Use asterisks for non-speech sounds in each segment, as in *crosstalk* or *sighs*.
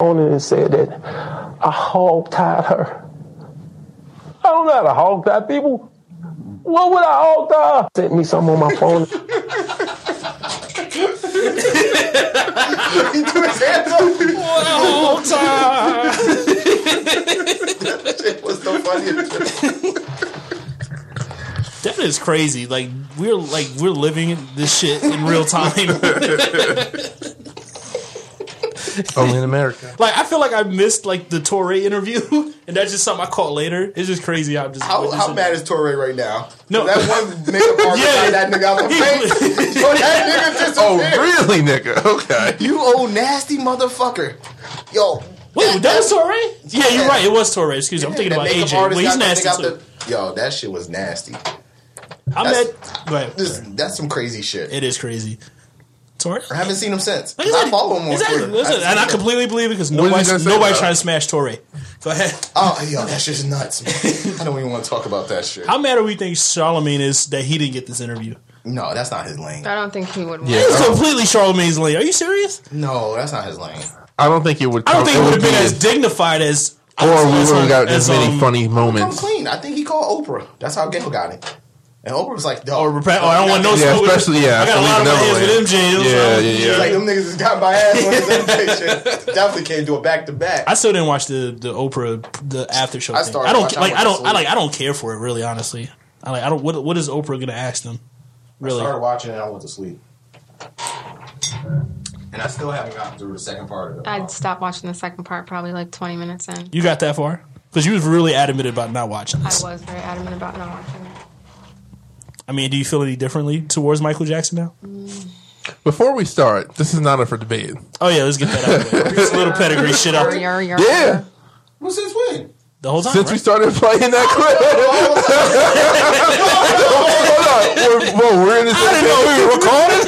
on it and said that I hog tied her. I don't know how to hog tie people. What would I hog tie? Sent me something on my phone. he threw his hands *laughs* up. whole time. It was the funniest. *laughs* That is crazy. Like we're like we're living this shit in *laughs* real time. Only in America. like I feel like I missed like the Torre interview, *laughs* and that's just something I caught later. It's just crazy. how I'm just How, witnessing how mad is Torre right now? No. that one nigga *laughs* part Yeah. that nigga out the He- face. so that nigga just Oh, *laughs* really, nigga? Okay. You old nasty motherfucker. Yo, Wait, that *laughs* was Torre? Yeah, you're right. It was Torre. Excuse me. I'm thinking that about makeup AJ. artist Well, he's got that nasty nigga out too. the- Yo, that shit was nasty. I'm that's- at. Go ahead. This, that's some crazy shit. It is crazy. Torre. I haven't seen him since. Like I said, I follow him on it's actually- Twitter. listen, I've seen and I him. completely believe it because What is he nobody's, gonna say nobody's about trying to smash Torre. Go ahead. Oh, yo, that shit's nuts, *laughs* man. I don't even want to talk about that shit. How mad do we think Charlemagne is that he didn't get this interview? No, that's not his lane. I don't think he would. Yeah. want- It's completely Charlemagne's lane. Are you serious? No, that's not his lane. I don't think it would. I don't think it would have be been as dignified as. Or we as, would have gotten as as, many um, funny I'm moments. clean. I think he called Oprah. That's how Gecko got it. And Oprah was like, Or "Yo, repre- or I don't want no Yeah, school. especially- yeah, I got a lot of Philippe my hands with Neverland. MJ. Yeah, yeah, She's yeah. like them niggas just got my ass on this invitation. Definitely can't do it back to back. I still didn't watch the the Oprah the after show. I thing. started I don't watching- I like. I went to don't. I sleep. like. I don't care for it really. Honestly, I like. I don't. What What is Oprah gonna ask them? Really? started watching and I went to sleep. And I still haven't gotten through the second part of it. I'd stop watching the second part probably like 20 minutes in. You got that far? Because you was really adamant about not watching I this. I, was very adamant about not watching it. mean, do you feel any differently towards Michael Jackson now? Before we start, this is not up for debate. Oh yeah, let's get that out of the way. This little pedigree shit out Yar, yar, yar. Yeah, Well, since when? the whole time. since we right? started playing that *laughs* clip. *laughs* Hold on, we're, whoa, we're in this. I didn't know we were recording.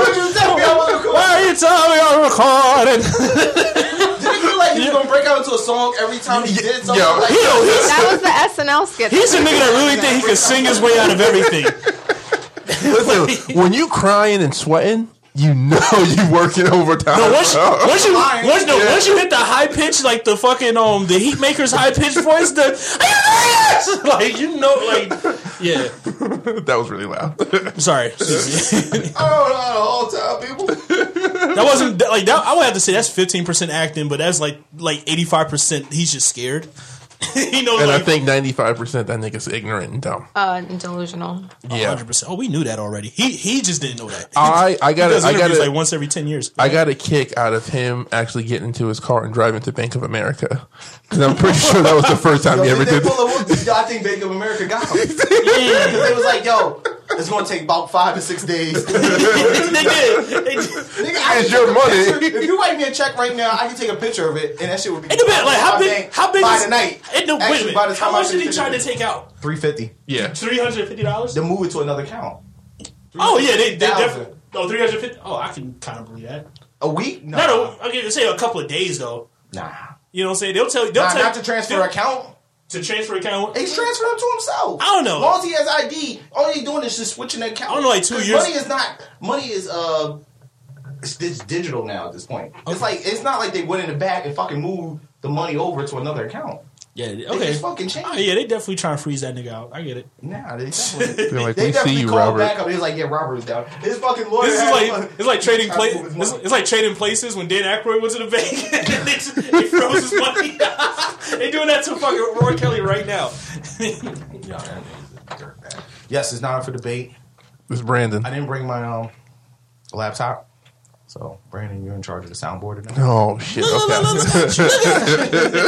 Why would you tell me I was cool? Why are you telling me I'm recording? Did it feel like he was gonna break out into a song every time he did something? Yo. like He don't- he's- That was the SNL skit. He's a nigga that really think he can sing his way out of everything. *laughs* Listen, when you crying and sweating, you know *laughs* you working overtime. No, once, bro. once you Lying. once, no, Yeah. once you hit the high pitch, like the fucking um the heat maker's high pitched voice, the *laughs* like you know, like yeah. *laughs* that was really loud. I'm sorry, *laughs* Excuse me. I don't know all time *laughs* people. that wasn't that- like that. I would have to say that's 15 percent acting, but that's like like 85 percent. He's just scared. *laughs* he knows. and I like, think ninety five percent that nigga's ignorant and dumb. uh, delusional. yeah. 100. percent Oh, we knew that already. He he just didn't know that. I I He got does I got interviews like once every 10 years. I got a kick out of him actually getting into his car and driving to Bank of America because I'm pretty *laughs* sure that was the first time he ever did. pull a whoop? Yo, I think Bank of America got him. *laughs* *laughs* Yeah. They was like, yo, it's gonna take about five to six days. they *laughs* did. They did. *laughs* Nigga, I It's can your take a money. picture. If you write me a check right now, I can take a picture of it, and that shit would be. It depends. Like how by big? bank- How big? By is, tonight. It, no, wait a minute. Actually, by the how time I much did he finish try it. to take out? Three fifty. Yeah, Three hundred fifty dollars. Then move it to another account. Oh yeah, they, they 350,000. definitely. Oh, 350. Oh, I can kind of believe that. A week? No. Not a, okay, let's say a couple of days though. Nah. You know what I'm saying? They'll tell you. They'll Nah, tell not to transfer they'll- account. to transfer account. He's transferring them to himself. I don't know. As long as he has ID, all he's doing is just switching the account. I don't know, like, two 'Cause years- Money is not. Money is uh, it's, it's digital now at this point. It's like it's not like they went in the back and fucking moved the money over to another account. Yeah. they- They Okay. just fucking changed. Oh, it. yeah, they definitely trying to freeze that nigga out. I get it. Nah, they definitely. they're like They we see definitely you, called Robert. back up. He was like, "Yeah, Robert is down." His fucking lawyer. This is had like one- it's like trading Tried place. to move his It's, money. it's like trading places when Dan Aykroyd went to the bank and they, just- they froze his money. they doing that to fucking Roy Kelly right now. Yes, it's not up for debate. this is Brandon. I didn't bring my um laptop, so Brandon, you're in charge of the soundboard *laughs* tonight. Oh shit! Okay.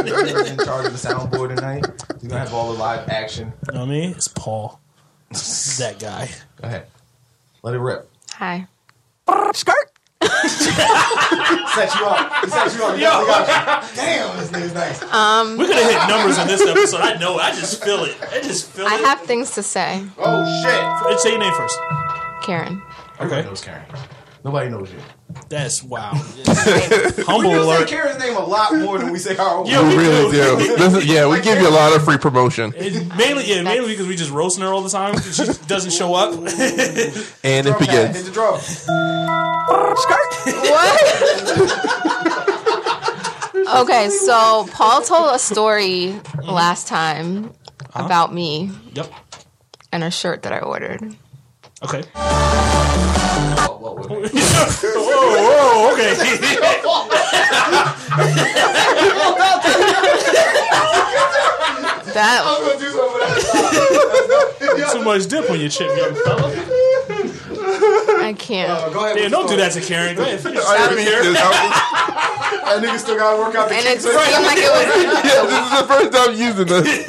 You're in charge of the soundboard tonight. You're gonna have all the live action. you know what I mean? It's Paul. that guy. Go ahead, let it rip. Hi. Set you up. He set *laughs* you up. Yo. Damn, this nigga's nice. We're gonna hit numbers in this episode. I know. it. I just feel it. I just feel I it. have things to say. oh shit. Hey, Say your name first. Karen. Everybody knows Karen. Nobody knows you. That's wow. We Humble do say alert. Karen's name a lot more than we say our own. Yeah, We we really do. This is- yeah, we give you a lot of free promotion. It- mainly, yeah, mainly because we just roasting her all the time. 'cause She doesn't show up. *laughs* And if Drum we pad, hit get the drum. What? *laughs* Okay, so Paul told a story last time about me Yep. and a shirt that I ordered. *laughs* Okay. Oh, whoa, whoa, whoa. Oh, okay. *laughs* That I'm gonna do something with that. Too much dip on your chip, young fella. I can't. Uh, Go ahead. Yeah, with don't do the that to Karen. Go ahead. finish. I didn't hear this. I story. That nigga still gotta work out the And it kinks. seemed like it was. was- yeah, this is the first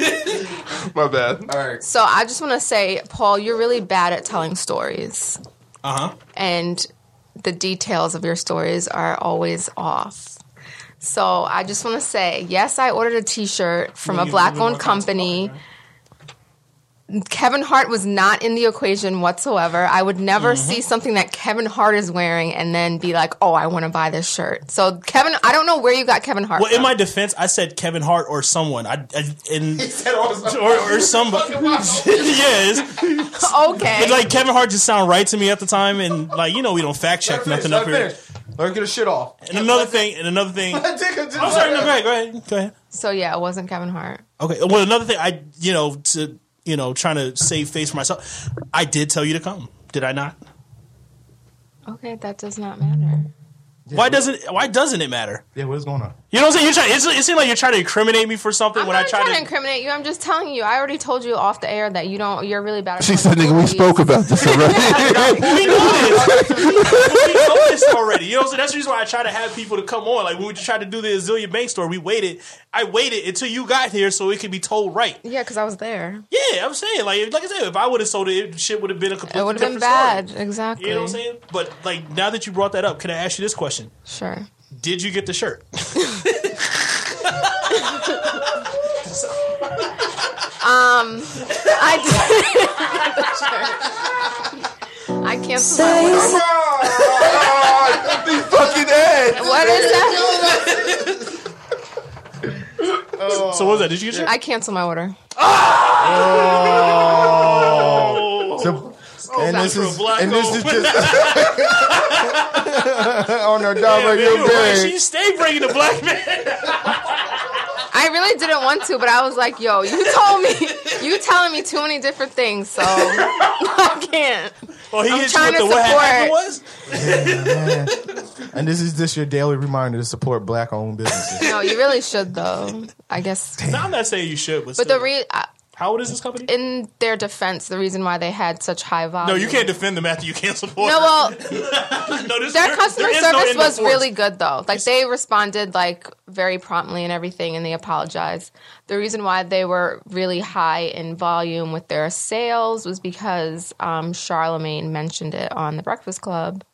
time using this. *laughs* My bad. All right. So I just want to say, Paul, you're really bad at telling stories, Uh huh. and the details of your stories are always off. So I just want to say, yes, I ordered a T-shirt from a You- you black-owned work out the company. story, Kevin Hart was not in the equation whatsoever. I would never Mm-hmm. see something that Kevin Hart is wearing and then be like, "Oh, I want to buy this shirt." So Kevin, I don't know where you got Kevin Hart. Well, in from. my defense, I said Kevin Hart or someone. I, I and He said all this- or or somebody. *laughs* yes. *laughs* okay, It's like Kevin Hart just sound right to me at the time, and like you know we don't fact check Let her nothing finish, let up her here. finish. Let her get her shit *laughs* off. And another thing, and another thing. That nigga just- I'm sorry, no, go ahead, go ahead, go ahead. so yeah, it wasn't Kevin Hart. Okay. Well, another thing, I you know to you know trying to save face for myself, I did tell you to come. Did I not? Okay, that does not matter. Why doesn't Why doesn't it matter? Yeah, what is going on? You know what I'm saying? You're trying, it's, it seems like you're trying to incriminate me for something I'm when not I trying tried to, to. incriminate you. I'm just telling you. I already told you off the air that you don't. You're really bad. At She telling said, "Nigga, we stories." spoke about this *laughs* already." *laughs* we *laughs* know this. we know this already. You know what I'm saying? That's the reason why I try to have people to come on. Like when we tried to do the Azealia Bank story, we waited. I waited until you got here so it could be told right. Yeah, because I was there. Yeah, I'm saying like if- like I said, if I would have sold it, it shit would have been a completely It would have been different story. bad. Exactly. You know what I'm saying? But like now that you brought that up, can I ask you this question? Sure. Did you get the shirt? *laughs* I did. *laughs* I canceled. my order. These fucking *laughs* ads. What is that? *laughs* so what was that? Did you get the shirt? I canceled my order. and this Afro is Blanco. and this is *laughs* just Oh, on our dog Man, radio you're right. day. She stay bringing the black man. I really didn't want to, but I was like, "Yo, you told me. You telling me too many different things, so *laughs* I can't." Well, he I'm hit you trying with to the what had support. happened was. And this is just your daily reminder to support black owned businesses. No, you really should though. I guess. No, I'm not saying you should, but, But still. the re I- how old is this company? in their defense, the reason why they had such high volume. No, you can't defend them after you canceled for No, *laughs* well, no, this, their there- customer there is no service end of was force. really good though. Like they responded like very promptly and everything, and they apologized. The reason why they were really high in volume with their sales was because um, Charlemagne mentioned it on The Breakfast Club,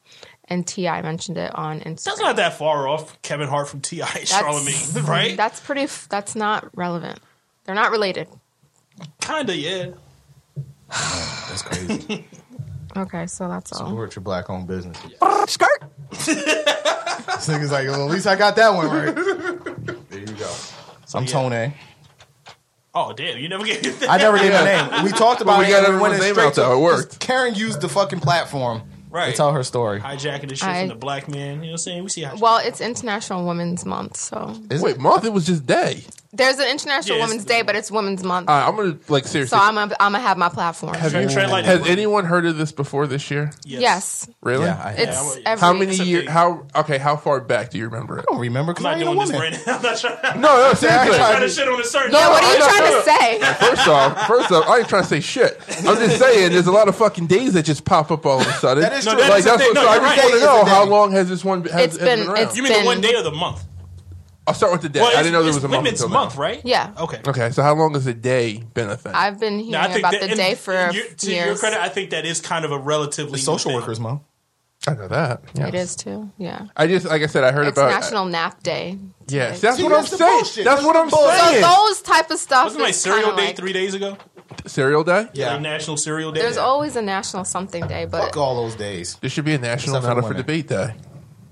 and Ti mentioned it on Instagram. That's not that far off. Kevin Hart from *laughs* Ti, Charlemagne, right? That's pretty. f- That's not relevant. They're not related. Kinda, yeah. That's *laughs* crazy. Okay, so that's all. Support your black owned business. *laughs* Skirt. this nigga's like, well, at least I got that one *laughs* right. There you go. So I'm Tone. Oh damn, you never gave I that. never gave my name. We talked about we it. got and everyone's went name straight out, though. to- It worked. Karen used the fucking platform to *laughs* Right. tell her story. Hijacking the shit I- from the black man. You know what I'm saying? We see how Well, it's International Women's Month, so Wait, month? It was just day. there's an International Yeah, it's- Women's Day, but it's Women's Month. All right, I'm gonna like seriously. so I'm gonna, I'm gonna have my platform. have Tread- you, tread lightly. has anyone heard of this before this year? Yes, Really? Yeah, I, it's I would- every. how many a years? big- How okay? How far back do you remember it? don't Oh, remember because I'm I ain't not a doing this woman. right now. *laughs* I'm not trying, I'm No, no, seriously. trying *laughs* to shit on a certain. Yeah, what are I'm you not trying to say? First off, first off, I ain't trying to say shit. I'm just saying there's a lot of fucking days that just pop up all of a sudden. That is No, true. that like is the that's thing. what, No, so I you're just right. It's want to a know day. how long has this one has, It's has been, been- around? it's- You mean the one Been- day of the month? I'll start with the day. Well, I didn't know there was a month women's until month, now. right? Yeah. Okay. Okay, so how long has a day been a thing? I've been hearing Now, about that- the and day for you- years. to your credit. I think that is kind of a relatively new Social thing. workers, mom. I know that. Yeah. it is too. Yeah, I just like I said, I heard it's about National Nap Day. Yes, today. that's See, what that's I'm the saying. bullshit. That's That's what the I'm bullshit. so saying. those type of stuff. Wasn't like is cereal kinda day like- three days ago? Cereal Day. Yeah. Like National Cereal Day. There's always a National something day, but Fuck all those days. There should be a national Except for not up for women. debate day.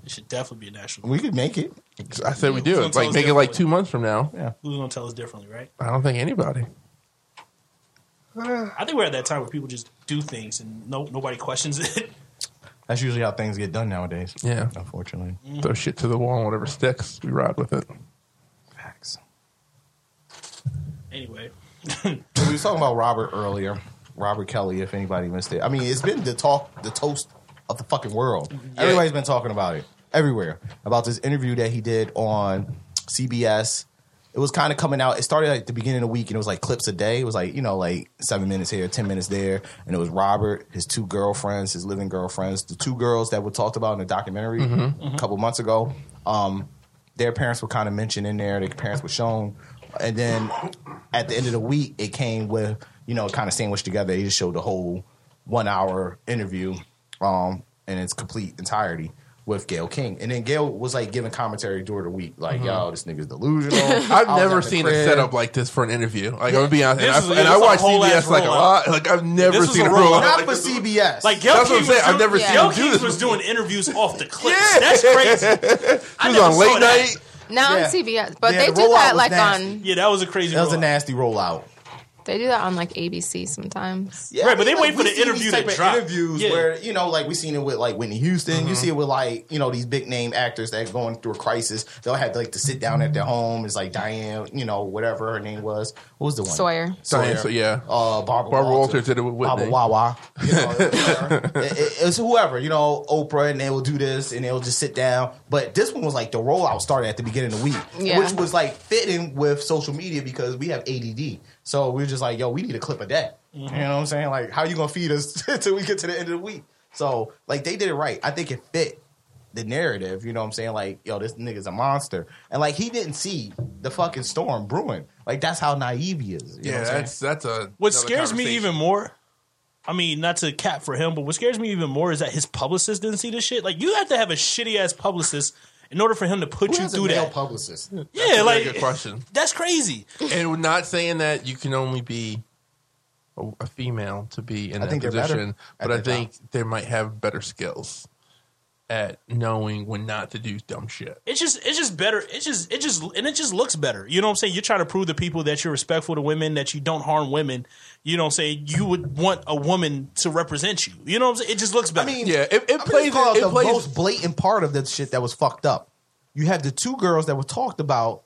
It should definitely be national. We could make it. I said we do gonna it. tell Like us make it like differently? two months from now. Who's gonna tell us differently, right? I don't think anybody. I think we're at that time where people just do things and no nobody questions it. *laughs* That's usually how things get done nowadays. Yeah. Mm-hmm. Unfortunately. Throw shit to the wall, whatever sticks, we ride with it. Anyway, We were talking about Robert earlier. Robert Kelly, if anybody missed it. I mean, it's been the talk, the toast of the fucking world. Everybody's been talking about it everywhere about this interview that he did on CBS. It was kind of coming out. It started like the beginning of the week, and it was like clips a day. It was like you know, like seven minutes here, ten minutes there, and it was Robert, his two girlfriends, his living girlfriends, the two girls that were talked about in the documentary a couple months ago. Um, their parents were kind of mentioned in there. Their parents were shown, and then at the end of the week, it came with you know kind of sandwiched together. They just showed the whole one hour interview, um, in its complete entirety with Gail King, and then Gail was like giving commentary during the week, like yo, this nigga's delusional. Mm-hmm. *laughs* I've never seen a setup like this for an interview. Like I'm gonna be honest, and, This is- I, this and I is a watch whole ass CBS like a rollout. lot. Like I've never this is seen a a roll. rollout. not for CBS. like Gail That's King, what I'm was, saying. I've doing, never seen Gayle him do King this was doing interviews off the clips. Yeah. That's crazy. *laughs* I It was never on saw that. late night. Not Yeah. on CBS, but Yeah, they the do rollout that was like nasty. on Yeah, that was a crazy. that was a rollout. nasty rollout. they do that on like ABC sometimes. Yeah, Right, but they wait for we the see interview these to type of drop. Interviews Yeah. Mm-hmm. where you know, like we seen it with like Whitney Houston. You see it with like you know these big name actors that going through a crisis. They'll have like to sit down at their home. It's like Diane, you know, whatever her name was. What was the one? Sawyer. Diane, so yeah. Uh, Barbara, Barbara Walters Walters did it with Baba Whitney. Wawa. You *laughs* know, whatever. It- it- it's whoever, you know, Oprah, and they will do this and they'll just sit down. But this one was like the rollout started at the beginning of the week, Yeah. which was like fitting with social media because we have ADD. So we are just like, yo, we need a clip of that. Mm-hmm. You know what I'm saying? Like, how you going to feed us *laughs* till we get to the end of the week? So, like, they did it right. I think it fit the narrative. You know what I'm saying? Like, yo, this nigga's a monster. And, like, he didn't see the fucking storm brewing. Like, that's how naive he is. You know Yeah, what I'm saying? that's that's a What another scares me conversation. even more, I mean, not to cap for him, but what scares me even more is that his publicist didn't see this shit. Like, you have to have a shitty ass publicist in order for him to put Who you has a through male that. publicist? That's yeah, a very like good question. that's crazy. And we're not saying that you can only be a, a female to be in I that think they're better position, at but I their think they might have better skills at knowing when not to do dumb shit. It's just it's just better. It's just it just and it just looks better. You know what I'm saying? You're trying to prove to people that you're respectful to women, that you don't harm women. You know what I'm saying? You would want a woman to represent you. You know what I'm saying? It just looks better. mean, Yeah, it, it I'm gonna plays. call out It, the plays. most blatant part of that shit that was fucked up. You have the two girls that were talked about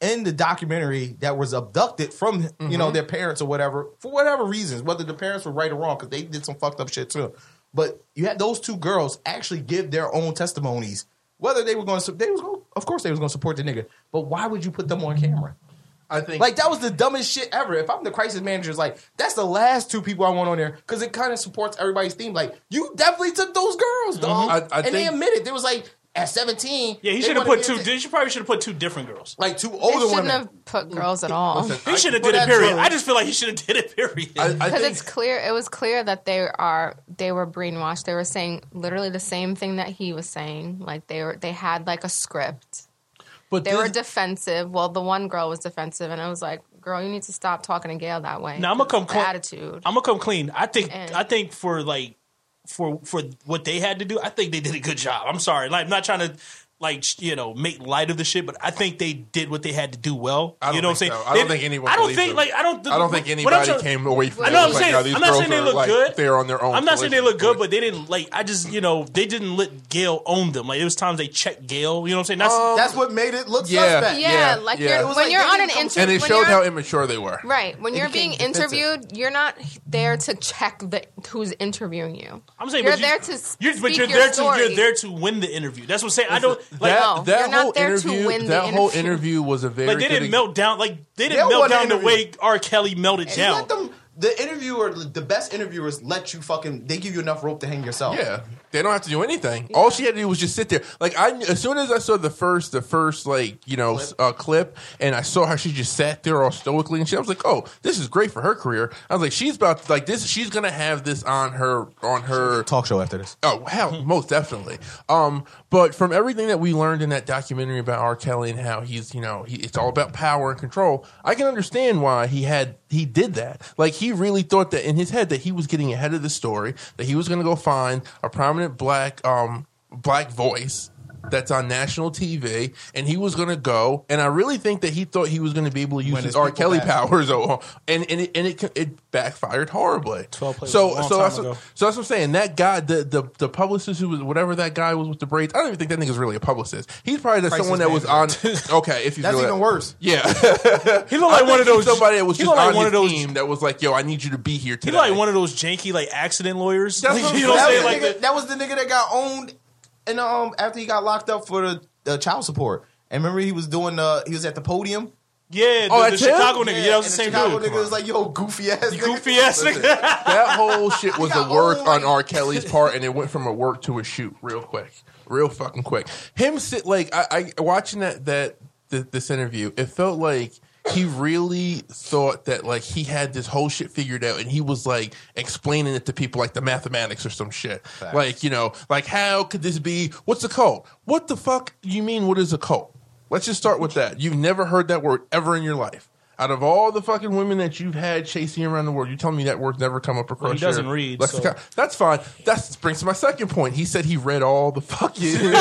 in the documentary that was abducted from you Mm-hmm. know their parents or whatever for whatever reasons, whether the parents were right or wrong because they did some fucked up shit too. But you had those two girls actually give their own testimonies, whether they were going to they was going of course they was going to support the nigga, but why would you put them on camera? I think. Like that was the dumbest shit ever. If I'm the crisis manager, it's like that's the last two people I want on there because it kind of supports everybody's theme. Like you definitely took those girls, dog, Mhm. I- I and they think- admitted there was like at 17. yeah, he they should have wanted put to two. get- She probably should have put two different girls. like two They older shouldn't women. have put girls *laughs* at all. listen, He should have well, did it. that's Period. true. I just feel like he should have did it. *laughs* Period. I, I because think it's clear it was clear that they are they were brainwashed they were saying literally the same thing that he was saying like they were they had like a script but they this- were defensive well the one girl was defensive and i was like girl you need to stop talking to gail that way Now, I'ma come The cl- attitude I'm gonna come clean. I think And- I think for like for for what they had to do, I think they did a good job. I'm sorry, like I'm not trying to like sh- you know make light of the shit, but I think they did what they had to do well. I don't you know think what I'm saying? so. I don't They- think anyone I don't believes think them. like I don't. I don't think what I'm anybody trying- came away from. I it know like, I'm saying- "Yo, these I'm not girls saying they are, look like, good. They're on their own. I'm not saying they collision look good, course." but they didn't like. I just you know they didn't let Gail own them. Like it was times they checked Gail. You know what I'm saying? That's Um, That's what made it look Yeah. suspect. yeah, yeah, like yeah. It You're, was when like you're they on an didn't come- interview and it when showed you're- how immature they were. Right. When you're became being defensive. interviewed, you're not there to check the who's interviewing you. I'm saying. you're but you- there to speak You're, but you're your there story. to you're there to win the interview. That's what I'm saying. I don't like. that, No, that you're not whole there to interview, win the that whole interview. interview was a very Like they good didn't ex- melt down. Like Gayle they didn't melt won the down the interview. way R. Kelly melted They down. let them. The interviewer, the best interviewers, let you fucking. They give you enough rope to hang yourself. Yeah, they don't have to do anything. All she had to do was just sit there. Like I, as soon as I saw the first, the first like you know clip, uh, clip and I saw how she just sat there all stoically and shit. I was like, oh, this is great for her career. I was like, she's about to, like this. She's gonna have this on her on her Talk show after this. Oh hell, Hmm. most definitely. Um, but from everything that we learned in that documentary about R. Kelly and how he's, you know, he, it's all about power and control. I can understand why he had he did that. Like he really thought that in his head that he was getting ahead of the story, that he was going to go find a prominent black um black voice that's on national TV, and he was going to go. And I really think that he thought he was going to be able to use When his his R. people Kelly back. powers, *laughs* oh, and and it, and it it backfired horribly. 12 plays so was a long so time that's, ago. so that's what I'm saying. That guy, the the the publicist who was whatever that guy was with the braids. I don't even think that nigga's really a publicist. He's probably just Crisis someone that was on. Okay, if he's That's doing even that. worse. *laughs* Yeah, He looked like one of those. somebody that was he just looked on like one his of those. team that was like, "Yo, I need you to be here He today." looked like one of those janky like accident lawyers. That's Like, what *laughs* I'm you know what saying. I'm that, was saying? Like the nigga, the- that was the nigga that got owned, and um, after he got locked up for the uh, child support, and remember he was doing uh, he was at the podium. yeah, the, Oh, the that's him? Chicago nigga. Yeah, that was and the same Chicago dude. Nigga was like, yo, goofy ass, You nigga. goofy ass *laughs* nigga. that whole shit was He the got work old, on like- R. Kelly's part, and it went from a work to a shoot real quick, real fucking quick. Him sit like I, I watching that that th- this interview, it felt like he really thought that like he had this whole shit figured out, and he was like explaining it to people like the mathematics or some shit, like you know, like how could this be? What's a cult? What the fuck you mean? What is a cult? Let's just start with that. You've never heard that word ever in your life. Out of all the fucking women that you've had chasing around the world, you tell me that word's never come up across Well, he Sure. doesn't read, Lexicon- so- That's fine. That brings to my second point. He said he read all the *laughs* fucking. Someone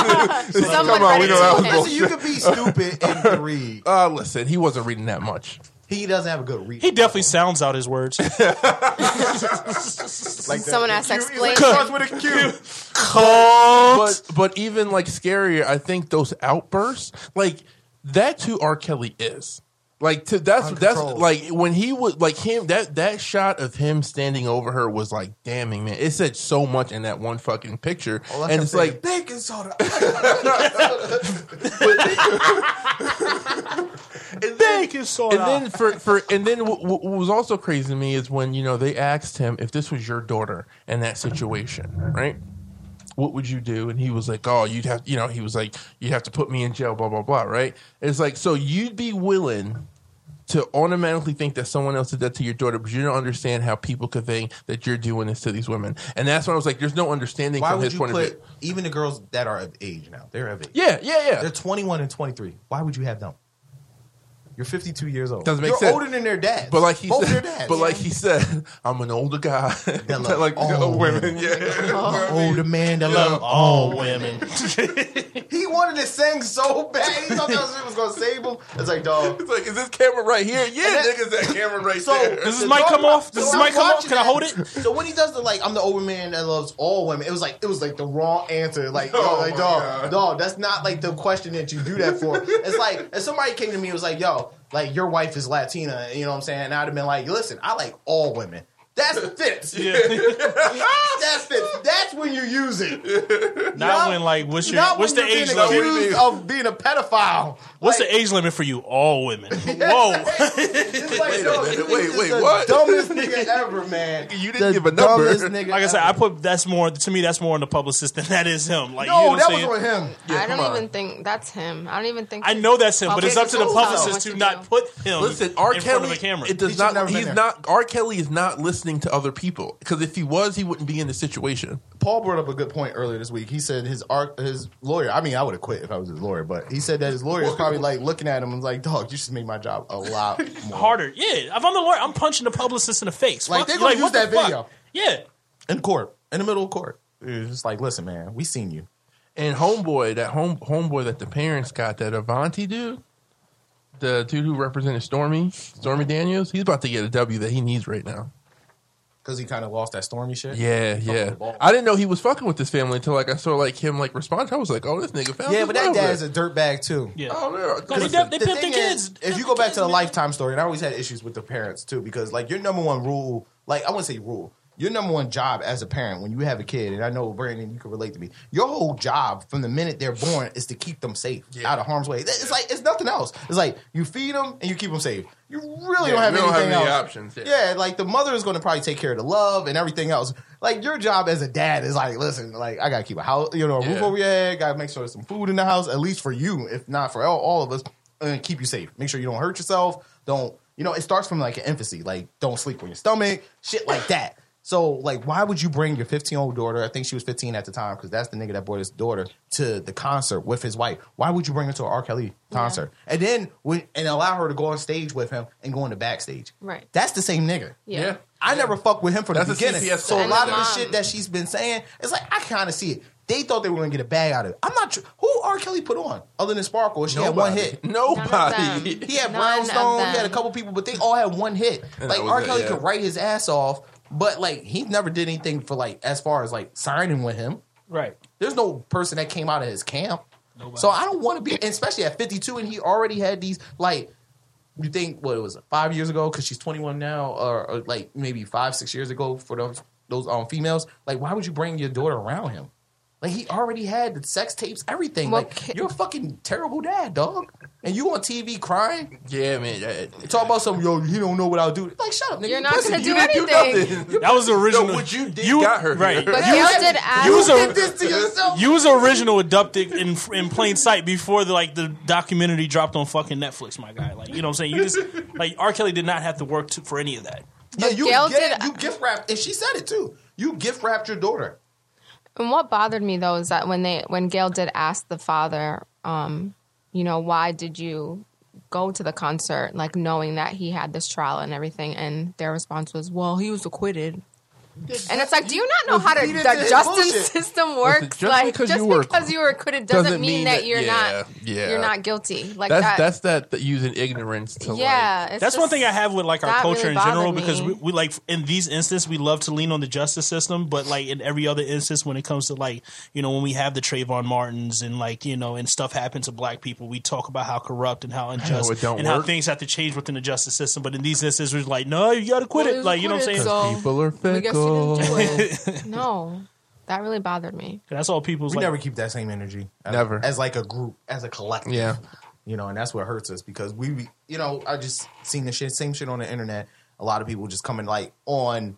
Come on, read we it know to that was bullshit. him. Listen, you could be stupid and can read. uh, listen, he wasn't reading that much. He doesn't have a good read. He definitely sounds out his words. like that. Someone has to It explain. starts with a Q. But but even like scarier, I think those outbursts, like that's who R. Kelly is. Like to, that's that's Uncontrolled. like when he was like him that that shot of him standing over her was like damning man. It said so much in that one fucking picture, All I and kept it's saying, like baking soda. and then, Baking soda. and then for, for and then what, what was also crazy to me is when you know they asked him if this was your daughter in that situation, right? What would you do? And he was like, "Oh, you'd have you know." He was like, "You'd have to put me in jail." Blah blah blah. Right? It's like so you'd be willing to automatically think that someone else did that to your daughter, but you don't understand how people could think that you're doing this to these women. And that's when I was like, "There's no understanding Why from would his you point of put view." even the girls that are of age now? They're of age. Yeah, yeah, yeah. They're 21 and 23. Why would you have them? You're 52 years old. Doesn't make You're sense. older than their dads. But like he Both *laughs* their said, dads. but like he said, I'm an older guy *laughs* that love like all old women. women. Yeah, *laughs* You know what I mean? older man that love Oh, all women. *laughs* he wanted to sing so bad. He thought that shit was gonna save him. It's like, dog. It's like, is this camera right here? Yeah, And that- niggas, that camera right So there. Does this the mic dog- come off? so Does this I'm mic come off? watching Can I that. hold it? So when he does the like, I'm the older man that loves all women. It was like it was like the wrong answer. Like, yo, Oh like my dog, God. dog. That's not like the question that you do that for. it's like if somebody came to me and was like, yo, like your wife is Latina. You know what I'm saying? And I'd have been like, listen, I like all women. That's fits. *laughs* That's fits. That's when you use it. Not Not- when like what's your Not what's the when you're age being limit? accused of being a pedophile. What's Like, the age limit for you? All women. Whoa. It's like, Wait a yo, minute, you wait, just wait, the what? Dumbest nigga ever, man. *laughs* You didn't give a number. Dumbest nigga. Like I said, ever. I put that's more to me. That's more on the publicist than that is him. Like you know no, what that I'm was saying? on him. I don't come on. even think that's him. I don't even think. I know that's him, but it's up to the publicist Publicist knows to what to not do. put him Listen, R. in Kelly. front of a camera. It He does should've not. never been He's there. not. R. Kelly is not listening to other people because if he was, he wouldn't be in this situation. Paul brought up a good point earlier this week. He said his arc, his lawyer. I mean, I would have quit if I was his lawyer, but he said that his lawyer is probably like looking at him and like, "Dog, you should make my job a lot *laughs* more Harder. Yeah. If I'm the lawyer, I'm punching the publicist in the face. Like, Fuck- they gonna use what the that fuck? video. Yeah. in court, in the middle of court." It's just like, listen, man, we seen you. And homeboy, that home homeboy that the parents got, that Avanti dude, the dude who represented Stormy, Stormy Daniels, he's about to get a W that he needs right now. Because he kind of lost that stormy shit. Yeah, with yeah. the ball. I didn't know he was fucking with this family until like I saw like him like respond. I was like, oh, this nigga found. Yeah, his but that brother. dad's a dirtbag too. Yeah. Oh, no. Cause he def- Listen, they The pimp their thing kids. is, if you go back to the lifetime story, and I always had issues with the parents too, because like your number one rule, like I wouldn't say rule, your number one job as a parent when you have a kid, and I know Brandon, you can relate to me. Your whole job from the minute they're born is to keep them safe, Yeah. out of harm's way. It's like it's nothing else. It's like you feed them and you keep them safe. You really Yeah, don't have we don't anything have else. any options, yeah. Yeah. like the mother is going to probably take care of the love and everything else. Like your job as a dad is like, listen, like I got to keep a house, you know, a roof Yeah. over your head. Got to make sure there's some food in the house, at least for you, if not for all, all of us. And keep you safe. Make sure you don't hurt yourself. Don't you know? It starts from like an infancy, like don't sleep on your stomach, shit like that. So like, why would you bring your 15 year old daughter? I think she was 15 at the time because that's the nigga that brought his daughter to the concert with his wife. Why would you bring her to an R. Kelly concert and then when, and allow her to go on stage with him and go in the backstage? Right. That's the same nigga. Yeah. Yeah. I never fucked with him from That's a the beginning. CCS So a call. lot of the Mom. shit that she's been saying, it's like I kind of see it. They thought they were going to get a bag out of it. I'm not. Tr- who R. Kelly put on other than Sparkle? She had one Nobody. hit. Nobody. *laughs* them. He had None Brownstone. of He had a them. couple people, but they all had one hit. And like *laughs* that was R. it, Kelly yeah. could write his ass off, but like he never did anything for like as far as like signing with him. Right. There's no person that came out of his camp. So I don't want to be, especially at 52, and he already had these like. You think what it was five years ago because she's 21 now, or, or like maybe five, six years ago for those those um females. Like, why would you bring your daughter around him? Like, he already had the sex tapes, everything. Well, like, ki- you're a fucking terrible dad, dog. And you on TV crying, *laughs* Yeah, man. that- talk about some yo. He don't know what I'll do. Like, shut up, nigga. You're not pussy. gonna You do didn't do *laughs* anything. nothing. That was the original. So what you did you- got her here. right. But You Gail had- did ask. You was a- did this to yourself. You was original adopted in in plain sight before the like the documentary dropped on fucking Netflix, my guy. Like you know what I'm saying? You just like R. Kelly did not have to work to, for any of that. yeah, you Gail get, did- you gift wrapped, and she said it too. You gift wrapped your daughter. And what bothered me though is that when they when Gail did ask the father, um, you know, why did you go to the concert, like knowing that he had this trial and everything, and their response was, Well, he was acquitted. And it's like, do you not know how to, he the did this justice bullshit. system works? just like, because just you were because you were acquitted doesn't, mean, that, you're yeah, not yeah. you're not guilty. Like That's that, that's that, that using ignorance to yeah. like. it's That's one just- thing I have with like our that culture really in general bothered because me. we, we like in these instances we love to lean on the justice system, but like in every other instance when it comes to like you know when we have the Trayvon Martins and like you know and stuff happen to black people, we talk about how corrupt and how unjust it don't and how work. things have to change within the justice system. But in these instances, we're like, no, you gotta quit Well, he it. was Like you know what I'm saying? acquitted, so- People are I guess you fickle. *laughs* didn't do it. no. That really bothered me. That's all people's We like. never keep that same energy. as- Never. As like a group, as a collective. Yeah. You know, and that's what hurts us because we, be- you know, I just seen the shit, same shit on the internet. A lot of people just coming like on,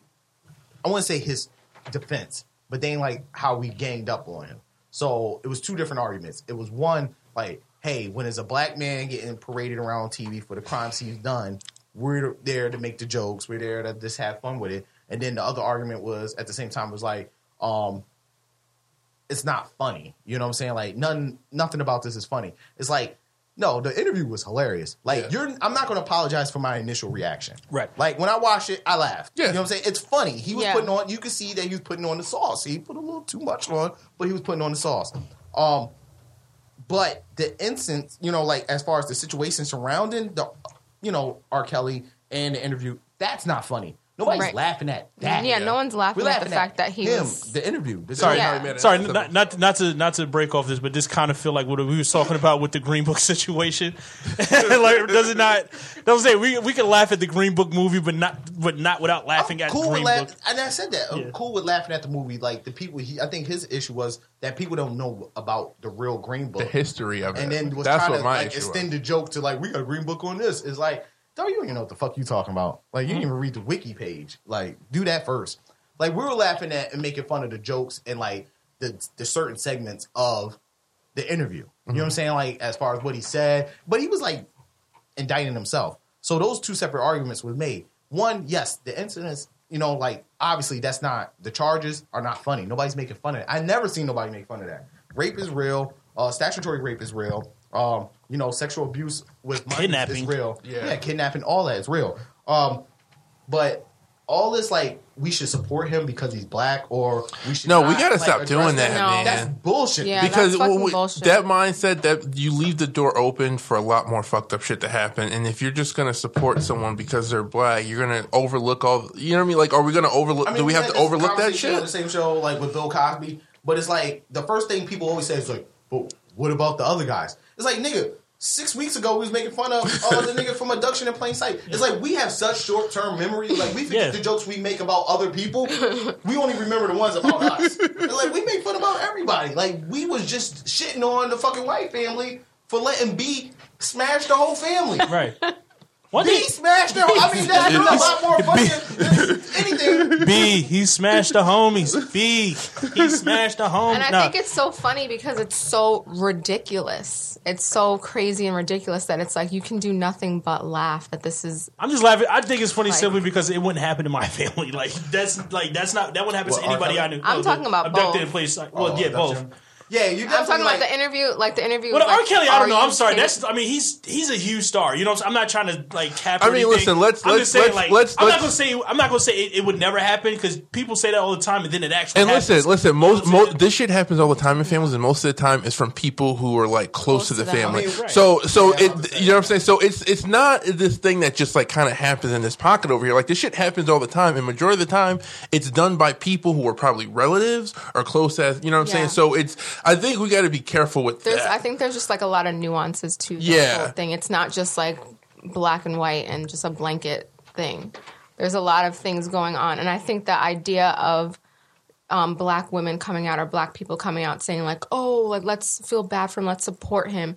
I want to say his defense, but they ain't like how we ganged up on him. So it was two different arguments. It was one like, hey, when is a black man getting paraded around on TV for the crimes he's done? We're there to make the jokes. We're there to just have fun with it. And then the other argument was at the same time was like, um, it's not funny. You know what I'm saying? Like none nothing about this is funny. It's like no, the interview was hilarious. Like Yeah. you're I'm not going to apologize for my initial reaction. Right. Like when I watched it, I laughed. Yeah. You know what I'm saying? It's funny. He was Yeah. putting on you could see that he was putting on the sauce. He put a little too much on, but he was putting on the sauce. Um but the instance, you know, like as far as the situation surrounding the, you know, R. Kelly and the interview, that's not funny. Nobody's Right. laughing at that. Yeah, no one's laughing We're at the fact that he him, was- the interview. The Sorry, Yeah. how he made it. Sorry, That's not, not not to not to break off this, but this kind of feel like what we was talking about with the Green Book *laughs* situation. like, does it not? That was it. We we can laugh at the Green Book movie, but not but not without laughing I'm at cool with Green laugh- Book. and I said that. I'm Yeah. cool with laughing at the movie. Like the people, he, I think his issue was that people don't know about the real Green Book, the history of it. and then was that's trying what to my like issue extend was. the joke to like we got a Green Book on this. It's like, dog, you don't even know what the fuck you talking about. Like you didn't Mm-hmm. even read the wiki page. Like do that first. Like we were laughing at and making fun of the jokes and like the the certain segments of the interview. You Mm-hmm. know what I'm saying? Like as far as what he said, but he was like indicting himself. So those two separate arguments was made. One, yes, the incidents, you know, like obviously that's not the charges are not funny. Nobody's making fun of it. I never seen nobody make fun of that. Rape is real. Uh, statutory rape is real. Um, you know, sexual abuse with minors Kidnapping. is real. Yeah. yeah, kidnapping, all that is real. Um, but all this like we should support him because he's black, or we should No, we not, gotta like, stop address doing that, him. No. man. That's bullshit. Yeah, that- because that's fucking well, we- bullshit. that mindset that you leave the door open for a lot more fucked up shit to happen and if you're just going to support someone because they're black you're going to overlook all you know what i mean like are we going to overlook I mean, do we have had to this overlook that conversation On the shit same show, like with Bill Cosby, but it's like the first thing people always say is like, "But what about the other guys?" It's like, nigga, six weeks ago we was making fun of all *laughs* the nigga from abduction in plain sight. It's like we have such short term memory. Like we forget Yeah. the jokes we make about other people. we only remember the ones about us. It's like we make fun about everybody. Like we was just shitting on the fucking white family for letting B smash the whole family. Right. One B thing, smashed their. I mean, that's a lot more funny than anything. B he smashed the homies. B he smashed the homies. And I think it's so funny because it's so ridiculous. It's so crazy and ridiculous that it's like you can do nothing but laugh that this is I'm just laughing. I think it's funny Like- simply because it wouldn't hapen to my *laughs* family. Like that's like that's not that wouldn't happen What, to anybody R. I Kelly? knew. I'm No, talking the about abducted both. in place. Well, Oh, yeah, abduction. both. Yeah, you I'm definitely talking about like, the interview, like the interview. But was like, R. Kelly, I are don't know. you I'm sorry. kidding? That's I mean he's he's a huge star. You know, what I'm, saying? I'm not trying to like cap. I mean, anything. listen, let's- I'm let's- just saying, let's- like, let's- I'm let's- not gonna say I'm not gonna say it, it would never happen because people say that all the time, and then it actually. And happens. listen, listen. Most, You know what I'm most saying? this shit happens all the time in families, and most of the time it's from people who are like close, to the to them. family. I mean, right. So, so Yeah, I'm it, you know what I'm saying. So it's it's not this thing that just like kind of happens in this pocket over here. Like this shit happens all the time, and majority of the time it's done by people who are probably relatives or close as you know what I'm saying. Yeah. So it's I think we got to be careful with There's, that. I think there's just like a lot of nuances to the Yeah. whole thing. It's not just like black and white and just a blanket thing. There's a lot of things going on, and I think the idea of um, black women coming out or black people coming out saying like, "Oh, like let's feel bad for him, let's support him."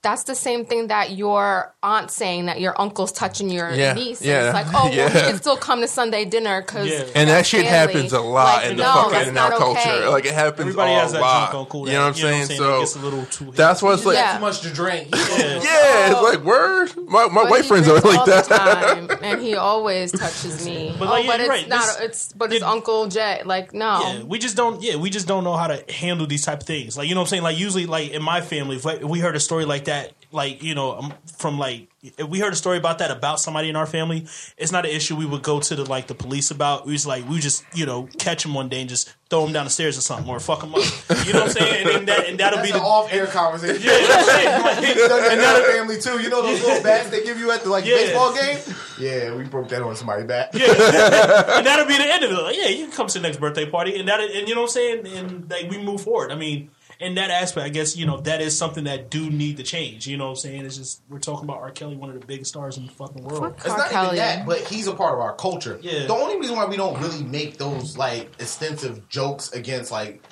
That's the same thing that your aunt saying that your uncle's touching your Yeah, niece. yeah, And it's like, oh, well, he *laughs* yeah. can still come to Sunday dinner because Yeah. and that shit happens a lot in the fucking in our culture. Like it happens everybody a has that lot. drunk uncle. you know what I'm that- saying? That So gets a little too. that's why it's like. Yeah. Yeah. too much to drink. Yeah. it's Oh. like word. My my But white he friends are drinks all like that. the time, and he always touches me. *laughs* But, But, like, oh, you're but it's right, not. this- it's but it's it- Uncle Jay. Like no, Yeah, we just don't. Yeah, we just don't know how to handle these type of things. Like you know what I'm saying. Like usually, like in my family, if like, we heard a story like that, like you know, um, from like if we heard a story about that about somebody in our family, it's not an issue we would go to the like the police about. We was like we just you know catch him one day and just throw him down the stairs or something or fuck him up. You know what I'm saying? And, then that and that'll That's be an the. off-air conversation. *laughs* *laughs* yeah, that's it. Like, That's another family too. You know those little bats they give you at the like Yeah. baseball game? *laughs* Yeah, we broke that on somebody's back. and that'll be the end of it. Like, yeah, you can come to the next birthday party, and that, and you know what I'm saying. And like we move forward. I mean, in that aspect, I guess you know that is something that do need to change. You know what I'm saying? It's just we're talking about R. Kelly, one of the biggest stars in the fucking world. Fuck. It's R. not even Kelly. that, but he's a part of our culture. Yeah. The only reason why we don't really make those like extensive jokes against like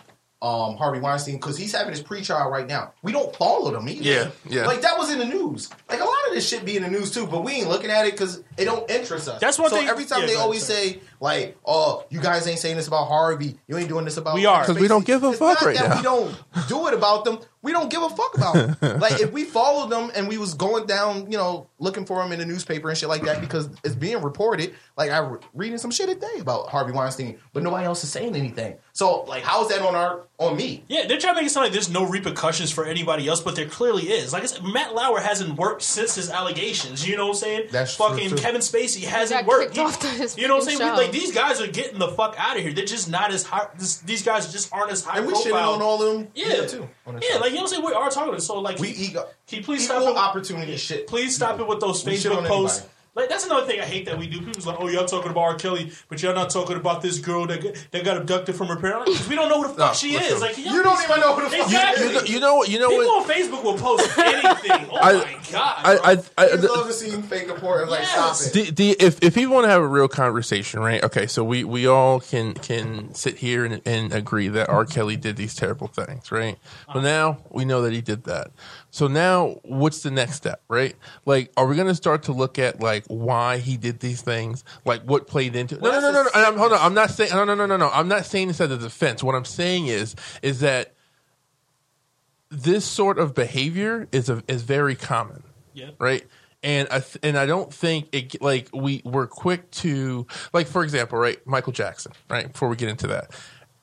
um, Harvey Weinstein because he's having his pre-trial right now. We don't follow them either. Yeah, yeah. Like that was in the news. Like a lot of this shit be in the news too, but we ain't looking at it because it don't interest us. That's one so thing- Every time yeah, they go ahead, always sorry. say like, "Oh, you guys ain't saying this about Harvey. You ain't doing this about." We are. 'Cause we don't give a It's fuck not right that now. We don't do it about them. We don't give a fuck about *laughs* them. like if we followed them and we was going down, you know, looking for them in the newspaper and shit like that because it's being reported. Like I re- reading some shit today about Harvey Weinstein, but nobody else is saying anything. So like, how is that on our on me? Yeah, they're trying to make it sound like there's no repercussions for anybody else, but there clearly is. Like I said, Matt Lauer hasn't worked since his allegations. You know what I'm saying? That's true, fucking too. Kevin Spacey hasn't got worked. kicked off the- his you know what I'm freaking saying? We- show. like these guys are getting the fuck out of here. They're just not as high. This, these guys just aren't as high. And we shitting profile. on all of them. Yeah, here, too. on the yeah, show. like you know what I'm saying. We are talking. So like, we ego. Can you please equal stop it? opportunity shit. Please stop it with those We shit Facebook on posts. anybody. Like that's another thing I hate that we do. People's like, "Oh, y'all talking about R. Kelly, but y'all not talking about this girl that got, that got abducted from her parents." Like, 'cause we don't know who *laughs* the fuck No, she listen. is. Like y'all You don't even know who the fuck you- exactly. *laughs* You know, you know what? You know People what? on Facebook *laughs* will post anything. Oh I- my god! I, I, I, I the- love to see you fake a porn. Like Yes. stop it. the, the, if, if people want to have a real conversation, right? Okay, so we, we all can can sit here and, and agree that R. Kelly did these terrible things, right? But now we know that he did that. So now, what's the next step, right? Like, are we going to start to look at like why he did these things, like what played into? No, no, no, no. no. And I'm, hold on, I'm not saying no, no, no, no, no. I'm not saying this as a defense. What I'm saying is, is that this sort of behavior is a, is very common yeah. right? And I th- and I don't think it like we we're quick to like for example, right? Michael Jackson, right? Before we get into that,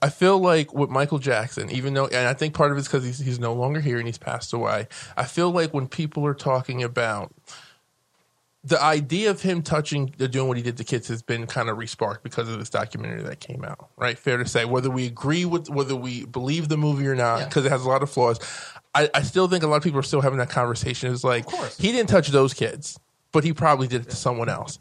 I feel like with Michael Jackson, even though and I think part of it's because he's he's no longer here and he's passed away. I feel like when people are talking about the idea of him touching or doing what he did to kids has been kind of resparked because of this documentary that came out, right? Fair to say, whether we agree with, whether we believe the movie or not, because it has a lot of flaws. I, I still think a lot of people are still having that conversation. It's like course. he didn't touch those kids, but he probably did it to someone else.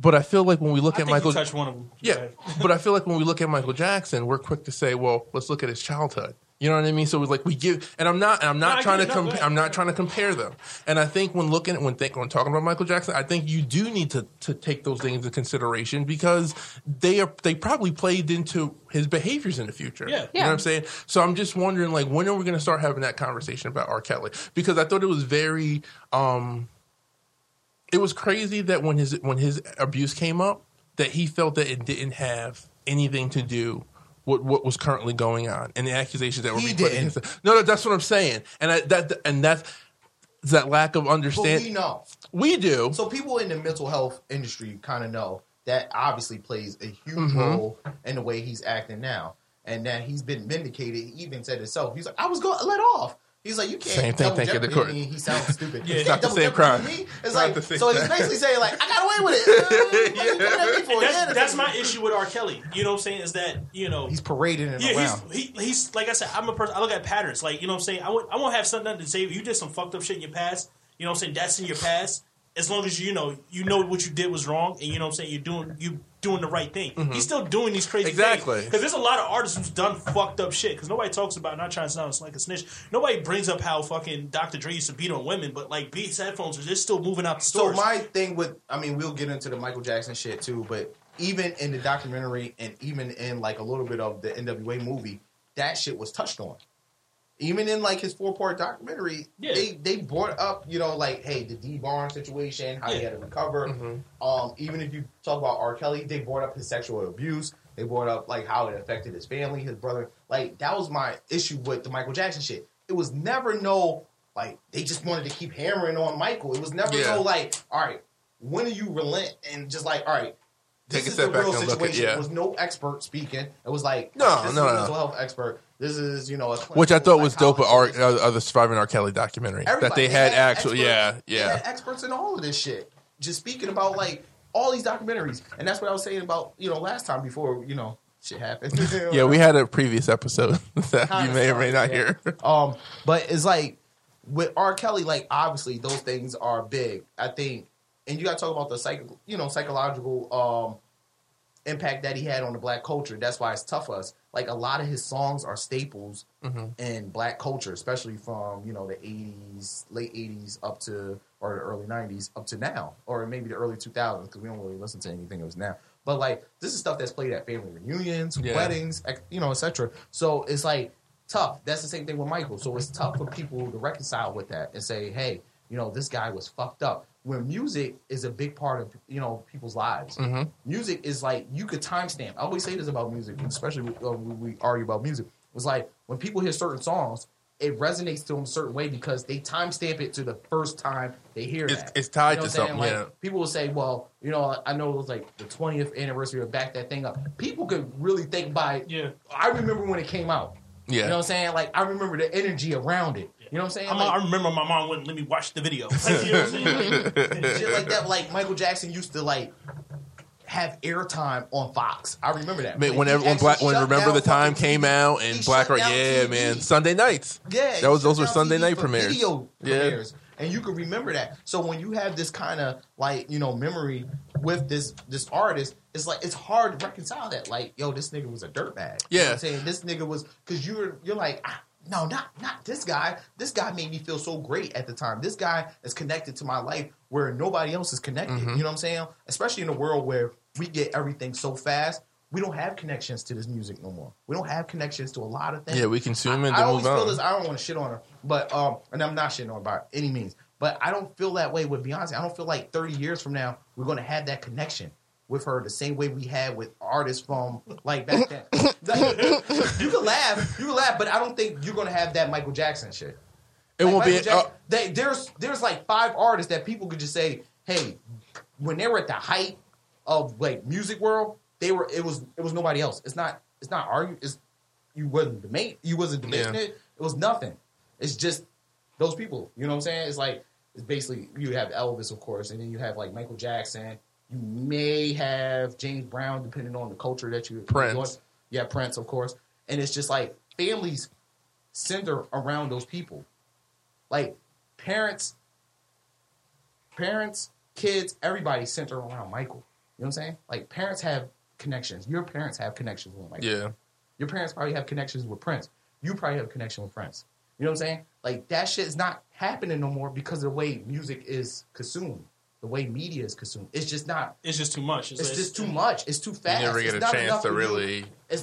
But I feel like when we look I at think Michael, you touched one of them. yeah, *laughs* but I feel like when we look at Michael Jackson, we're quick to say, "Well, let's look at his childhood." You know what I mean? So we like we give, and I'm not, and I'm not No, I trying get to it. No, go compare. ahead. I'm not trying to compare them. And I think when looking at when think when talking about Michael Jackson, I think you do need to to take those things into consideration because they are they probably played into his behaviors in the future. Yeah. you know what Yeah. I'm saying. So I'm just wondering, like, when are we going to start having that conversation about R. Kelly? Because I thought it was very. um it was crazy that when his when his abuse came up, that he felt that it didn't have anything to do with what was currently going on and the accusations that were He being put didn't. against him. No, no, that's what I'm saying, and I, that and that's that lack of But understanding. we know. We do. So people in the mental health Mm-hmm. industry kind of know that obviously plays a huge role in the way he's acting now. and that he's been vindicated. He even said himself, he's like, I was going to let off. He's like, you can't. Same thing, double thank you, the jeopardy court. me." He *laughs* sounds stupid. Yeah, You it's can't not double the same jeopardy crime. me. It's Not like, the same so he's thing. basically saying like, I got away *laughs* with it. yeah. That's, that's my issue with R. Kelly. You know what I'm saying? Is that you know He's parading it Yeah, around. he's, he, he's like I said, I'm a person. I look at patterns. Like you know, what I'm saying, I won't, I won't have something nothing to say. You did some fucked up shit in your past. You know, what I'm saying that's in your past. As long as you know, you know what you did was wrong, and you know, what I'm saying you're doing you doing the right thing. Mm-hmm. He's still doing these crazy Exactly. Because there's a lot of artists who's done fucked up shit. Because nobody talks about. Not trying to sound like a snitch. Nobody brings up how fucking Dr. Dre used to beat on women, but like Beats headphones are just still moving out the So stores. my thing with, I mean, we'll get into the Michael Jackson shit too, but even in the documentary and even in like a little bit of the NWA movie, that shit was touched on. Even in like his four part documentary, Yeah. they they brought up you know like hey the D Barnes situation, how he Yeah. had to recover. Um, even if you talk about R. Kelly, they brought up his sexual abuse. They brought up like how it affected his family, his brother. Like that was my issue with the Michael Jackson shit. It was never no like they just wanted to keep hammering on Michael. It was never Yeah. no like all right, when do you relent and just like all right, Take a step back and look at It yeah. was no expert speaking. It was like No, this is no, a no. mental health expert. This is you know a Which clinical I thought was dope with our, psychologist. uh, uh, the Surviving R. Kelly documentary. that Everybody- they had actual, experts- yeah, They yeah. had experts in all of this shit. Just speaking about like all these documentaries, and that's what I was saying about you know last time before you know shit happened. *laughs* Yeah, we had a previous episode *laughs* that Kinda you may or may sorry, not yeah. hear. Um, but it's like with R. Kelly, like obviously those things are big. I think, and you got to talk about the psycho, you know, psychological um impact that he had on the black culture. That's why it's tough for us. Like a lot of his songs are staples in black culture, especially from you know the '80s, late '80s up to or the early '90s up to now, or maybe the early 2000s because we don't really listen to anything that was now. But like this is stuff that's played at family reunions, Yeah. weddings, ex- you know, etc. So it's like tough. That's the same thing with Michael. So it's tough for people to reconcile with that and say, hey, you know, this guy was fucked up. When music is a big part of you know people's lives, Mm-hmm. music is like you could timestamp. I always say this about music, especially uh, when we- we argue about music. It's like when people hear certain songs, it resonates to them a certain way because they timestamp it to the first time they hear It's- that. it's tied to what I'm saying? something, Like, yeah. people will say, well, you know, I know it was like the 20th anniversary of Back That Thing Up. People could really think by, Yeah. I remember when it came out. You Yeah. know what I'm saying? Like, I remember the energy around it. You know what I'm saying? I'm- Like, I remember my mom wouldn't let me watch the video. *laughs* Like, you know what I'm saying? Like, shit like that. Like, Michael Jackson used to, like, have airtime on Fox. I remember that. Man, Like, when he everyone actually black, when shut Remember down the Time fucking came TV. out He and shut Black Rock, down yeah, TV. man, Sunday nights. Yeah, that was you those shut were down Sunday TV night for premieres. Video yeah, premieres, and you can remember that. So when you have this kind of like you know memory with this this artist, it's like it's hard to reconcile that. Like, yo, this nigga was a dirtbag. you know Yeah. what I'm saying this nigga was because you're you're like. Ah, no, not not this guy. This guy made me feel so great at the time. This guy is connected to my life where nobody else is connected. Mm-hmm. You know what I'm saying? Especially in a world where we get everything so fast, we don't have connections to this music no more. We don't have connections to a lot of things. yeah, we consume it and I then always move feel on. this. I don't want to shit on her, but um, and I'm not shitting on her by any means. But I don't feel that way with Beyonce. I don't feel like 30 years from now we're going to have that connection with her the same way we had with artists from like back then. *laughs* you can laugh, you can laugh, but I don't think you're going to have that Michael Jackson shit. it Like won't be. Michael Jackson, uh, they, there's there's like five artists that people could just say, hey, when they were at the height of like music world, they were it was it was nobody else. It's not it's not argue. It's you wasn't debate. You wasn't debating Yeah. it. It was nothing. It's just those people. You know what I'm saying? It's like it's basically you have Elvis, of course, and then you have like Michael Jackson. You may have James Brown, depending on the culture that you Prince. Yeah, Prince, of course. And it's just like families center around those people. Like parents, parents, kids, everybody center around Michael. You know what I'm saying? Like parents have connections. Your parents have connections with Michael. yeah, Your parents probably have connections with Prince. You probably have a connection with Prince. You know what I'm saying? Like that shit is not happening no more because of the way music is consumed, the way media is consumed. It's just not. it's just too much. It's just too much. It's too fast. never get It's a not chance enough to for you. really it's,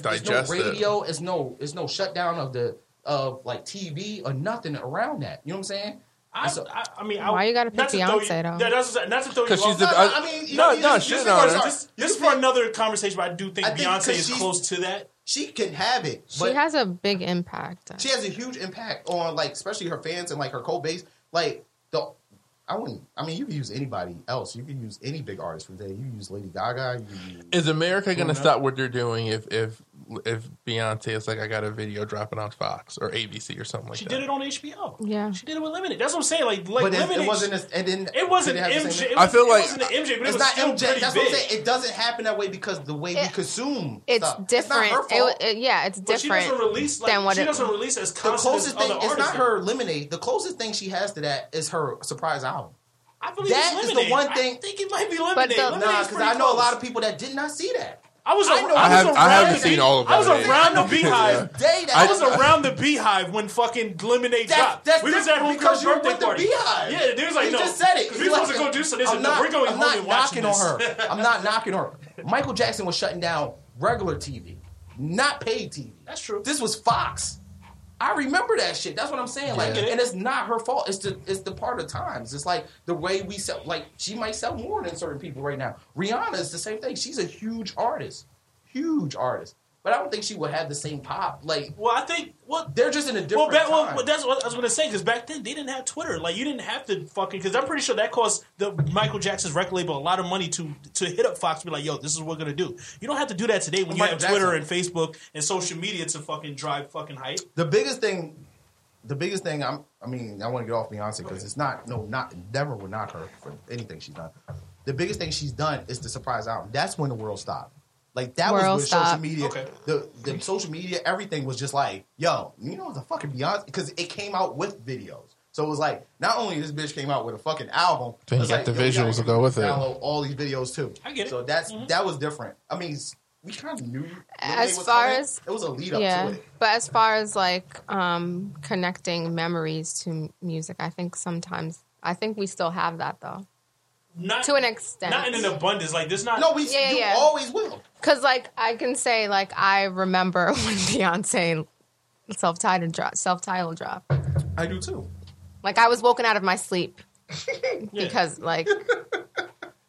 It's digest it. no radio. It's no. It's no shutdown of the of like TV or nothing around that. You know what I'm saying? I, And so- I, I mean, Why I, you gotta not pick to throw Beyonce, you- though? Yeah, that's what- not to throw you 'Cause off. she's the- no, no, I mean, you know, No, you no, just- you shit just on gotta her. start- This, this is for another conversation, but I do think I think Beyonce 'cause is she's- close to that. she can have it. She But has a big impact. she has a huge impact on like especially her fans and like her code base. Like the I wouldn't I mean you can use anybody else. You can use any big artist from today. You can use Lady Gaga, you can use is America going to stop what they're doing if if if Beyonce is like, I got a video dropping on Fox or ABC or something like She that. did it on HBO. Yeah. she did it with Limited. That's what I'm saying. Like, like But it, Limited. it wasn't. as- And then it wasn't did it have the MJ. same- It I was, feel like- it wasn't MJ, but it It's was not still MJ. pretty That's big. what I'm saying. It doesn't happen that way because the way we It- consume It's stuff. different. It's not her It- fault. it- yeah, it's But she different doesn't release like, than what she it, doesn't release as the constant as closest thing other it's artists not do. her lemonade. The closest thing she has to that is her surprise album. I believe That it's is the Lemonade. one I thing- think it might be Lemonade. the- Lemonade's Nah, because pretty I know a close. lot of people that did not see that. I was. a- I know- I I, was have, around I haven't the- seen all of I was Lemonade. around the Yeah. beehive. Day that *laughs* I was around the beehive when fucking lemonade That's- dropped. that's we was at different home because you were birthday with the party. Beehive. Yeah, they was like, he no, just said it. we He's supposed to like, go do something. They I'm said, no, not- we're going I'm home not and watching knocking this. on her. I'm not knocking on her. Michael Jackson was shutting down regular TV, not paid TV. That's true. This was Fox. I remember that shit. That's what I'm saying. Like, Yeah. and it's not her fault. It's the it's the part of times. It's like the way we sell. Like, she might sell more than certain people right now. Rihanna is the same thing. She's a huge artist, huge artist. But I don't think she would have the same pop. Like, Well, I think what they're just in a well, different back, well, time. well, that's what I was going to say because back then they didn't have Twitter. Like you didn't have to fucking because I'm pretty sure that cost the Michael Jackson's record label a lot of money to to hit up Fox and be like, yo, this is what we're going to do. You don't have to do that today when you Michael have Twitter and Jackson. Facebook and social media to fucking drive fucking hype. the biggest thing, the biggest thing. I'm. I mean, I want to get off Beyonce because it's not. No, not never will knock her for anything she's done. The biggest thing she's done is the surprise album. That's when the world stopped. Like that World was when stopped. social media, Okay. the the social media, everything was just like, yo, you know the fucking Beyonce because it came out with videos. So it was like, not only this bitch came out with a fucking album, Then you it's like, got the yo, we visuals gotta to go with it. Download all these videos too. I get it. Mm-hmm. So that's that was different. I mean, we kind of knew. Lemonade As was far coming. as- it was a lead up yeah. to it. But as far as like um, connecting memories to m- music, I think sometimes I think we still have that though Not to an extent. not in an abundance. Like there's not No, we Yeah, yeah, you yeah. always will. Cause like I can say like I remember *laughs* when Beyonce self titled drop self titled drop. I do too. Like I was woken out of my *laughs* sleep because like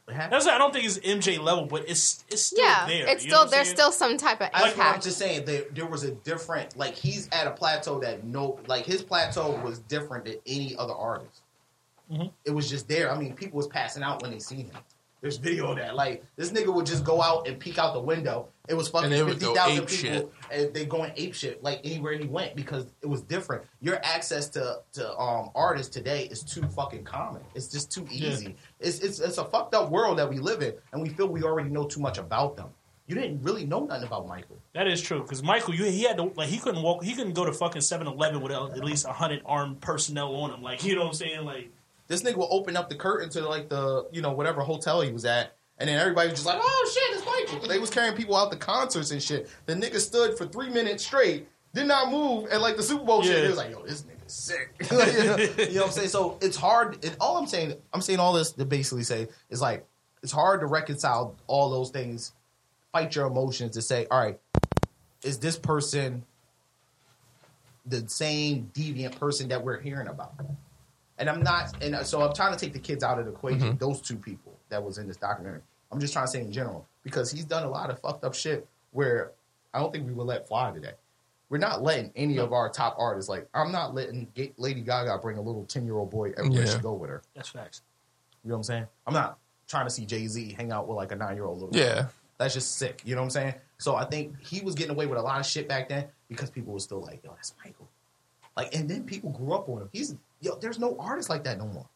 That's why I don't think it's MJ level, but it's it's still yeah, there. it's you know what still I'm there's saying? still some type of That's what I'm impact. just saying. There, there was a different, like he's at a plateau that no, like his plateau was different than any other artist. It was just there. I mean, people was passing out when they seen him. There's video of that. Like this nigga would just go out and peek out the window. It was fucking And they would fifty go thousand ape people, shit. and they going ape shit like anywhere he went because it was different. Your access to to um artists today is too fucking common. It's just too easy. It's it's it's a fucked up world that we live in, and we feel we already know too much about them. You didn't really know nothing about Michael. That is true because Michael, you, he had to like he couldn't walk, he couldn't go to fucking 7-Eleven without at least hundred armed personnel on him. Like you know what I'm saying? Like this nigga will open up the curtain to like the you know whatever hotel he was at, and then everybody was just like, "Oh shit, it's Michael." They was carrying people out the concerts and shit. The nigga stood for three minutes straight, did not move, and like the Super Bowl shit, Yeah. it was like, "Yo, this nigga's sick." *laughs* Like, you, know, you know what I'm saying? So it's hard. And all I'm saying, I'm saying all this to basically say is like it's hard to reconcile all those things, fight your emotions, to say, "All right, is this person?" The same deviant person that we're hearing about and I'm not, and so I'm trying to take the kids out of the equation. Mm-hmm. Those two people that was in this documentary. I'm just trying to say in general because he's done a lot of fucked up shit where I don't think we would let fly today. We're not letting any of our top artists. Like I'm not letting Ga- Lady Gaga bring a little ten year old boy everywhere Yeah. she go with her. that's facts. You know what I'm saying? I'm not trying to see Jay Z hang out with like a nine year old little. Yeah. that's just sick. You know what I'm saying? So I think he was getting away with a lot of shit back then because people were still like, "Yo, that's Michael." Like, and then people grew up on him. He's yo. There's no artist like that no more.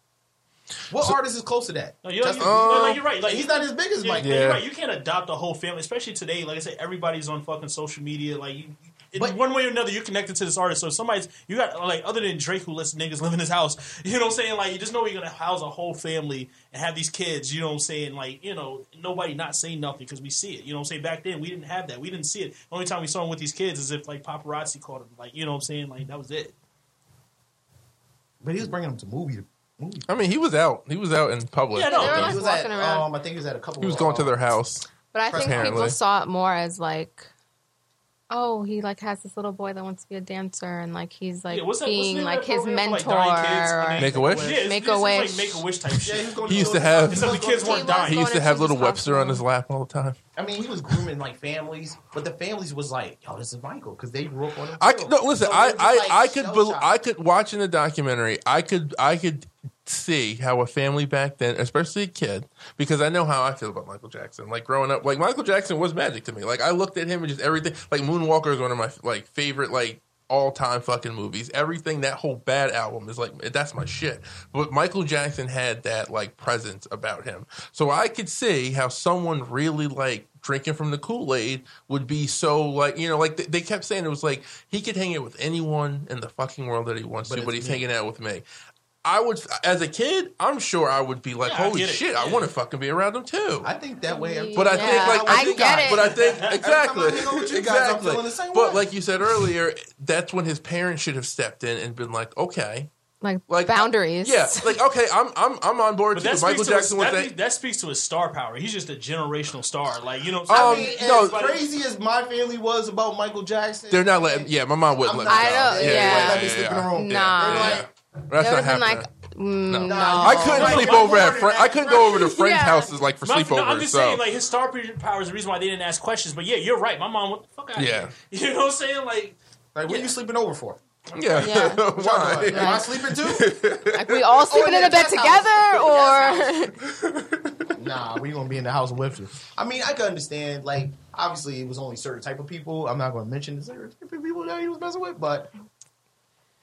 What artist is close to that? No, you're, Justin you- Bieber? no, no, you're right. Like uh, he's not as big as yeah, Michael. yeah. Yeah. You're right. You can't adopt a whole family, especially today. Like I said, everybody's on fucking social media. Like you. In But- one way or another, you're connected to this artist. So if somebody's you got like other than Drake, who lets niggas live in his house. *laughs* You know what I'm saying? Like you just know you're gonna house a whole family and have these kids. You know what I'm saying? Like you know nobody not saying nothing because we see it. You know what I'm saying? Back then we didn't have that. We didn't see it. The only time we saw him with these kids is if like paparazzi caught him. Like you know what I'm saying? Like that was it. But he was bringing him to movie. movie. I mean, he was out. He was out in public. Yeah, no. They were, He like, was at, walking around. um, I think he was at a couple. He was of, going to uh, their house. But I think people Apparently. saw it more as like, oh, he like has this little boy that wants to be a dancer, and like he's like Yeah, what's that- what's the being name of like that his program for, like, mentor. dying kids when or- they- Make a Wish? Yeah, it's- Make it's a like wish. make a wish type Yeah, he was shit. going He to used to those- have- was Except the going kids to- weren't He was dying. He used to Going have into little his Webster on his hospital. lap all the time. I mean, he was grooming like families, but the families was like, "Yo, this is Michael," because they grew up on him. I too. could, no listen. So it I was just I, like I could shell bel shock. I could watching the documentary. I could I could see how a family back then, especially a kid, because I know how I feel about Michael Jackson. Like growing up, like Michael Jackson was magic to me. Like I looked at him and just everything. Like Moonwalker is one of my like favorite like all time fucking movies. Everything that whole Bad album is like that's my shit. But Michael Jackson had that like presence about him, so I could see how someone really like drinking from the Kool Aid would be so like you know like they, they kept saying it was like he could hang out with anyone in the fucking world that he wants But to, but it's he's me. hanging out with me. I would, as a kid, I'm sure I would be like, Yeah, I holy get it. shit, I Yeah. want to fucking be around him too. I think that way. But I Yeah, think like I, I think, get it. but I think exactly, hang out with you guys, I'm exactly. feeling the same But way. like you said earlier, that's when his parents should have stepped in and been like, okay, Like, like boundaries. Yeah, like okay, I'm I'm I'm on board But too. that Michael speaks, to his, Jackson was that, that. that speaks to his star power. He's just a generational star. Like you know, Um, I mean, as no. crazy as my family was about Michael Jackson, They're not letting. Yeah, my mom wouldn't I'm let. not- me I out. know, Yeah, yeah. yeah, Let me yeah, sleep in yeah. a room. Nah. Yeah, yeah, yeah. That's not there would have been happening. like, mm, no. I couldn't Like, sleep one over at. morning Fri I couldn't go over to friends' *laughs* Yeah. houses like for My- sleepovers. No, I'm just so. saying, like his star power is the reason why they didn't ask questions. But yeah, you're right. My mom, what the fuck? Out Yeah. here. *laughs* you know what I'm saying? Like, Like, what are Yeah. you sleeping over for? yeah, *laughs* Yeah. why? Am I *laughs* sleeping too? Like *laughs* we all sleeping yeah, in a bed guest *laughs* house. together, or nah, we gonna be in the house with you. I mean, I can understand. Like, obviously, it was only certain type of people. I'm not gonna mention the certain type of people that he was messing with, but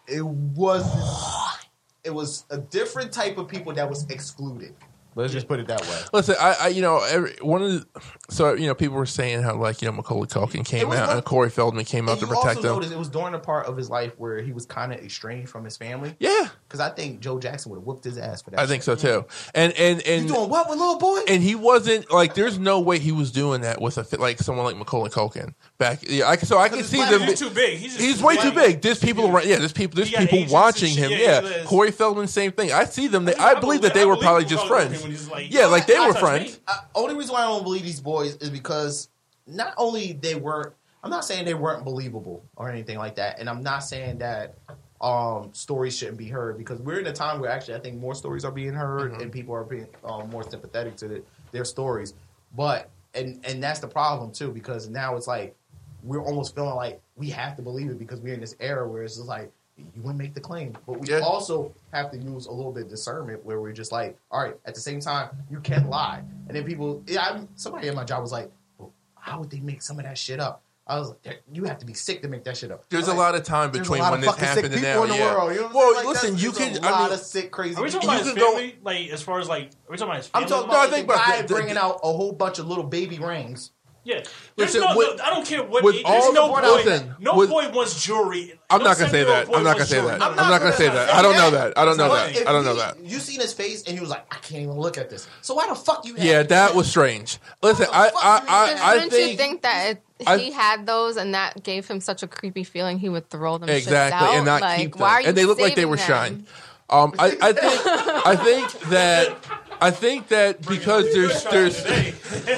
it was it was a different type of people that was excluded. Let's just put it that way. Listen, I, I you know every, one of the, so you know people were saying how like you know Macaulay Culkin It came was out one- and Corey Feldman came out And to you protect also them. noticed it was during a part of his life where he was kind of estranged from his family. Yeah, Because I think Joe Jackson would have whooped his ass for that. I think so too. And and You and doing what with little boy? and he wasn't like there's no way he was doing that with a fi- like someone like Macaulay Culkin back. Yeah, I can so I can his see black them. he's too big. He's, just He's way too like- big. There's people around. Yeah, there's people. There's He got people agents and watching shit. him. Yeah, Yeah, he was. Corey Feldman, same thing. I see them. They, I, believe that I they were believe probably Macaulay just Culkin friends. when he's like, yeah, like they "Don't were touch friends. me." I, only reason why I don't believe these boys is because not only they weren't. I'm not saying they weren't believable or anything like that, and I'm not saying that um, stories shouldn't be heard because we're in a time where actually I think more stories are being heard and people are being um, more sympathetic to the, their stories. But and and that's the problem too because now it's like we're almost feeling like we have to believe it because we're in this era where it's just like you wouldn't make the claim, but we Yeah. also have to use a little bit of discernment where we're just like, all right, at the same time, you can't lie. And then people, yeah, I'm, somebody at my job was like, well, how would they make some of that shit up? I was like, "There- you have to be sick to make that shit up. There's I'm a like, lot of time there's a between lot when of this fucking happened sick and people now. in the yeah. world. You know what I'm saying? well, Like, listen, that's- you there's can. A lot I mean, of sick, crazy. Are we talking people. about You his can go- family? Like, as far as like, are we talking about his family? I'm talking No, I about think the about guy the- the- bringing out a whole bunbunch of little baby rings. Yeah. There's Listen, no, with- no, I don't care what. with There's all no the- boy. listen, no with- boy wants jewelry. I'm No not gonna say seven-year-old that. boy I'm not gonna wants say jewelry. that. I'm not gonna say that. I don't know that. I don't know But that. if I don't he- know that. You seen his face, and he was like, "I can't even look at this." So why the fuck you? had Yeah, that shit? was strange. Listen, What the I, fuck I, *laughs* Because I, I wouldn't you think, think that it, I- he had those, and that gave him such a creepy feeling he would throw them shits exactly, and not out? like, keep them. Why are you and they looked like they saving were them? shined. Um, I, I think, I think that, I think that because there's, there's,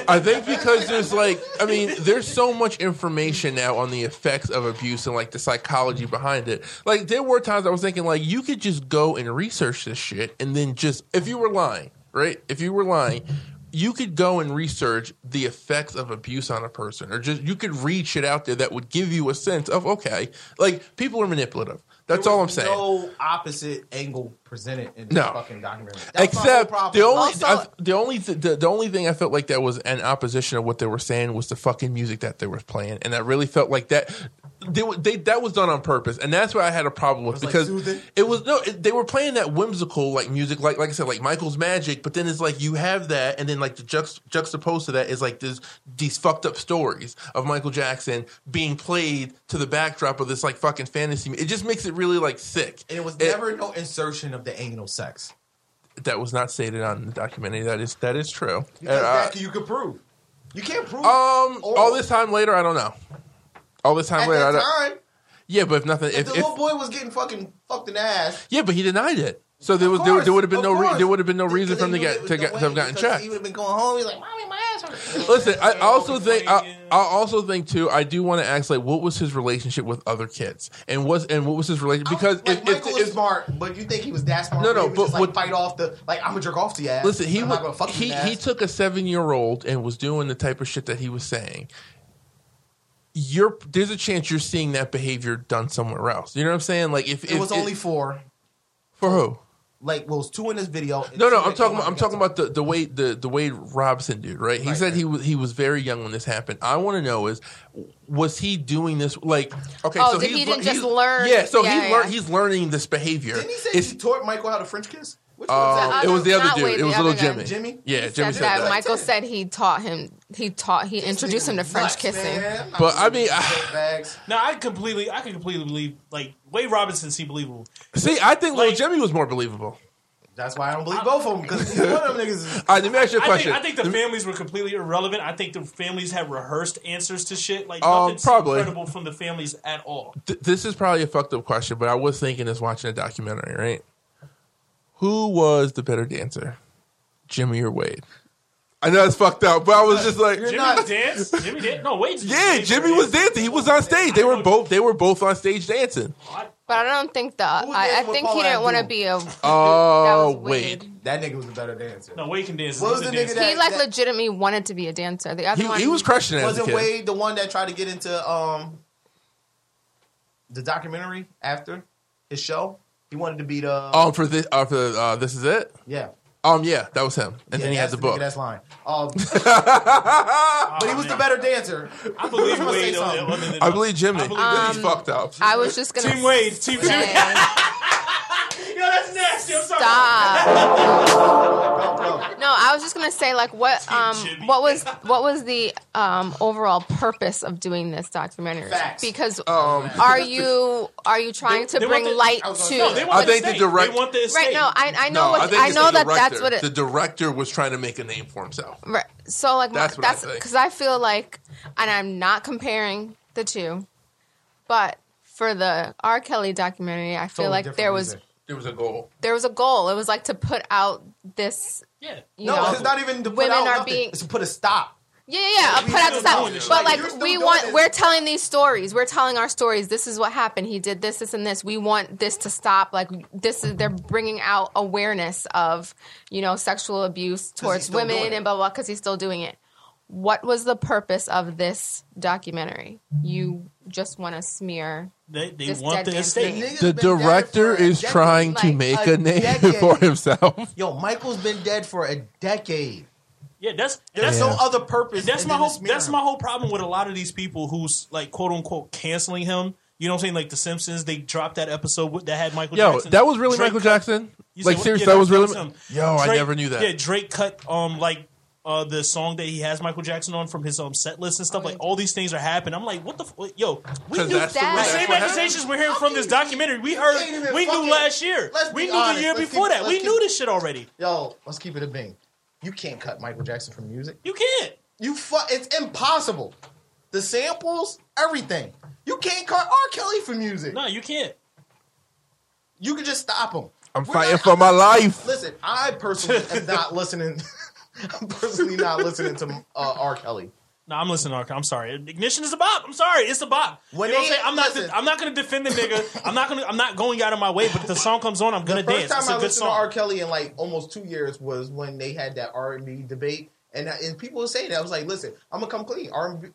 I think because there's like, I mean, there's so much information now on the effects of abuse and like the psychology behind it. Like, there were times I was thinking, like, you could just go and research this shit and then just, if you were lying, right? If you were lying, you could go and research the effects of abuse on a person, or just you could read shit out there that would give you a sense of, okay, like, people are manipulative. That's There all I'm was saying. No opposite angle presented in this No. fucking documentary. That's my whole Except problem. the only Also- I, the only th- the, the only thing I felt like that was an opposition of what they were saying was the fucking music that they were playing, and I really felt like that they, were- they that was done on purpose, and that's what I had a problem with like, because soothing? it was no it, they were playing that whimsical like music like like I said like Michael's Magic, but then it's like you have that, and then like the juxt, juxtaposed to that is like this these fucked up stories of Michael Jackson being played to the backdrop of this like fucking fantasy. It just makes it really like sick, and it was never no insertion of the anal sex. that was not stated on the documentary. That is that is true. Because And, uh, that you could prove. You can't prove. um, Or- all this time later, I don't know. All this time at later, I that don't, time, yeah, but if nothing, if if, the if, little boy was getting fucking fucked in the ass. yeah, but he denied it. So there of was there, course, there would have been of no re- course. there would have been no Because reason they for him to knew it get was the to get way to have gotten because checked. He would have been going home. He's like, "Mommy, my ass hurts." Listen, I also Always think I, playing, I also think too. I do want to ask, like, what was his relationship with other kids, and was and what was his relationship? Because like, if, if, Michael if is smart, but you think he was that smart? No, where no, he would but just, like, what- fight off the like. I'm gonna jerk off to your ass. Listen, he I'm would, not gonna fuck you he in the he ass. took a seven year old and was doing the type of shit that he was saying. You're there's a chance you're seeing that behavior done somewhere else. You know what I'm saying? Like if It was only four. for who? like well, it was two in oh this video. and No, two no, that I'm talking. came out About, I'm together. talking about the, the Wade the, the Wade Robson dude, right? He Right, said right. he was he was very young when this happened. I want to know is was he doing this like okay? Oh, so did- he's, he didn't he's- just learn- Yeah, so yeah, he yeah. learned he's learning this behavior. Didn't he say It's- he taught Michael how to French kiss? Which uh, The it was other- the other not dude. Wade, it the was little other Jimmy. guy. Jimmy? Yeah, He Jimmy said said that. that. Michael said he taught him. He taught. He introduced him to French kissing. But, I mean, *laughs* bags. Now I completely, I can completely believe like Wade Robinson seemed believable. See, I think Like- little Jimmy was more believable. That's why I don't believe both of them because *laughs* one of them niggas is All right, let me ask you a I question. Mm-hmm. think, I think the families were completely irrelevant. I think the families had rehearsed answers to shit. Like Um, nothing's probably. credible from the families at all. Th- this is probably a fucked up question, but I was thinking this watching a documentary, right? Who was the better dancer, Jimmy or Wade? I know it's fucked up, but I was just like, Jimmy not- danced. Jimmy danced. No, Wade's yeah, Wade's Jimmy was dancing. He was on stage. They were both. They were both on stage dancing. I- But I don't think the. was I, I dancing with think he Paula didn't want to Abdul? be a. Oh, that was wait. that nigga was the better dancer. No, Wade can dance. What was He's a the dancer. nigga that- He like legitimately wanted to be a dancer. The other He, one, he was crushing it as a Wasn't kid. Wade the one that tried to get into um the documentary after his show? He wanted to be the Um, for this, uh, for uh, this is it. yeah. Um, yeah, that was him. And yeah, then he that's has the book. nigga That's lying. *laughs* Um, but he was the better dancer. Oh, I believe gonna say Wade. on- something. other than I us. believe Jimmy. Um, I believe He's fucked up. I was just gonna. Team Wade. Team *laughs* Jimmy. say, Yo, that's nasty. I'm sorry. Stop. Oh, No, I was just gonna say like what um Jimmy. what was what was the um overall purpose of doing this documentary? Facts. Because Um, are you are you trying to they want bring the- light I was to gonna No, say. they want I think the estate. direct- They want the estate. right? No, I I know what think I it's know the that that's director. what it. the director was trying to make a name for himself. Right. So like That's that's what I that's think. because I feel like, and I'm not comparing the two, but for the R. Kelly documentary, I feel Totally like different there was music. There was a goal. there was a goal. It was like to put out this. yeah. You No, know, it's not even to put women out are nothing. being- It's to put a stop. Yeah, yeah, yeah. I'll we put out still the doing this stuff. But shit. like, You're still we doing want this. we're telling these stories. We're telling our stories. This is what happened. He did this, this, and this. We want this to stop. Like, this is they're bringing out awareness of you know sexual abuse towards still doing women it. and blah blah because he's still doing it. What was the purpose of this documentary? You just want to smear. They, they This want dead the man estate. thing. Nigga's The been dead director for a is decade. trying to Like, make a a name *laughs* decade. for himself. Yo, Michael's been dead for a decade. Yeah, that's There's that's no other purpose. that's than my to whole smear that's him. my whole problem with a lot of these people who's like quote unquote canceling him. You know what I'm saying? Like The Simpsons, they dropped that episode with- that had Michael. Yo, Jackson. that was really Drake Michael cut- Jackson. You Like said- seriously, yeah, that was really. him. Yo, I Drake- never knew that. Yeah, Drake cut um like uh the song that he has Michael Jackson on from his um set list and stuff. Like all these things are happening. I'm like, what the f- yo? We 'Cause knew that's the the, way that's same what accusations we're hearing from this documentary. We can't heard even we fucking- knew last year. Let's be We knew honest. the year Let's before keep- that. let's We keep- knew this shit already. Yo, let's keep it a bean. You can't cut Michael Jackson from music. You can't. You fu- It's impossible. The samples, everything. You can't cut R. Kelly from music. No, you can't. You can just stop him. I'm We're fighting not- *laughs* for my *laughs* life. Listen, I personally am not listening. *laughs* I'm personally not listening to uh, R. Kelly. No, I'm listening, Ark. I'm sorry. Ignition is a bop. I'm sorry, it's a bop. When you know what they- I'm saying? I'm not. listen. I'm not going to defend the nigga. I'm not going. to I'm not going out of my way. But if the song comes on, I'm going to First dance. It's time I a good listened song. to R. Kelly in like almost two years was when they had that R and B debate, and I- and people would say that I was like, listen, I'm gonna come clean. R and B,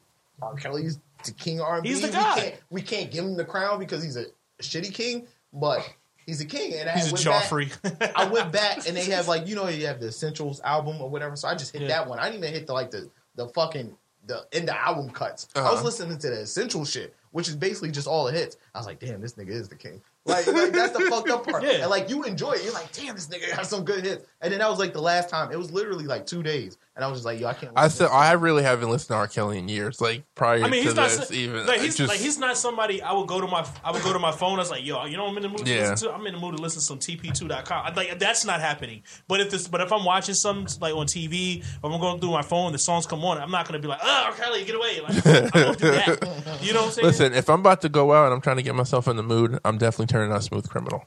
R. Kelly's the king of R and B. He's the we guy. Can't, we can't give him the crown because he's a shitty king, but he's a king. And I He's a went back- Joffrey. I went back and they have like you know you have the essentials album or whatever, so I just hit Yeah. that one. I didn't even hit the like the the fucking the in the album cuts. I was Uh-huh. listening to the essential shit, which is basically just all the hits. I was like, damn, this nigga is the king. *laughs* Like, like, that's the fucked up part. Yeah. And like you enjoy it, you're like, damn, this nigga has some good hits. And then that was like the last time. It was literally like two days, and I was just like, yo, I can't. I listen said to I really haven't listened to R. Kelly in years. Like prior I mean, to he's not this, so- even like I he's just- like he's not somebody I would go to my I would go to my phone. I was like, yo, you know, I'm in the mood. Yeah. To listen to, I'm in the mood to listen to some TP2.com. I'd Like that's not happening. But if this, but if I'm watching some like on TV, or I'm going through my phone, the songs come on. I'm not gonna be like, oh, Kelly, get away. Like, I don't do that. You know what I'm saying? Listen, if I'm about to go out and I'm trying to get myself in the mood, I'm definitely turning on Smooth Criminal.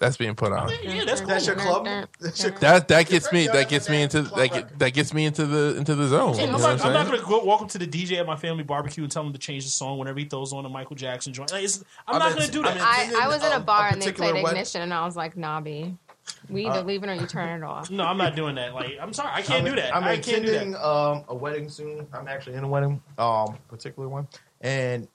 That's being put on. yeah, that's cool. That's your club? That's your- That that gets me that gets me into that get, that gets me into the into the zone. You know I'm what I'm not, I'm not saying? going to go walk up to the DJ at my family barbecue and tell him to change the song whenever he throws on a Michael Jackson joint. Like, it's, I'm, I'm not in- going to do I'm that. in- I, I was in a Um, a bar and they particular Uh, played what? Ignition, and I was like, "Nah, B, we either leaving or you turn it off." no, I'm not doing that. Like, I'm sorry, I can't I'm- do that. I'm I can't do attending that. Um, a wedding soon. I'm actually in a wedding, um, particular one, and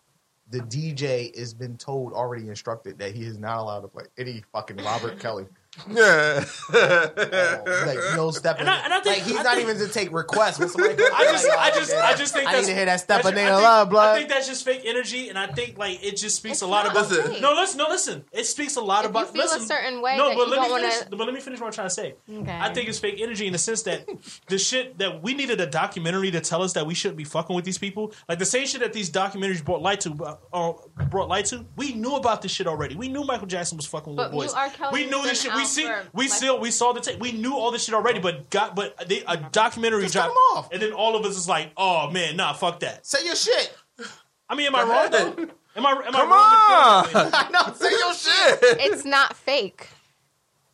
the *laughs* DJ has been told already instructed that he is not allowed to play any fucking Robert Kelly. Um, Yeah. Like no step. And I- and I think- like he's I not think- even to take requests. When *laughs* somebody goes, I just, like, "Oh, I just, I just think I need that's, to hear that step that's- of nail I think- love, blood. I think that's just fake energy, and I think like it just speaks It's a lot not about. Listen. fake. No, listen, no, listen. It speaks a lot If about. you feel a listen, certain way no, that but you let me don't wanna- finish. But let me finish what I'm trying to say. Okay. I think it's fake energy in the sense that the shit that we needed a documentary to tell us that we shouldn't be fucking with these people. Like the same shit that these documentaries brought light to, uh, uh, brought light to. We knew about this shit already. We knew Michael Jackson was fucking with But little boys. you- R. Kelly we knew has this been shit. We out see, for, we like- still, we saw the tape. We knew all this shit already. But got, but they, a documentary Just cut dropped, him off. and then all of us is like, oh man, nah, fuck that. say your shit. *laughs* I mean, am I wrong? Though? Am I? Am Come I wrong? in feeling that way? on. I know. Say your shit. Shit. It's not fake.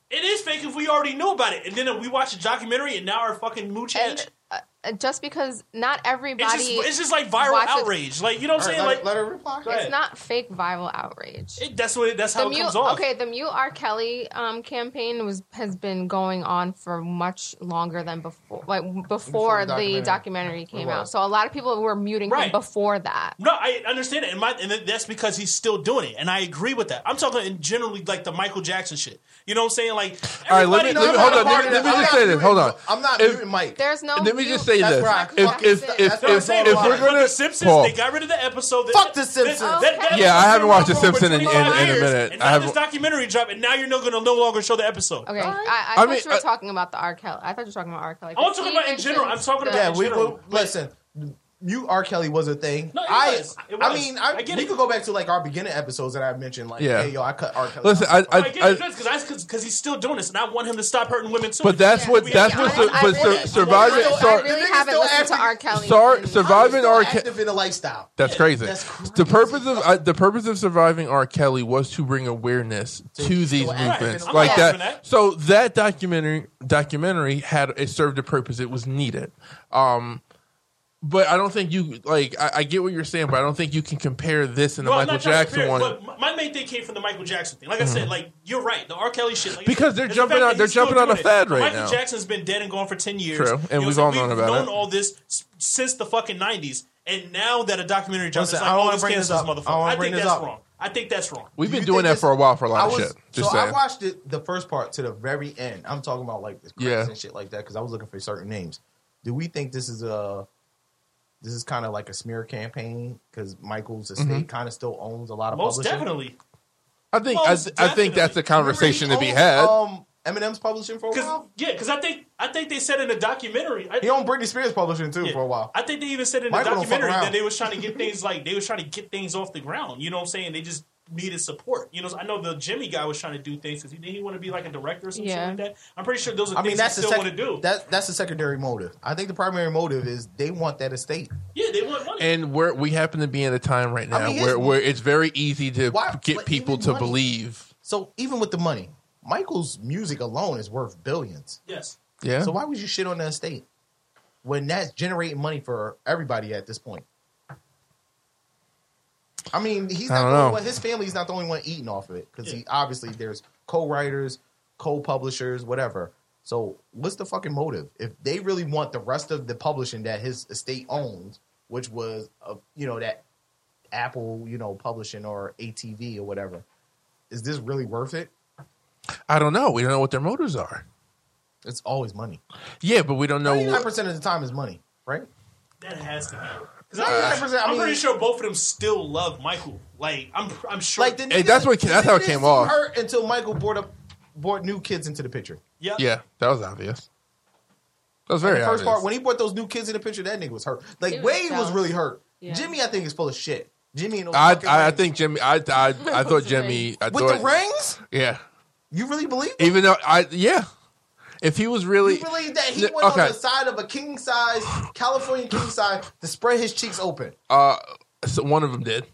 It is fake if we already knew about it, and then we watched the documentary, and now our fucking mood And, changed. uh, uh, just because not It's everybody, just, it's just like viral watches- outrage. Like you know what I'm All right, saying? let, Like let her reply. Go ahead. it's not fake viral outrage. it, that's what. It, that's how the it mute, comes off. okay, the mute R. Kelly um, campaign was has been going on for much longer than before, like Before before, the the documentary, documentary. came It was. out. So a lot of people were muting Right. him before that. No, I understand it, and, my, and that's because he's still doing it, and I agree with that. I'm talking in generally like the Michael Jackson shit. You know what I'm saying? Like, All right, let me- everybody let me- knows hold on, about let me- Michael let me Jackson. just say this, hold on. I'm not If- muting Mike. There's no. Let me mute- just say That's this: where I if fucking if sit. if That's where I if, draw if, the line. we're With gonna the Simpsons, Paul, they got rid of the episode. That, Fuck The Simpsons. Okay. Yeah, I haven't watched The episode's been Simpsons in- going on for in- in 25 a years, minute. And I now have- this documentary dropped, and now you're no going to no longer show the episode. Okay, I, I, I thought mean, you were uh, talking about the R. Kelly. I thought you were talking about R. Kelly. I'm not talking about in general. I'm talking about- Yeah, in we, we general. listen. You R. Kelly was a thing. No, it I, was. It I was. mean, I, I get we it. could go back to like our beginning episodes that I mentioned. Like, Yeah. hey, yo, I cut R. Kelly. Listen, out. I- I get it because because he's still doing this, and I want him to stop hurting women too. But that's Yeah. what We that's have what to sur- honest- but I sur- really- surviving. I really- sur- I really The nigga's haven't still listened to acting- R. Kelly. Sorry, in- I'm surviving still R. Ke- active in the lifestyle. That's crazy. That's The crazy. purpose of uh, the purpose of surviving R. Kelly was to bring awareness to these active in movements, the like world. that. Yeah. So that documentary documentary had it served a purpose. It was needed. Um, but I don't think you like. I, I get what you're saying, but I don't think you can compare this and the Well, I'm Michael not trying to Jackson compare one. it, But my my main thing came from the Michael Jackson thing. Like I said, like you're right, the R. Kelly shit. Like, Because it's- they're it's the jumping fact out- that they're he's still jumping out doing of it. fad right Michael now. Jackson's been dead and gone for ten years. True, and You know we've what I'm all saying? known about known it. all this s- since the fucking nineties, and now that a documentary drops, Listen, it's I like, don't oh, wanna this bring this cancels up. I don't motherfucker. wanna I bring think this that's up. wrong. I think that's wrong. We've Do been you doing think that for a while for a lot I of was- shit. Just so saying. I watched it the first part to the very end. I'm talking about like the credits Yeah. and shit like that because I was looking for certain names. Do we think this is a this is kind of like a smear campaign because Michael's Mm-hmm. estate kind of still owns a lot of Most publishing? definitely. I think I, Most I think that's definitely. a conversation to Oh, Remember be he had. owned, Um, Eminem's publishing for a Cause, while. yeah, because I think I think they said in a documentary. I, He owned Britney Spears publishing too yeah, for a while. I think they even said in the Michael don't fuck documentary around. that they was trying to get things like they was trying to get things off the ground. You know what I'm saying? They just needed support. You know, I know the Jimmy guy was trying to do things because he didn't he want to be like a director or something Yeah. like that. I'm pretty sure those are I mean, things that's they the still want second. to do. That, that's the secondary motive. I think the primary motive is they want that estate. yeah, they want money. and where we happen to be in a time right now I mean, here's- where, where it's very easy to Why- get like, people even to money- believe. So even with the money, Michael's music alone is worth billions. yes. Yeah. So why would you shit on the estate when that's generating money for everybody at this point? I mean, he's I not don't the only know. one, his family's not the only one eating off of it because Yeah. he obviously there's co-writers, co-publishers, whatever. So what's the fucking motive if they really want the rest of the publishing that his estate owns, which was uh, you know that Apple you know publishing or ATV or whatever? Is this really worth it? I don't know. We don't know what their motives are. It's always money. Yeah, but we don't know. Ninety-nine percent of the time is money, right? That has to be. 'Cause Yeah, I'm, 100%, Uh, I Uh, I'm mean- pretty sure both of them still love Michael. Like I'm, I'm sure. Like the Hey, nigga- that's what- the that's how it nigga came didn't off. Hurt until Michael brought up brought new kids into the picture. yeah, Yeah, that was obvious. That was very the first obvious. part when he brought those new kids in the picture, that nigga was hurt. Like He was Wade was jealous. really hurt. Yeah. Jimmy, I think is full of shit. Jimmy and those I, fucking I I rings. think Jimmy. I I, *laughs* I thought Jimmy. I with thought, the rings, Yeah. you really believe? that? Even though I yeah, if he was really You believe that he Th- went okay. on the side of a king size California king size to spread his cheeks open? uh, so one of them did,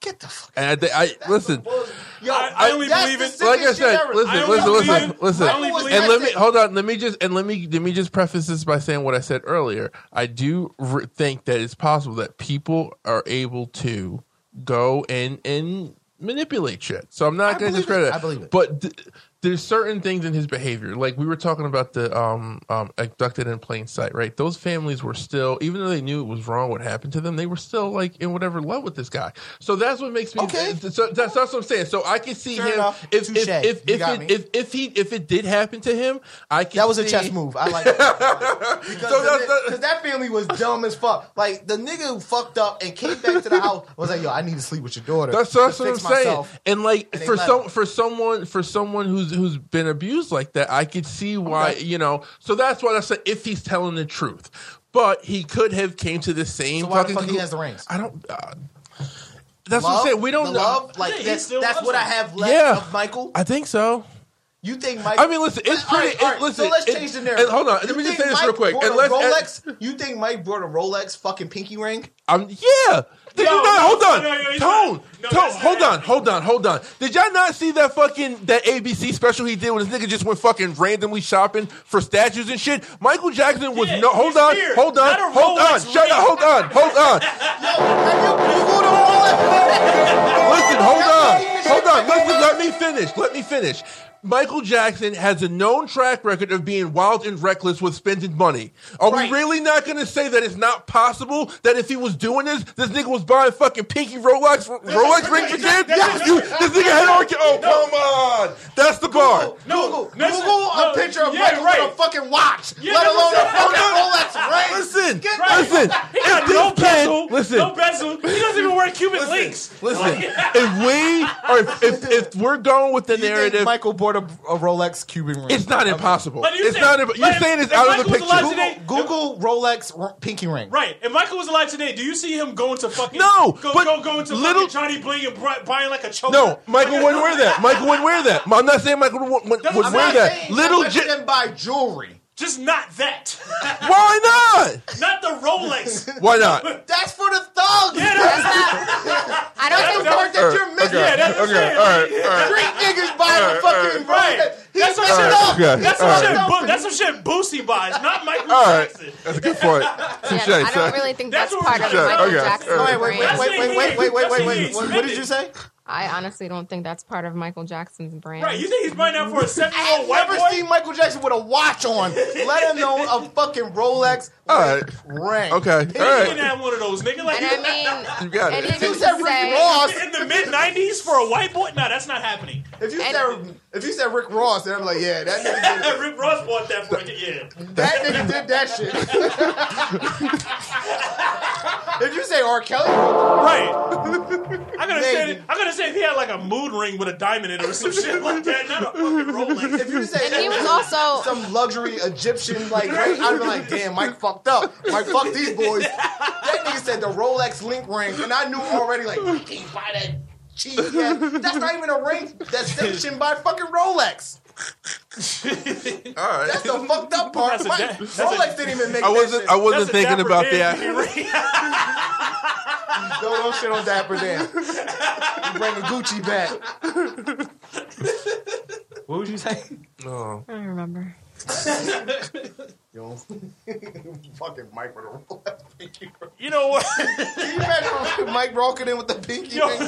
Get the fuck. and I, thi- I That's listen. some bullshit. Yo, I- I only that's believe the it- sickest Like I shit said, ever. listen, I only listen, believe listen, it. listen. I only believe And it. let me hold on. Let me just and let me let me just preface this by saying what I said earlier. I do re- think that it's possible that people are able to go and and manipulate shit. So I'm I not going to believe it. discredit. I believe it. But th- there's certain things in his behavior. Like we were talking about the um, um, abducted in plain sight, right? Those families were still, even though they knew it was wrong what happened to them, they were still like in whatever love with this guy. So that's what makes me. Okay. So that's, that's what I'm saying. So I can see Fair him enough. if if Touche. if You if, got it, me. if if he if it did happen to him, I can. That was a see- chess move. I like it. *laughs* because So the that's ni- the- 'cause that family was dumb as fuck. Like the nigga who fucked up and came back to the house was like, "Yo, I need to sleep with your daughter." That's, to that's what I'm fix saying. myself." And like And they for let some him. for someone for someone who's who's been abused like that, I could see why Okay. you know. So that's why I said if he's telling the truth, but he could have came to the same. So why the fucking fuck he conclu- has the rings? I don't. Uh, Love, that's what I'm saying. We the don't know. love. Like Yeah, he that's, still that's loves what I him. have left Yeah, of Michael. I think so. You think Michael? I mean, listen, it's All right, pretty. all it- right, listen, so let's it- change the narrative. and hold on, You let me just think say this Mike real quick. bought And a let's Rolex. you think Mike bought a Rolex fucking pinky ring? I'm yeah. Did No, you not? no, hold on, no, no, he's tone, not. No, tone. that's Hold not on, hold on, hold on. Did y'all not see that fucking that ABC special he did when this nigga just went fucking randomly shopping for statues and shit? Michael Jackson was Yeah, no. Hold he's on, weird. hold on, Not a hold on. Rolex Shut ring. up. Hold on, hold on. Have you Googled a Rolex? *laughs* Listen, hold on, hold on. Listen, let me finish. Let me finish. Michael Jackson has a known track record of being wild and reckless with spending money. Are Right. we really not going to say that it's not possible that if he was doing this, this nigga was buying fucking pinky Rolex Rolex rings for kids? that's- You- this nigga had argue. Oh come on, that's the bar. No, Google, listen, Google a no, picture of yeah, Michael right. with a fucking watch, Yeah, let that's alone what a I'm saying. fucking Rolex ring. Listen, Get- listen. *laughs* He If got this no kid- bezel. listen, No bezel. He doesn't even wear Cuban links. listen. *laughs* If we are, if, if we're going with the You think narrative, Michael bought a, a Rolex Cuban ring. It's not impossible. But you It's say- not. imp- You're but if- saying it's if out of the Michael was alive picture. today- Google, Google Rolex r- pinky ring. Right. If Michael was alive today, do you see him going to fucking No, go but go going to little- fucking Johnny Bling and bri- buying like a choker? No, Michael wouldn't wear that. Michael wouldn't wear that. I'm not saying Michael would, would, would I'm wear not that. Little Michael J- didn't buy jewelry. *laughs* Just not that. *laughs* Why not? not the *laughs* Rolex. Why not? That's for the thugs. Yeah, that's I don't think the part that you're missing. yeah, that's what I'm saying. Like, Street niggas buy the fucking Right. Rolex. He's That's missing what I'm up. saying. Okay. That's All some right. shit. Bo- that's some shit. Boosie buys, not Michael All right, Jackson. that's a good point. *laughs* Yeah, Touche, I sir. don't really think That's that's, what part we're of talking Michael about. Jackson's All Okay. right, wait, brain. wait, wait, wait, wait, wait, wait, wait, wait. That's what What, he what did you say? I honestly don't think that's part of Michael Jackson's brain. Right. You think he's buying that for a Oh, seven-year-old I've white never boy? seen Michael Jackson with a watch on. Let him know a fucking Rolex All right. ring. Okay. He All didn't right. have one of those, nigga. Like and I mean, You got and it. even You said to Rick say, Ross. *laughs* in the mid '90s for a white boy? No, that's not happening. *laughs* If you And- said if you said Rick Ross, then I'm like, yeah, that nigga did, Rick Ross bought that for yeah. that nigga did that *laughs* shit. if you say R. Kelly, Right. I gotta say, Maybe. I gotta say, if he had like a mood ring with a diamond in it or some shit like that, not a *laughs* fucking Rolex. if you say and he was *laughs* also some luxury Egyptian like ring, I'd be like, damn, Mike fucked up. Mike fucked these boys. That nigga said the Rolex link ring, and I knew already like I can't buy that cheese. ass- That's not even a ring that's sanctioned by fucking Rolex. All That's right. the fucked up part. That's a Mike, da- that's a- Rolex didn't even make I wasn't. that I shit. wasn't thinking *laughs* about that. that. No, no shit on Dapper *laughs* Dan. You bring a Gucci back. What would you say? No. I don't remember. Yo, *laughs* fucking Mike with a Rolex pinky ring. You know what? *laughs* Can you imagine Mike walking in with the pinky Yo. ring? I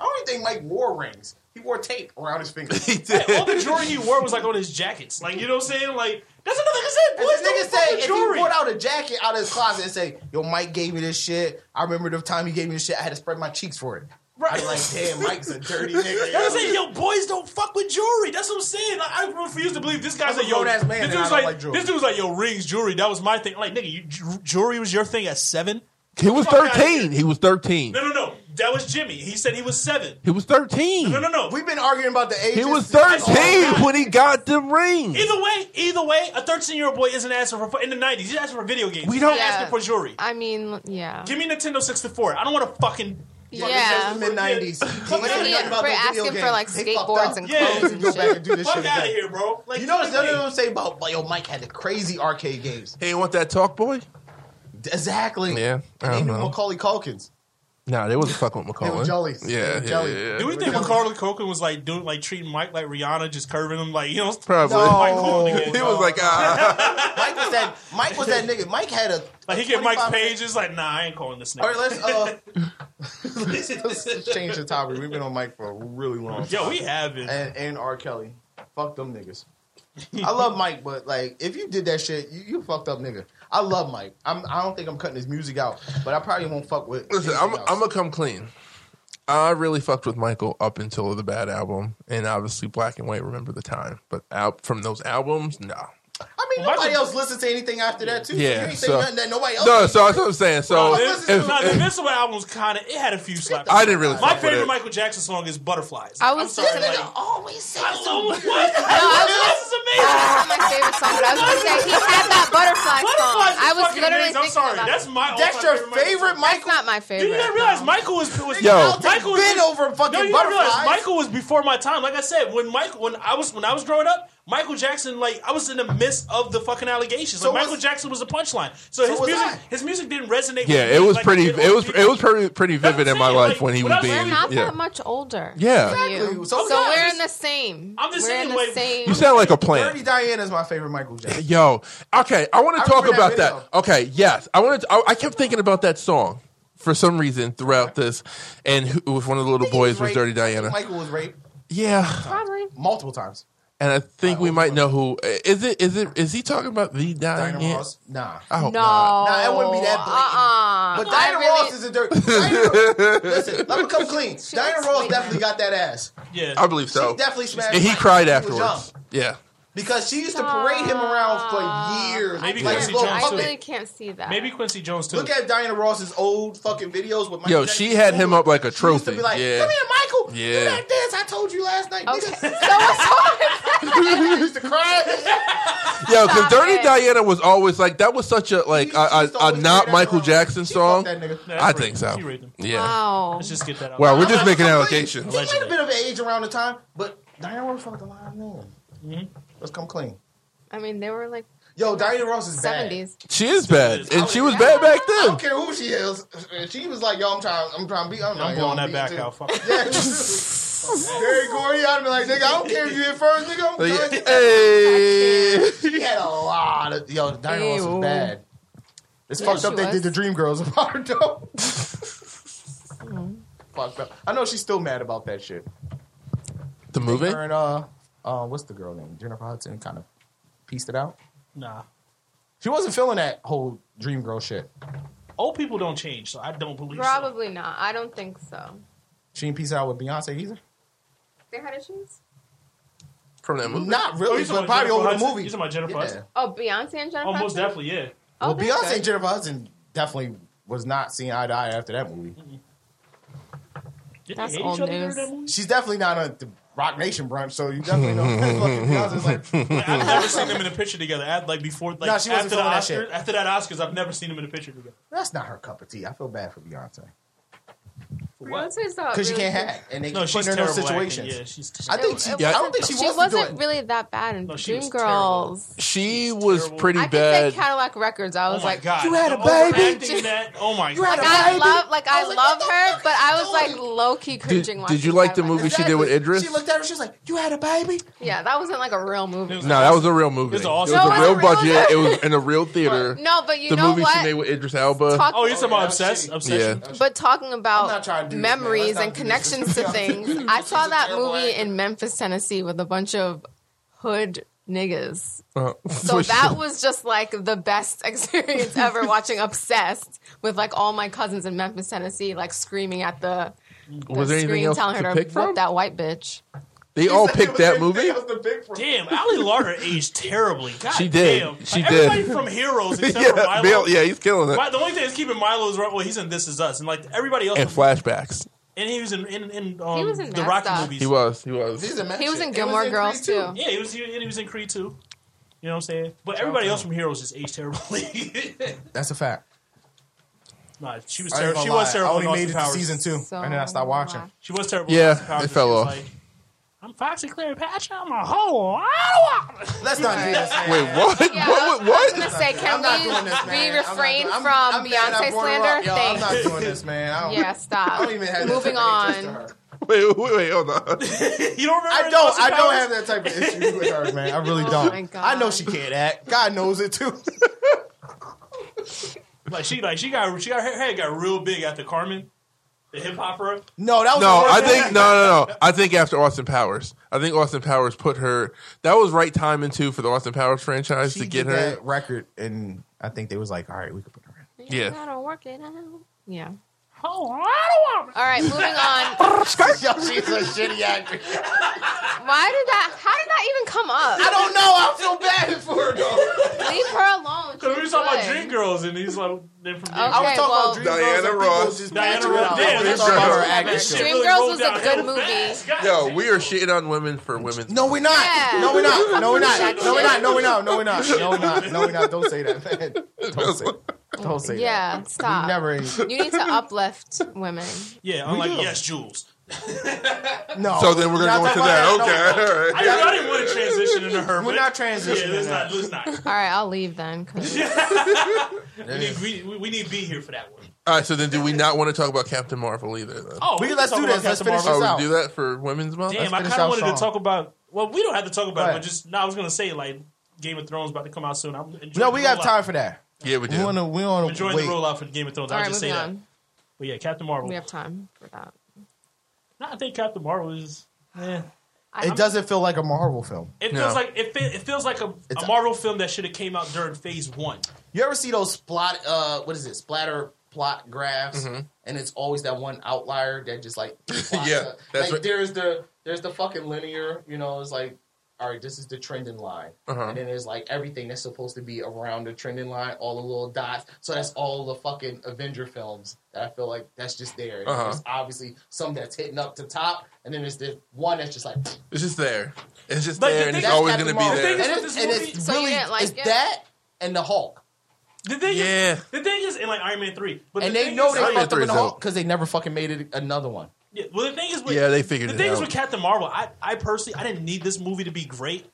don't even think Mike wore rings. He wore tape around his fingers. *laughs* He and did. All the jewelry he wore was like on his jackets. Like you know what I'm saying? Like that's another thing I said. the Boys nigga don't said fuck if with he jewelry. pulled out a jacket out of his closet and say, "Yo, Mike gave me this shit. I remember the time he gave me this shit. I had to spread my cheeks for it." Right. I'm like, *laughs* damn, Mike's a dirty nigga. That's what yo." I'm saying. Yo, boys don't fuck with jewelry. That's what I'm saying. Like, I refuse to believe this guy's I'm a like, yo, grown-ass man and this I dude's don't like, like jewelry. this dude's like, yo, rings, jewelry. That was my thing. Like, nigga, you, ju- jewelry was your thing at seven. He was thirteen. He was thirteen. No, no, no. That was Jimmy. He said he was seven. He was thirteen. No, no, no. We've been arguing about the age. He was thirteen when he got the ring. Either way, either way, a 13 year old boy isn't asking for in the 90s. He's asking for video games. We He's don't- not asking for jewelry. I mean, yeah. Give me Nintendo 64. I don't want to fucking. Yeah. mid nineties. Yeah, we're asking for, like, skateboards and clothes You and go shit. back and do this Fuck shit. out of again. here, bro. Like, You know what's give me- another thing I'm say about like, yo Mike had the crazy arcade games. He ain't want that talk, boy. Exactly. Yeah, I And don't even know. Macaulay Culkins. Nah, they wasn't fucking with were McCall. jellies. They were Yeah, yeah, jellies. yeah, Do yeah. we think Macaulay Culkin was like doing like treating Mike like Rihanna, just curving him like you know? *laughs* Probably. Mike *laughs* Culkin *laughs* He again. was like, *laughs* ah. Mike was that. Mike was that nigga. Mike had a. Like he get Mike 25 Pages like, nah, I ain't calling this nigga. All right, let's. Uh, *laughs* let's, *laughs* let's change the topic. We've been on mic for a really long time. Yo, we haven't. and, and R. Kelly. Fuck them niggas. I love Mike, but like if you did that shit, you, you fucked up nigga. I love Mike. I'm I don't think I'm cutting his music out, but I probably won't fuck with Listen, I'm anything else. I'm gonna come clean. I really fucked with Michael up until the bad album, and obviously Black and White. Remember the time, but out from those albums, no. I mean Well, nobody Michael- else listens to anything after that too. Yeah, you ain't so- saying nothing that nobody else No, listens so that's what I'm saying. So Well, if, listen to Now, the if- Invincible album was kind of, it had a few slaps. I didn't really. My fuck with favorite it. Michael Jackson song is Butterflies. I was I'm sorry, just- to. like, Nigga always say I something. love what? I *laughs* This is amazing. Not my favorite song, but I was gonna say he had that butterfly song. Butterflies is I was fucking literally amazing. I'm thinking sorry. about That's it. my That's your all-time favorite Michael. That's Michael not my favorite. Dude, you didn't realize Michael was, was Yo. Michael was been just- over fucking No, you didn't butterflies. realize Michael was before my time. Like I said, when Michael, when I was, when I was growing up, Michael Jackson, like I was in the midst of the fucking allegations. Like So was- Michael Jackson was a punchline. So, his was music, I. his music didn't resonate. Yeah, with it me was like pretty. did It was other it was pretty pretty That's vivid what I'm in my saying, life like, when he when was I was being. very- Not Yeah, that much older. yeah. than you. Exactly. So, So yeah, we're it's- in the same. I'm just we're saying, in the like- same. You sound like a Dirty plant. Diana is my favorite Michael *laughs* Jackson. Yo, okay. I want I to talk remember that about that. video. Okay, yes, I wanted. I, I kept thinking about that song for some reason throughout this, and who, with one of the little boys was raped. Dirty Diana. Michael was raped Yeah, Probably. multiple times. and I think we might know who is it. Is it is he talking about the Diana? Diana Ross, nah. I No. hope not. Nah, that wouldn't be that blatant. Uh-uh. But I Diana really- Ross is a dirty. Diana, *laughs* listen, let me come clean. Diana looks Ross sweet. definitely got that ass. people. Yeah, I believe She so. definitely smashed. And he Mike cried when he was afterwards. young. Yeah. because she used to parade him around for years. Maybe like a Quincy little Jones I too. puppet. really can't see that. maybe Quincy Jones too. Look at Diana Ross's old fucking videos with Michael. Yo, Jackson. she had him up like a She used to trophy. be like, Yeah. "Come here, Michael. Yeah. Do that dance I told you last night." Okay. *laughs* so Nigga, it's *laughs* hard. she used to cry. Yo, because Stop Dirty it. Diana was always like that was such a like She- a, a, she's a always right not at Michael her own. Jackson She song. fucked that nigga. That's I right. think so. You read them. Yeah. Wow. Let's just get that. out. Well, we're just making He allegations. might have Allegedly. been of age around the time, but Diana Ross fucked a lot of men. Mm-hmm. Let's come clean. I mean, they were like Yo, Diana Ross is bad. 70s. She is bad, and she was Yeah. bad back I then. don't care who she is. She was like, "Yo, I'm trying, I'm trying to be." I'm, I'm like, blowing yo, that I'm back beating out. *laughs* too. Fuck. Yeah, *laughs* Gary Gordy, I'd be like, "Nigga, I don't care if you hit first, nigga." I'm Like, trying to get that. hey, She had a lot of yo. Diana Ross Ew. is bad. It's Yeah, fucked she up. They was. did the Dream Girls about her though. Mm-hmm. Fucked up. I know she's still mad about that shit. the movie. Her and uh, uh, what's the girl name? Jennifer Hudson kind of pieced it out. Nah, She wasn't feeling that whole Dream Girl shit. old people don't change, so I don't believe. so. Probably not. I don't think so. She didn't piece it out with Beyonce either. They had issues? From that movie, Not Oh, really, you talking but about probably Jennifer over the Hudson? movie. You talking about Jennifer Hudson? Oh, Beyonce and Jennifer? Oh, most Hudson? definitely, yeah. Oh, well, they're Beyonce and good. Jennifer Hudson definitely was not seeing eye to eye after that movie. Did That's they hate old each other during news. that movie? She's definitely not on the Rock Nation brunch, so you definitely know. *laughs* fucking Beyonce's like, *laughs* Like, I've never seen them in a picture together. At, like before, like Nah, she wasn't after the feeling that Oscars, shit. after that Oscars, I've never seen them in a picture together. that's not her cup of tea. I feel bad for Beyonce Beyonce's not because she really can't good. have, and they No, keep putting she's her in terrible. those situations. Acting. Yeah, she's. I think she. It- it- I don't think she, She wants to do wasn't it. really that bad in No, she was Dream terrible. Girls. she was pretty I could bad. say Cadillac Records. I Oh was my like, god! "You had The a baby?" overacting in that. Oh my had god! a Like, I baby. love, like I, I was like, what love the her, fuck but is I was like going? low key cringing. did watching you like the Cadillac movie she Records. did with Idris? She looked at her. She was like, "You had a baby." Yeah, that wasn't like a real movie. no, that was a real movie. It was It was awesome. No, it a was a real real budget. It was in a real theater. No, but you The know movie what? she made with Idris Elba. Talk- Oh, you're Oh, talking yeah, about obsessed? she- Obsession. Yeah. but talking I'm not about trying to do this, man. memories Let's not and do this. *laughs* connections to things, I She's saw a that terrible movie actor. in Memphis, Tennessee, with a bunch of hood niggas. *laughs* Uh, So which- that was just like the best *laughs* experience ever watching Obsessed with like all my cousins in Memphis, Tennessee, like screaming at the, the was there anything screen else telling to her to pick from? whip that white bitch. They all picked that *laughs* movie. *laughs* Damn, Ally Larter aged terribly. God She did. Damn. She like, Everybody did. from Heroes except for *laughs* yeah, Milo. Bill, yeah, he's killing it. Mi- the only thing is keeping Milo's right. Well, he's in This Is Us, and like everybody else, And flashbacks. and he was in in, in, um, was in the that Rocky stuff. movies. He was. He was. He was in Gilmore Girls too. Yeah, he was he, and he was in Creed too. You know what I'm saying? But everybody else from Heroes just aged terribly. *laughs* That's a fact. nah, she was I ain't terrible. gonna She lie. was terrible. I only in Austin made it to Powers. season two, So and then I stopped watching. much. She was terrible. in Yeah, Austin Powers, it and fell she was off. Like, I'm Foxy Cleopatra. I'm a hoe. I don't want-" Let's not do this. man. Wait, what? Yeah, What? I What? was gonna what? say, I'm can not we, doing this, we man. refrain I'm from not doing- I'm- I'm Beyonce mad I brought her up. slander? Yo, I'm Thanks. not doing this, man. I don't, Yeah, stop. I don't even have Moving that type of on. interest in her. Wait, wait, wait, *laughs* hold on. *laughs* you don't remember? I don't. Austin I don't Powers? have that type of issue with her, man. I really Oh don't. my God. I know she can't act. God knows it too. Like she like she got she got her head got real big after Carmen. The hip hopper. No, that was No, the I first think one. no, no, no. I think after Austin Powers, I think Austin Powers put her. That was right timing too for the Austin Powers franchise She to get did her. that record, and I think they was like, all right, we could put her in. Yeah. I don't work it out. Yeah. All right, moving on. *laughs* Yo, she's a shitty actress. Why did that? How did that even come I up? don't know. I feel bad for her though. Leave her alone. Because we were talking about Good. Dream Girls, and he's like, then from Okay, Dream I was talking well, about Dream Diana Girls and Ross. people just Diana picture it Ross. out. Yeah, We that's were talking about what I her was talking about. acting. Shit Dream really Girls rolled was a downhill good movie. fast. God Yo, damn. we are shitting on women for women. No, we're not. Yeah. No, we're not. No, we're not. No, we're not. No, we're not. No, we're not. No, we're not. No, we're not. Don't say that, man. Don't say. Don't say that. Yeah, stop. We never. You need to uplift women. Yeah, I'm like, yes, Jules. No. So then we're gonna go not into talking that. about that. Okay, all right. I, I didn't want to transition into her. No, but- We're not Yeah, let's transitioning. not. now. Let's not. All right, I'll leave then. 'cause- We need, we, we need B here for that one. All right. So then, do we not want to talk about Captain Marvel either? Then? Oh, We can can- let's talk do about this. Let's Captain finish Marvel. oh, out. we do that for Women's Month. Damn, Let's I finish kind of our wanted song. to talk about. Well, we don't have to talk about it, ahead. but just now I was gonna say like Game of Thrones about to come out soon. I'm enjoying No, we the have rollout. time for that. yeah, we do. We want to. We want to Enjoying wait. the rollout for Game of Thrones. All I'll right, just say moving that. on. But yeah, Captain Marvel. We have time for that. No, I think Captain Marvel is. eh. It doesn't feel like a Marvel film. It No. feels like it, fe- it feels like a, It's a a- Marvel film that should have came out during Phase One. You ever see those plot? Uh, what is it? Splatter plot graphs, and it's always that one outlier that just like *laughs* plots Mm-hmm. Yeah, up. that's like what- there's the there's the fucking linear. You know, it's like all right, this is the trending line, Uh-huh. and then there's like everything that's supposed to be around the trending line, all the little dots. So that's all the fucking Avenger films that I feel like that's just there. Uh-huh. There's obviously some that's hitting up to top, and then there's the one that's just like. It's just there. It's just Like, there, the and thing- it's always That's going to be Captain Marvel. The thing there. is- And it's, and it's So you really didn't like it's it? that and the Hulk. The thing Yeah. is, the thing is, in like Iron Man three, but and the they thing know is, they Iron Man fucked up 3 in is the dope. Hulk because they never fucking made it another one. Yeah, well, the thing is, with, Yeah, they figured the it thing is out. with Captain Marvel, I, I personally, I didn't need this movie to be great,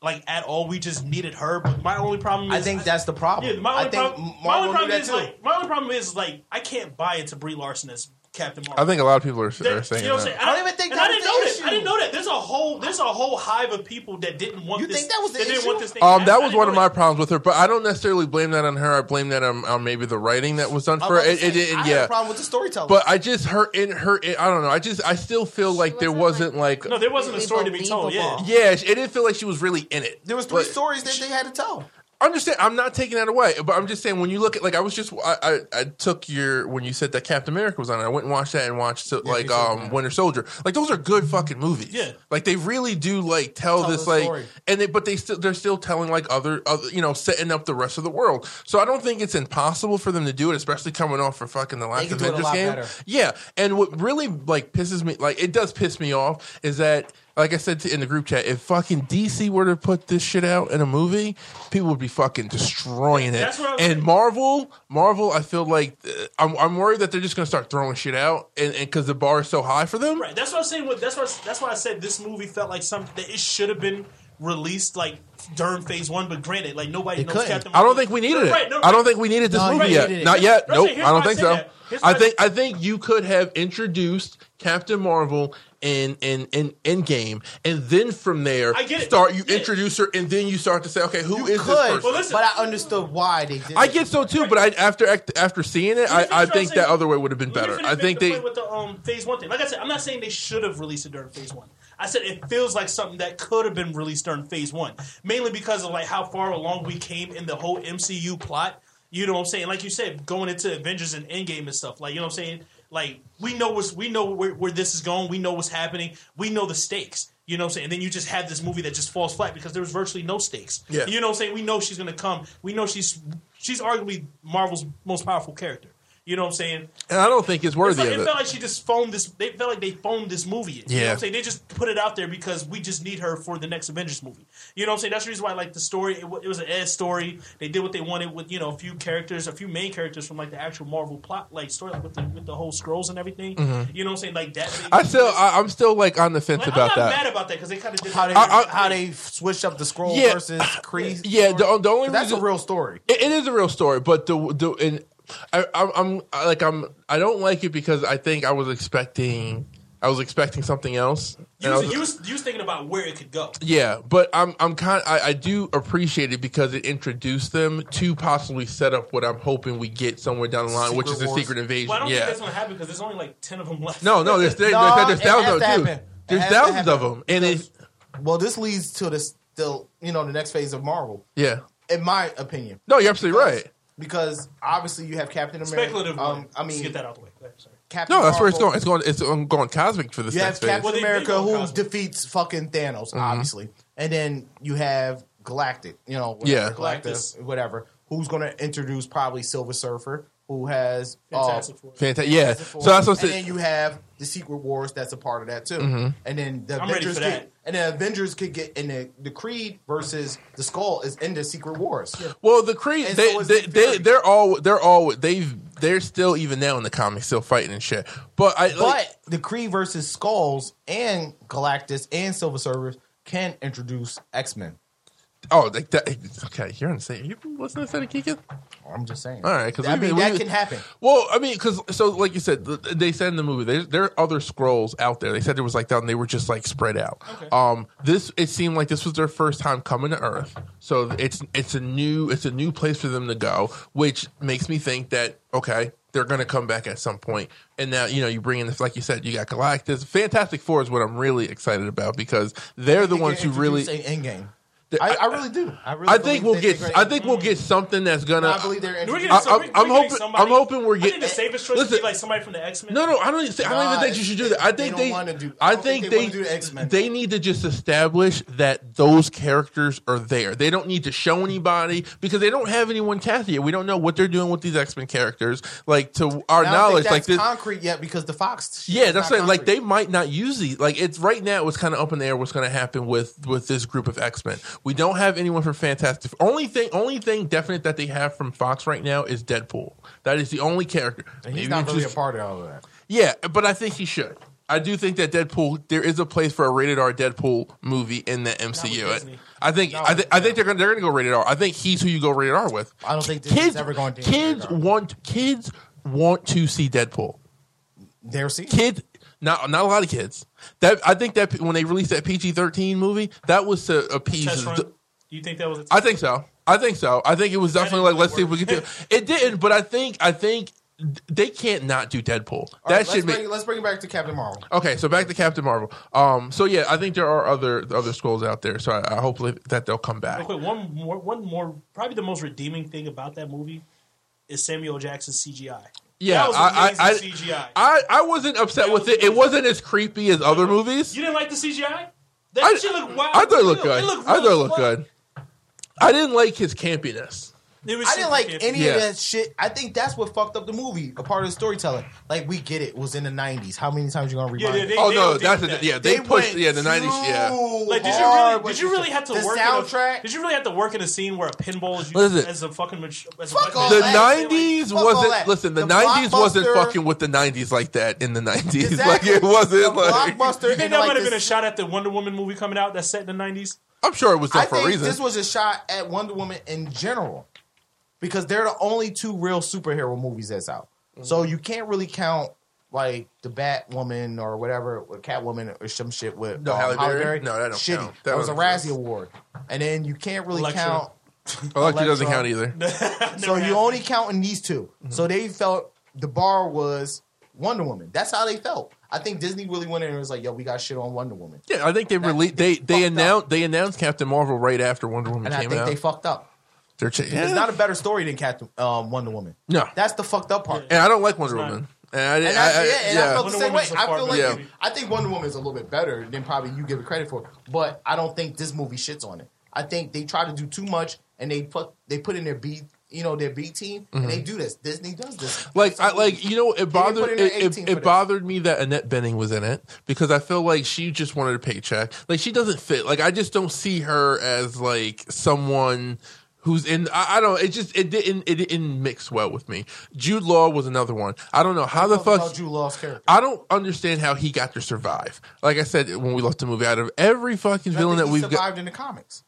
like at all. We just needed her. But my only problem is, I think that's the problem. yeah, my only I think problem, my Marvel only knew problem that is too. like, my only problem is like, I can't buy into Brie Larson as Captain Marvel. I think a lot of people are, That- are saying you know what I'm that. saying? I don't even think and that I was didn't the know issue. that. I didn't know that. There's a whole there's a whole hive of people that didn't want You this. think that was the that didn't issue? want this thing. Um, to happen. that I was didn't one of know my that. problems with her, but I don't necessarily blame that on her. I blame that on, on maybe the writing that was done I'm for about to her. It, say, it didn't, I yeah. Had a problem with the storytelling. but I just her in her. I don't know. I just I still feel like there wasn't, wasn't like, No, there wasn't a story to be told. Yeah, Believable. yeah. It didn't feel like she was really in it. there was three Like, stories that they had to tell. I understand. I'm not taking that away, but I'm just saying when you look at like I was just I I, I took your when you said that Captain America was on. it, I went and watched that and watched so, like Soldier, um yeah. Winter Soldier. Like those are good fucking movies. Yeah. like they really do like tell, Tell this the like story. and they, but they still they're still telling like other other you know setting up the rest of the world. So I don't think it's impossible for them to do it, especially coming off for fucking the last can do it a Avengers lot game. better. Yeah, and what really like pisses me, like it does piss me off, is that like I said to, in the group chat, if fucking DC were to put this shit out in a movie, people would be fucking destroying it. That's what I was- And Marvel, Marvel, I feel like uh, I'm, I'm worried that they're just gonna start throwing shit out, and because the bar is so high for them. Right. That's what I'm saying. What that's what that's why I said this movie felt like something that it should have been released like during Phase One. But granted, like nobody It knows couldn't. Captain. I Marvel. don't think we needed it. Right, no, I don't think we needed this No, you movie yet. needed it. Not yet. That's- Nope. here's I why don't I think say so. that. Here's I why- think I think you could have introduced Captain Marvel in in in Endgame, and then from there I get it. start you Yeah. introduce her, and then you start to say, okay, who is You this person? could, Well, listen. but I understood why they did. I it. get so too, but I after act- after seeing it, Let me I, I finish what I'm think that saying. other way would have been Let me better. finish I think the they. point with the um, phase one thing. Like I said, I'm not saying they should have released it during phase one. I said it feels like something that could have been released during phase one, mainly because of like how far along we came in the whole MCU plot. You know what I'm saying? Like you said, going into Avengers and Endgame and stuff. Like you know what I'm saying? Like we know what's we know where, where this is going. We know what's happening. We know the stakes. You know what I'm saying? And then you just have this movie that just falls flat because there was virtually no stakes. Yeah. You know what I'm saying? We know she's gonna come. We know she's she's arguably Marvel's most powerful character. You know what I'm saying? and I don't think it's It's worthy like, of it it. felt like she just phoned this. They felt like they phoned this movie. in. You know Yeah. what I'm saying? They just put it out there because we just need her for the next Avengers movie. You know what I'm saying? That's the reason why, like, the story, it, wa- it was an Ed story. They did what they wanted with, you know, a few characters, a few main characters from, like, the actual Marvel plot, like, story, like, with the, with the whole scrolls and everything. You know what I'm saying? Like, that. Mm-hmm. I still, I, I'm still like on the fence Like, I'm not about that. mad about that because they kind of did how they I- I- how they switched up the scroll Yeah. versus Kree. yeah, the, the only That's a reason real story. It, it is a real story, but the the and I, I'm, I'm I- like I'm I don't like it because I think I was expecting I was expecting something else. You And I was, was- you, was, you was thinking about where it could go. yeah, but I'm I'm kind I, I do appreciate it because it introduced them to possibly set up what I'm hoping we get somewhere down the line, which is Secret a Wars. secret invasion. Well, I don't yeah. think that's gonna happen because there's only like ten of them left. no, *laughs* no, there's, there's, No, there's it has thousands to of them happen. too. It There's has to thousands of happen. them, and it's Well, this leads to this still, you know, the next phase of Marvel, yeah. in my opinion. No, you're absolutely right. Because obviously you have Captain America. speculative. Um, one. I Let's mean, get that out the way. Go ahead, sorry. Captain No, that's where it's Marvel. going. It's going. It's um, going cosmic for this You next have phase. Mm-hmm. Captain Well, they- they America go who cosmic. defeats fucking Thanos, obviously, and then you have Galactic, you know, whatever, Yeah. Galactus, Galactus. whatever, who's going to introduce probably Silver Surfer, who has uh, Fantastic Four. Fantastic. Yeah. Fantastic So Four, that's what Mm-hmm. I and then said. you have the Secret Wars. That's a part of that too. And then the I'm ready Avengers for could, that. and the Avengers could get in the, the Creed versus the Skull is in the Secret Wars. Well, the Creed. And They, so is they, Nick they, Fury. they're all. They're all. They've. They're still even now in the comics, still fighting and shit. But I. Like, But the Kree versus Skulls and Galactus and Silver Surfers can introduce X Men. oh, like that. Okay, you're insane. You been listening to Sonic Geeketh? I'm just saying. All right, because I mean that can happen. Well, I mean, because so like you said, th- they said in the movie there, there are other scrolls out there. They said there was like that, and they were just like spread out. Um, this it seemed like this was their first time coming to Earth, so it's it's a new it's a new place for them to go, which makes me think that okay. They're going to come back at some point, and now you know you bring in this, like you said, you got Galactus. Fantastic Four is what I'm really excited about because they're the ones who really. in game. The- I, I really do. I, really I think believe we'll they get. integrate- I think we'll get something that's gonna. I believe they're. We're introducing- getting I- some- I'm- we're I'm getting hoping- somebody- I'm hoping we're I getting- think the safest choice would Listen. be like somebody from the X Men. No, no, I don't. Even, I don't Nah, even think you should do that. I they think don't they. wanna do- I, I don't think, think they wanna do the they. X-Men. They need to just establish that those characters are there. They don't need to show anybody because they don't have anyone cast yet. We don't know what they're doing with these X Men characters. Like to our I don't knowledge, think like that's this. concrete yet because the Fox. shit yeah, is that's not saying like concrete. they might not use these. Like it's right now, it's kind of up in the air what's going to happen with with this group of X Men. We don't have anyone for Fantastic. Only thing, only thing definite that they have from Fox right now is Deadpool. That is the only character. And He's Maybe not we really just- a part of all of that. yeah, but I think he should. I do think that Deadpool there is a place for a rated R Deadpool movie in the MCU. Disney. I think I, th- I think they're gonna they're gonna go rated R. I think he's who you go rated R with. I don't think Disney's kids ever going to kids rated R. want kids want to see Deadpool. They're seeing. Kids not not a lot of kids. That I think that when they released that PG thirteen movie, that was to appease. Test run. The, Do you think that was? A I think so. I think so. I think it was definitely like didn't let's see if we really can do. It didn't, but I think I think they can't not do Deadpool. All right, that should let's be. bring, let's bring it back to Captain Marvel. Okay, so back to Captain Marvel. Um, so yeah, I think there are other other scrolls out there. So I, I hopefully that they'll come back. Real quick, one more, one more, probably the most redeeming thing about that movie is Samuel Jackson's CGI. Yeah, that was I, I, I, amazing CGI. I I wasn't upset That with was it. It wasn't as creepy as other movies. you didn't like the CGI? That I, shit looked wild. I thought it looked real. good. looked I thought it real as looked fuck. good. I didn't like his campiness. It was I didn't super like campy. any Yeah. of that shit. I think that's what fucked up the movie. A part of the storytelling. Like we get it, it was in the nineties. How many times you gonna Yeah, remind? yeah, they, me? Oh they no, did that's that. a, yeah. They, pushed went yeah the nineties yeah. too Like, did you hard really? with Did you the- really have to the work? In a, soundtrack? did you really have to work in a scene where a pinball is What is used it? as a fucking mach- as a Fuck weapon? all The that. nineties Fuck all wasn't that. listen. The The nineties wasn't blockbuster- fucking with the nineties like that in the nineties. Like it wasn't The like. blockbuster. You think and that like might have been a this- shot at the Wonder Woman movie coming out that's set in the nineties? I'm sure it was done I for a think reason. this was a shot at Wonder Woman in general because they're the only two real superhero movies that's out. Mm-hmm. So you can't really count like the Batwoman or whatever, or Catwoman or some shit with No, um, Halle Berry? Berry. No, that don't Shitty. count. That That, was a doesn't Razzie Award, and then you can't really Electra. count. Electra Electra. doesn't count either. So you only counting these 2 Mm-hmm. So they felt the bar was Wonder Woman. That's how they felt. I think Disney really went in and was like, "Yo, we got shit on Wonder Woman," Yeah, I think they That- released they fucked they up. announced they announced Captain Marvel right after Wonder Woman and I came think out. they fucked up. They're cha- It's Yeah. not a better story than Captain um, Wonder Woman. No. that's the fucked up part. and I don't like Wonder not. Woman. And I, And didn't. I, I, I, yeah, and I yeah. felt the Wonder same way. Woman's a I feel far like better you- movie. I think Wonder Woman is a little bit better than probably you give it credit for, but I don't think this movie shits on it. I think they try to do too much, and they put they put in their B, you know, their B team, and they do this. Disney does this. Mm-hmm. Like I like you know it bothered put in it, an it, 18 it for this. bothered me that Annette Benning was in it because I feel like she just wanted a paycheck. Like she doesn't fit. Like I just don't see her as like someone who's in. I, I don't. It just it didn't it didn't mix well with me. Jude Law was another one. I don't know how the Talking fuck about Jude Law's character. I don't understand how he got to survive. Like I said when we left the movie, out of every fucking I villain think that he we've got, survived in the comics.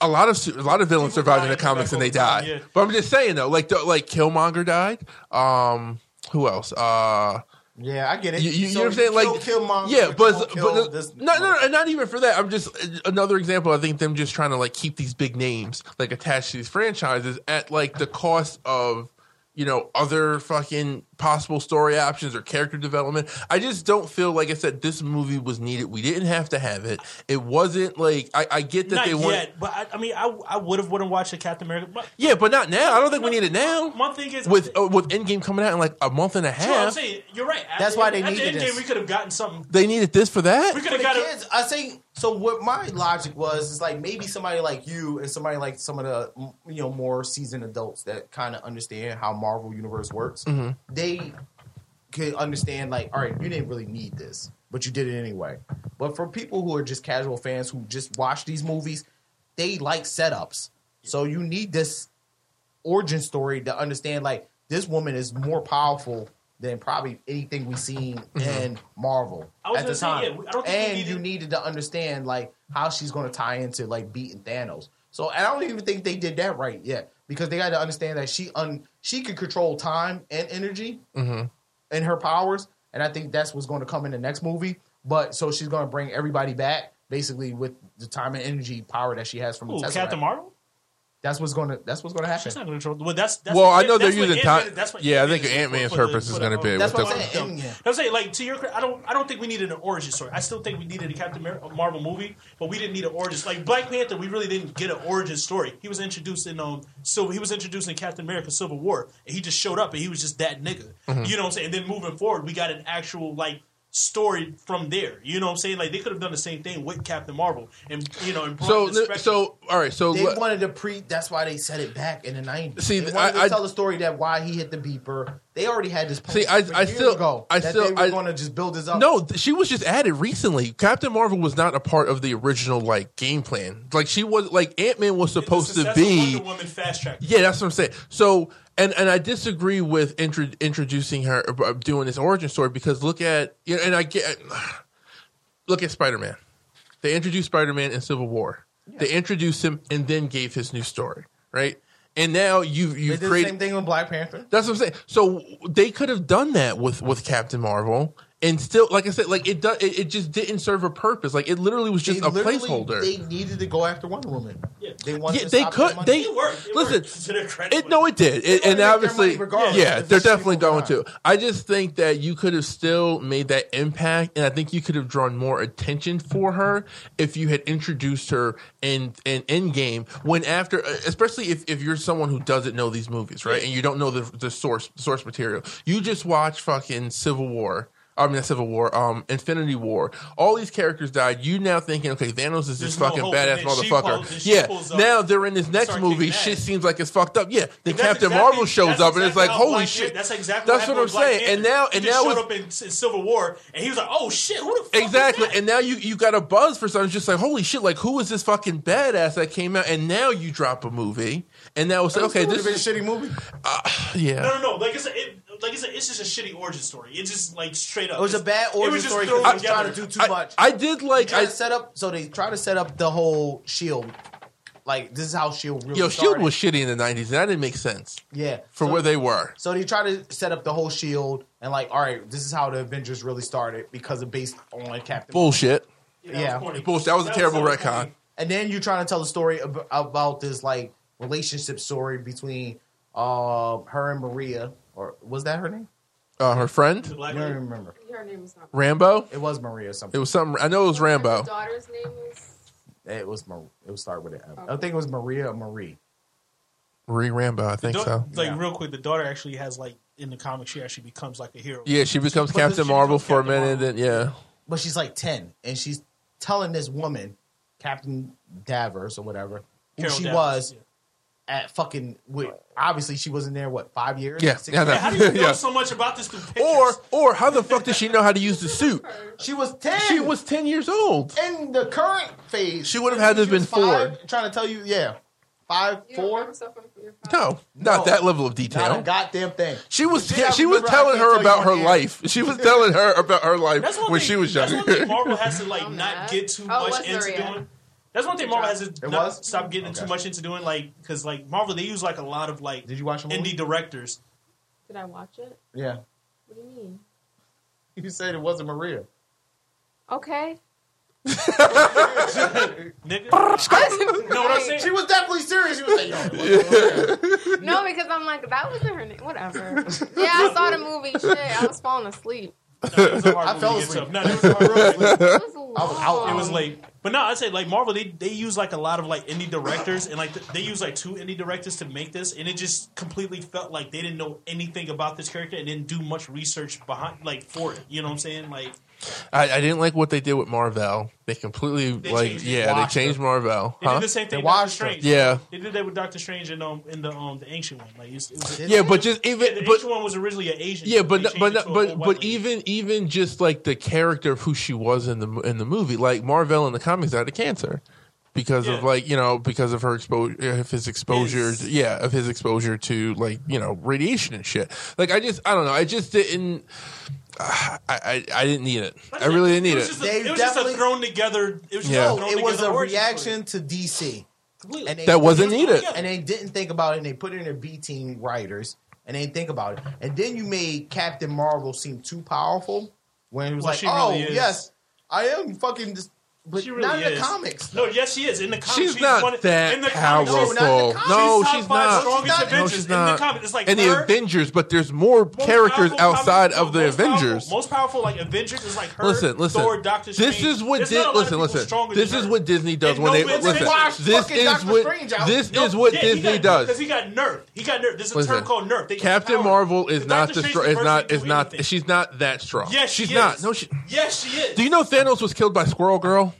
a lot of su- a lot of villains People survived die in the and come comics back and all they the time, died. yeah. But I'm just saying though, like the, like Killmonger died. Um, who else? Uh, Yeah, I get it. You, you, you So know what I'm saying? Like, kill, Killmonger, yeah, you but don't kill but this- no, no, no, not even for that. I'm just another example. I think them just trying to like keep these big names like attached to these franchises at like the cost of you know other fucking possible story options or character development. I just don't feel like I said this movie was needed. We didn't have to have it. It wasn't like I, I get that Not they yet, want. but I, I mean, I I would have wouldn't watched a Captain America. But Yeah, but not now. I don't think we need it now. my thing is with uh, with Endgame coming out in like a month and a You know what I'm half, saying you're right. At That's the- why they at the needed end this. game, we could have gotten something. they needed this for that. We could for have the got a- kids, I think so. What my logic was is like maybe somebody like you and somebody like some of the m- you know more seasoned adults that kind of understand how Marvel Universe works. They could understand like, all right, you didn't really need this, but you did it anyway. But for people who are just casual fans who just watch these movies, they like setups. So you need this origin story to understand like this woman is more powerful than probably anything we've seen in Marvel Mm-hmm. I was at gonna the say, time. yeah, I don't think we and needed- you needed to understand like how she's going to tie into like beating Thanos. So and I don't even think they did that right yet because they got to understand that she un she could control time and energy in her powers, and I think that's what's going to come in the next movie. But so she's going to bring everybody back basically with the time and energy power that she has from the Ooh, Tesseract. Captain Marvel. That's what's going to that's what's going to happen. She's not going to control. Well, that's, that's Well, what- I know that's they're what using Ant-Man- time- that's what yeah, I Ant-Man think is for- Ant-Man's for the- purpose is for the- gonna be um, with That's what I'm the- saying. Endgame. I'm saying, like to your, cre- I don't, I don't think we needed an origin story. I still think we needed a Captain America a Marvel movie, but we didn't need an origin. Like Black Panther, we really didn't get an origin story. He was introduced in um, so he was introduced in Captain America: Civil War, and he just showed up, and he was just that nigga. Mm-hmm. You know what I'm saying? And then moving forward, we got an actual like story from there. You know what I'm saying? Like they could have done the same thing with Captain Marvel, and you know, and brought So, the th- spectrum- so all right. So They let- wanted to pre. That's why they set it back in the nineties. See, they wanted I- I- to tell the story that why he hit the beeper. They already had this. See, I- posted I years still- ago I that still- they were I- going to just build this up. no, th- she was just added recently. Captain Marvel was not a part of the original like game plan. Like she was like Ant Man was The supposed to success of be. Wonder Woman fast track. Yeah, that's what I'm saying. So, and and I disagree with intro- introducing her uh, doing this origin story because look at you know, and I get *sighs* look at Spider Man. They introduced Spider Man in Civil War. They introduced him and then gave his new story, right? And now you they you've did the created same thing with Black Panther. That's what I'm saying. So they could have done that with with Captain Marvel, and still, like I said, like it does, it, it just didn't serve a purpose. Like it literally was just They a literally- placeholder. They needed to go after Wonder Woman. Yeah. They wanted. yeah, to they stop could. their money. They It worked. It listen. worked. To their credit, It, no, it did, wanted It- and to make their obviously, money regardless yeah, if it's they're cheap or definitely going not. to. I just think that you could have still made that impact, and I think you could have drawn more attention for her if you had introduced her in in Endgame. When after, especially if, if you're someone who doesn't know these movies, right, and you don't know the the source source material, you just watch fucking Civil War. I mean, not Civil War, um, Infinity War. All these characters died. You now thinking, okay, Thanos There's is this no fucking hope, and badass then she motherfucker. pulls- and she yeah. pulls up. Now they're in this next Start movie. kicking ass. Shit seems like it's fucked up. Yeah. Then That's Captain exactly- Marvel shows that's up and it's exactly like, how holy Black shit. Pan- That's exactly That's what I'm happened with saying. Black And now, Panther. and he just now, showed it's- up in, in Civil War, and he was like, "Oh shit, who the fuck?" was exactly. that? And now you you got a buzz for something. It's Just like, holy shit! Like, who is this fucking badass that came out? And now you drop a movie, and now it's like, okay, this is a shitty movie. yeah. No, no, no. Like I said, it, like I said, it's just a shitty origin story. It's just like straight up. It was a bad It was origin just story thrown because was together. trying to do too I, much. I did like try I to set up so they try to set up the whole Shield. Like this is how Shield really. yo Shield started. was shitty in the '90s, and that didn't make sense yeah for So- where they were. So they try to set up the whole Shield and like, all right, this is how the Avengers really started because of based on Captain. Bullshit. that yeah. was corny. Bullshit. That was a so terrible retcon. corny. and then you're trying to tell a story ab- about this like relationship story between uh her and Maria, or was that her name? Uh, her The friend I black don't even lady. remember. Her name is not. Rambo. It was Maria It something. was something. I know it was Her Rambo. daughter's name is. It was Mar- it was started with an M. I think it was Maria or Marie. Marie Rambo. I think Da- so. Like Yeah. real quick, the daughter actually has like in the comics, she actually becomes like a hero. Yeah, she becomes But then Captain she Marvel becomes for a Captain minute. Marvel. And yeah, But she's like ten, and she's telling this woman, Captain Davers or whatever, who Carol she Danvers, was yeah. at fucking. With, obviously, she wasn't there. What five years? Yeah, Six yeah, I know. years? Yeah, how do you know *laughs* Yeah. so much about this through pictures? or or how the fuck does she know how to use the suit? She was ten. She was ten years old. in the current phase. She would've had to have She was been four. five, Trying to tell you, yeah, five, You don't four. remember stuff from your father? No, not No. that level of Not a detail. goddamn thing. She was The shit I she was remember, I telling can't her tell you about on her air. life. *laughs* She was telling her about her life That's one when thing, she was That's one thing younger. Marvel has to like I'm not mad. get too Oh, much it was into Maria. doing. That's one thing Marvel has to It not was? stop getting too Okay. much into doing, like because like Marvel they use like a lot of *laughs* like Did you watch the movie? indie directors. Did I watch it? Yeah, What do you mean? You said it wasn't Maria. Okay. Nigga. No, what I'm saying? She was definitely serious. She was like, "Yo, No, because I'm like, that wasn't her name. Whatever. Yeah, I saw the movie. Shit, I was falling asleep. I fell asleep. No, it was, *laughs* hard movie. It was long. was out. It was late. But no, I'd say like Marvel, they, they use like a lot of like indie directors and like th- they use like two indie directors to make this, and it just completely felt like they didn't know anything about this character and didn't do much research behind like for it. You know what I'm saying? Like *laughs* I, I didn't like what they did with Marvel. They completely like changed it. yeah, they Washed changed Marvel. they Huh? did the same thing. They with Doctor watched Strange. Yeah. they did that with Doctor Strange and um in the um the ancient one. Like it was, it was Yeah, but just the even but ancient one was originally an Asian. yeah, but They no- changed but it no- to a but old white but lady. even even just like the character of who she was in the mo- in the movie, like Marvel in the comics died of cancer because of Yeah. like you know because of her exposure of his exposure His. yeah of his exposure to like you know radiation and shit. Like I just I don't know I just didn't. *sighs* I, I, I didn't need it. I really didn't it need was it. just a, They it was just a definitely- thrown together. It was just Yeah. a No, thrown Oh, it together was a origin reaction story. to DC, Completely. and they, That wasn't needed. and they didn't think about it. and They put it in their B team writers, and they didn't think about it. And then you made Captain Marvel seem too powerful when it was Well, like, she "Oh really is. yes, I am fucking," this, but She really not in is. the comics. No, yes, she is in the comics. She's, not one of- that in the comics, powerful. she's- No, No, not in the comics. She's she's top five not. She's not. strongest No, Avengers she's in the not. comics. It's like and the her, Avengers, but there's more most characters powerful outside comic- of the most powerful- Avengers. most powerful like Avengers is like her. Listen, listen. Thor, Doctor Strange. this is what There's Di- not a lot of listen, people listen. stronger This than is her. what Disney does And no when they offense, listen. they washed This fucking is Doctor what Strange out. this No, is what yeah, Disney does. because he got nerfed. He got nerfed. There's a Listen, term called nerf. They got Captain power. Marvel is But not Doctor the Strange str- is the not person is to do not anything. she's not that strong. Yes, she's she not. is. No, she. Yes, she is. Do you know Thanos was killed by Squirrel Girl?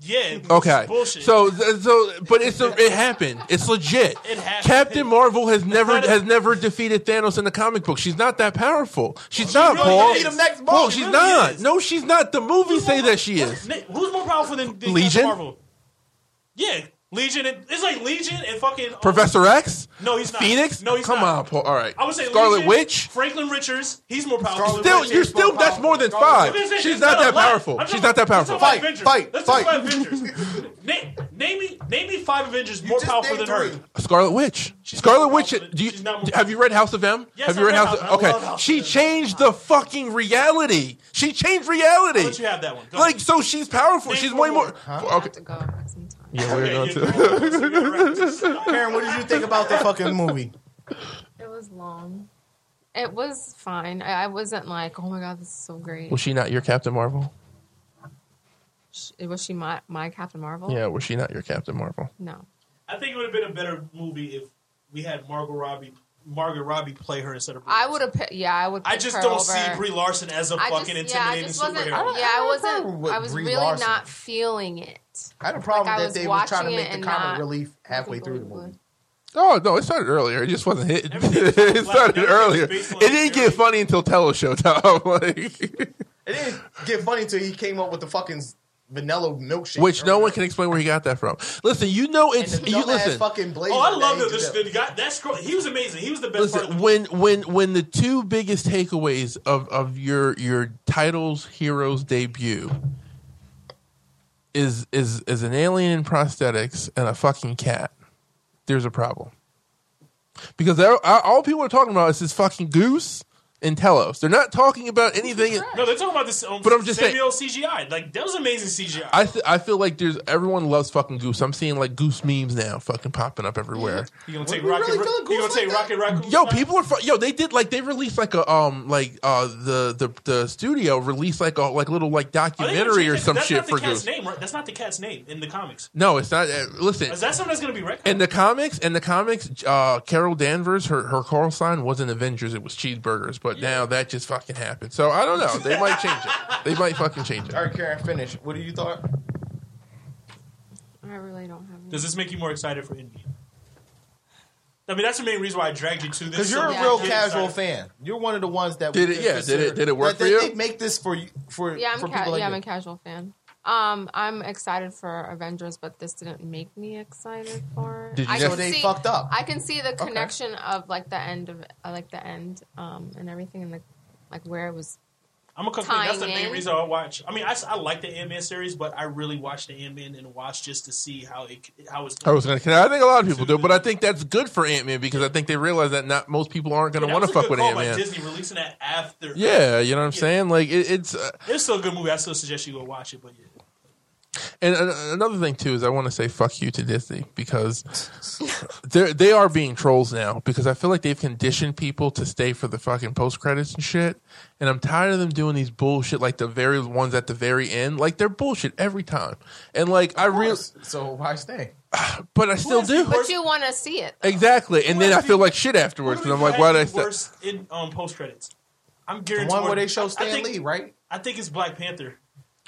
Yeah. which Okay. is Bullshit. So th- so but it's a, it happened. It's legit. It happened. Captain Marvel has never not a- has never defeated Thanos in the comic book. She's not that powerful. She's not really Paul. is. Defeat him next Paul, month. she's She really not. is. No, she's not. The movies say that she is. Nick, Who's more powerful than, than Legion? Captain Marvel? Yeah, Legion. And, it's like Legion and fucking um, Professor X? No, he's not. Phoenix? No, he's Come not. on, Paul. All right. I would say Scarlet Legion, Witch? Franklin Richards. He's more powerful. Scarlet than Still, Witch Legion. you're is still. more That's more than powerful. five. What is it? She's It's not a that lot. powerful. I'm She's talking not that about- I'm powerful. talking about Fight, Avengers. fight, Let's talk fight. about Avengers. *laughs* name, name me, name me five Avengers more just powerful than named her. three. Scarlet Witch. She's Scarlet not more Witch. powerful. Do you, She's not more have you read House of M? Yes, have I you read read House? House- I okay. love House she of M. changed the fucking reality. She changed reality. I'll let you have that one. Go Like ahead. so, she's powerful. Name she's four way more. more. I Okay. have to go at some time. Yeah, *laughs* we're going Okay, *laughs* to. you- you're right. Karen, what did you think *laughs* about the fucking movie? It was long. It was fine. I, I wasn't like, oh my god, this is so great. Was she not your Captain Marvel? Sh- was she my, my Captain Marvel? Yeah, was she not your Captain Marvel? No. I think it would have been a better movie if we had Margot Robbie, Margot Robbie play her instead of. Brie I Larson. would have. pi- Yeah, I would. I pick just her don't over. see Brie Larson as a I just- fucking yeah, I intimidating just wasn't. superhero. Yeah, I I don't have a problem wasn't. with I was Brie really Larson. not feeling it. I had a problem Like, I that was they were trying to watching make it the and comic not- relief halfway through the movie. Oh no, it started earlier. It just wasn't hit. *laughs* Everything- it started everything's earlier. It based on didn't theory. get funny until Tello showed up. *laughs* like, It didn't get funny until he came up with the fucking vanilla milkshake, which no earlier. one can explain where he got that from. Listen, you know And it's *laughs* the you dumbass listen. fucking blazer Oh, I that love he that. This, did up. the guy, that scroll, he was amazing. He was the best part. Of Listen, the when when when the two biggest takeaways of of your your titles heroes debut is is is an alien in prosthetics and a fucking cat. There's a problem because they're- all all people are talking about is this fucking goose and Telos. They're not talking about anything. no, they're talking about this. Um, But I'm just Samuel CGI. Like that was amazing CGI. I th- I feel like there's everyone loves fucking goose. I'm seeing like goose memes now, fucking popping up everywhere. you gonna take we Rocket? really Ra- feeling you gonna goose take like Rocket Raccoon? Yo, style? people are fu- yo. They did like they released like a um like uh the the the studio released like a like little like Are they gonna documentary change or it? some That's shit not the for cat's Goose. Name, right? That's not the cat's name in the comics. No, it's not. Uh, listen, Is that something that's gonna be retconned? in the comics, in the comics, uh, Carol Danvers, her her call sign wasn't Avengers; it was cheeseburgers. But now that just fucking happened. So I don't know. They *laughs* might change it. They might fucking change it. All right, Karen, finish. What do you thought? I really don't have. Does this make you more excited for Endgame? I mean, that's the main reason why I dragged you to this. Because so you're we a Yeah. can real get casual excited. fan. You're one of the ones that Did we it- yeah, did it- did it work that for they, you? They make this for you for Yeah, I'm. for Ca- people like yeah, I'm you. a casual fan. Um, I'm excited for Avengers, but this didn't make me excited for it. Did you I guess- can So they see- fucked up. I can see the connection of like the end of uh, like the end, um, and everything, and the like where it was I'm a cook. fan. That's the Tying main in. reason I watch. I mean, I, s- I like the Ant Man series, but I really watch the Ant Man and watch just to see how it how it's. I was gonna. I think a lot of people do, but I think that's good for Ant Man because I think they realize that not most people aren't gonna That want to was a fuck good with call Ant by Man. Disney releasing that after. Yeah, you know what I'm saying. Like it, it's. Uh, it's still a good movie. I still suggest you go watch it. But yeah. And uh, another thing too is I want to say fuck you to Disney because they they are being trolls now because I feel like they've conditioned people to stay for the fucking post credits and shit. And I'm tired of them doing these bullshit like the very ones at the very end. Like they're bullshit every time. And like I real So why stay? but I still is the do. But you want to see it. Exactly. And then Who I is feel the- like shit afterwards and I'm like why Who did I is the stay? worst in um, post credits? I'm The guaranteed one where they show I Stan think, Lee, right? I think it's Black Panther.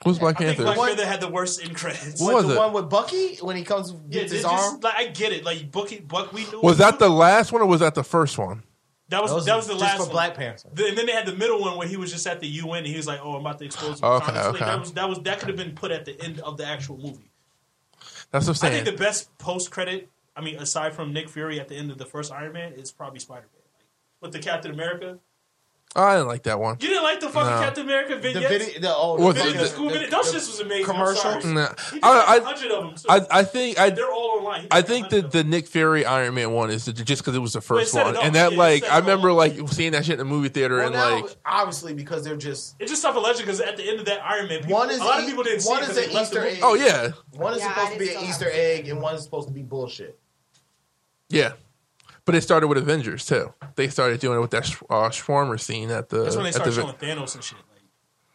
Who's Black I think Panther? Black What? Panther had the worst in credits. What? was the it? one with Bucky when he comes Yeah, gets his they just- arm? like, I get it. Like Bucky, Buck, we knew Was that the last one or was that the first one? that was that was the just last for one. Black Panther. The- and then they had the middle one where he was just at the UN and he was like, "Oh, I'm about to expose." you." Okay, Like, okay. That was that was that could have been put at the end of the actual movie. That's what I'm I saying. think the best post credit, I mean, aside from Nick Fury at the end of the first Iron Man, is probably Spider Man. Like, with the Captain America, Oh, I didn't like that one. you didn't like the fucking No. Captain America The vignettes. video, the, oh, What the, the- Video video- school the- minute. Those the- shits was amazing. commercial? I'm sorry. Nah. He did I- like I- 100 of them. So I, I think I they're all online. He I did think 100 that of the them. Nick Fury Iron Man one is the, just because it was the first set it one, off. and that Yeah, it like set I it remember off. like seeing that shit in the movie theater, Well, and now, like obviously because they're just It's just tough legend because at the end of that Iron Man, people, One is a lot of e- people didn't one see it 'cause is an they left the Easter movie. egg. oh yeah, one is Yeah, supposed I to be still an have Easter it. egg and one is supposed to be bullshit. yeah, but it started with Avengers too. They started doing it with that Sh- uh, Schwarmer scene at the. That's when they at started the, showing Thanos and shit. Like,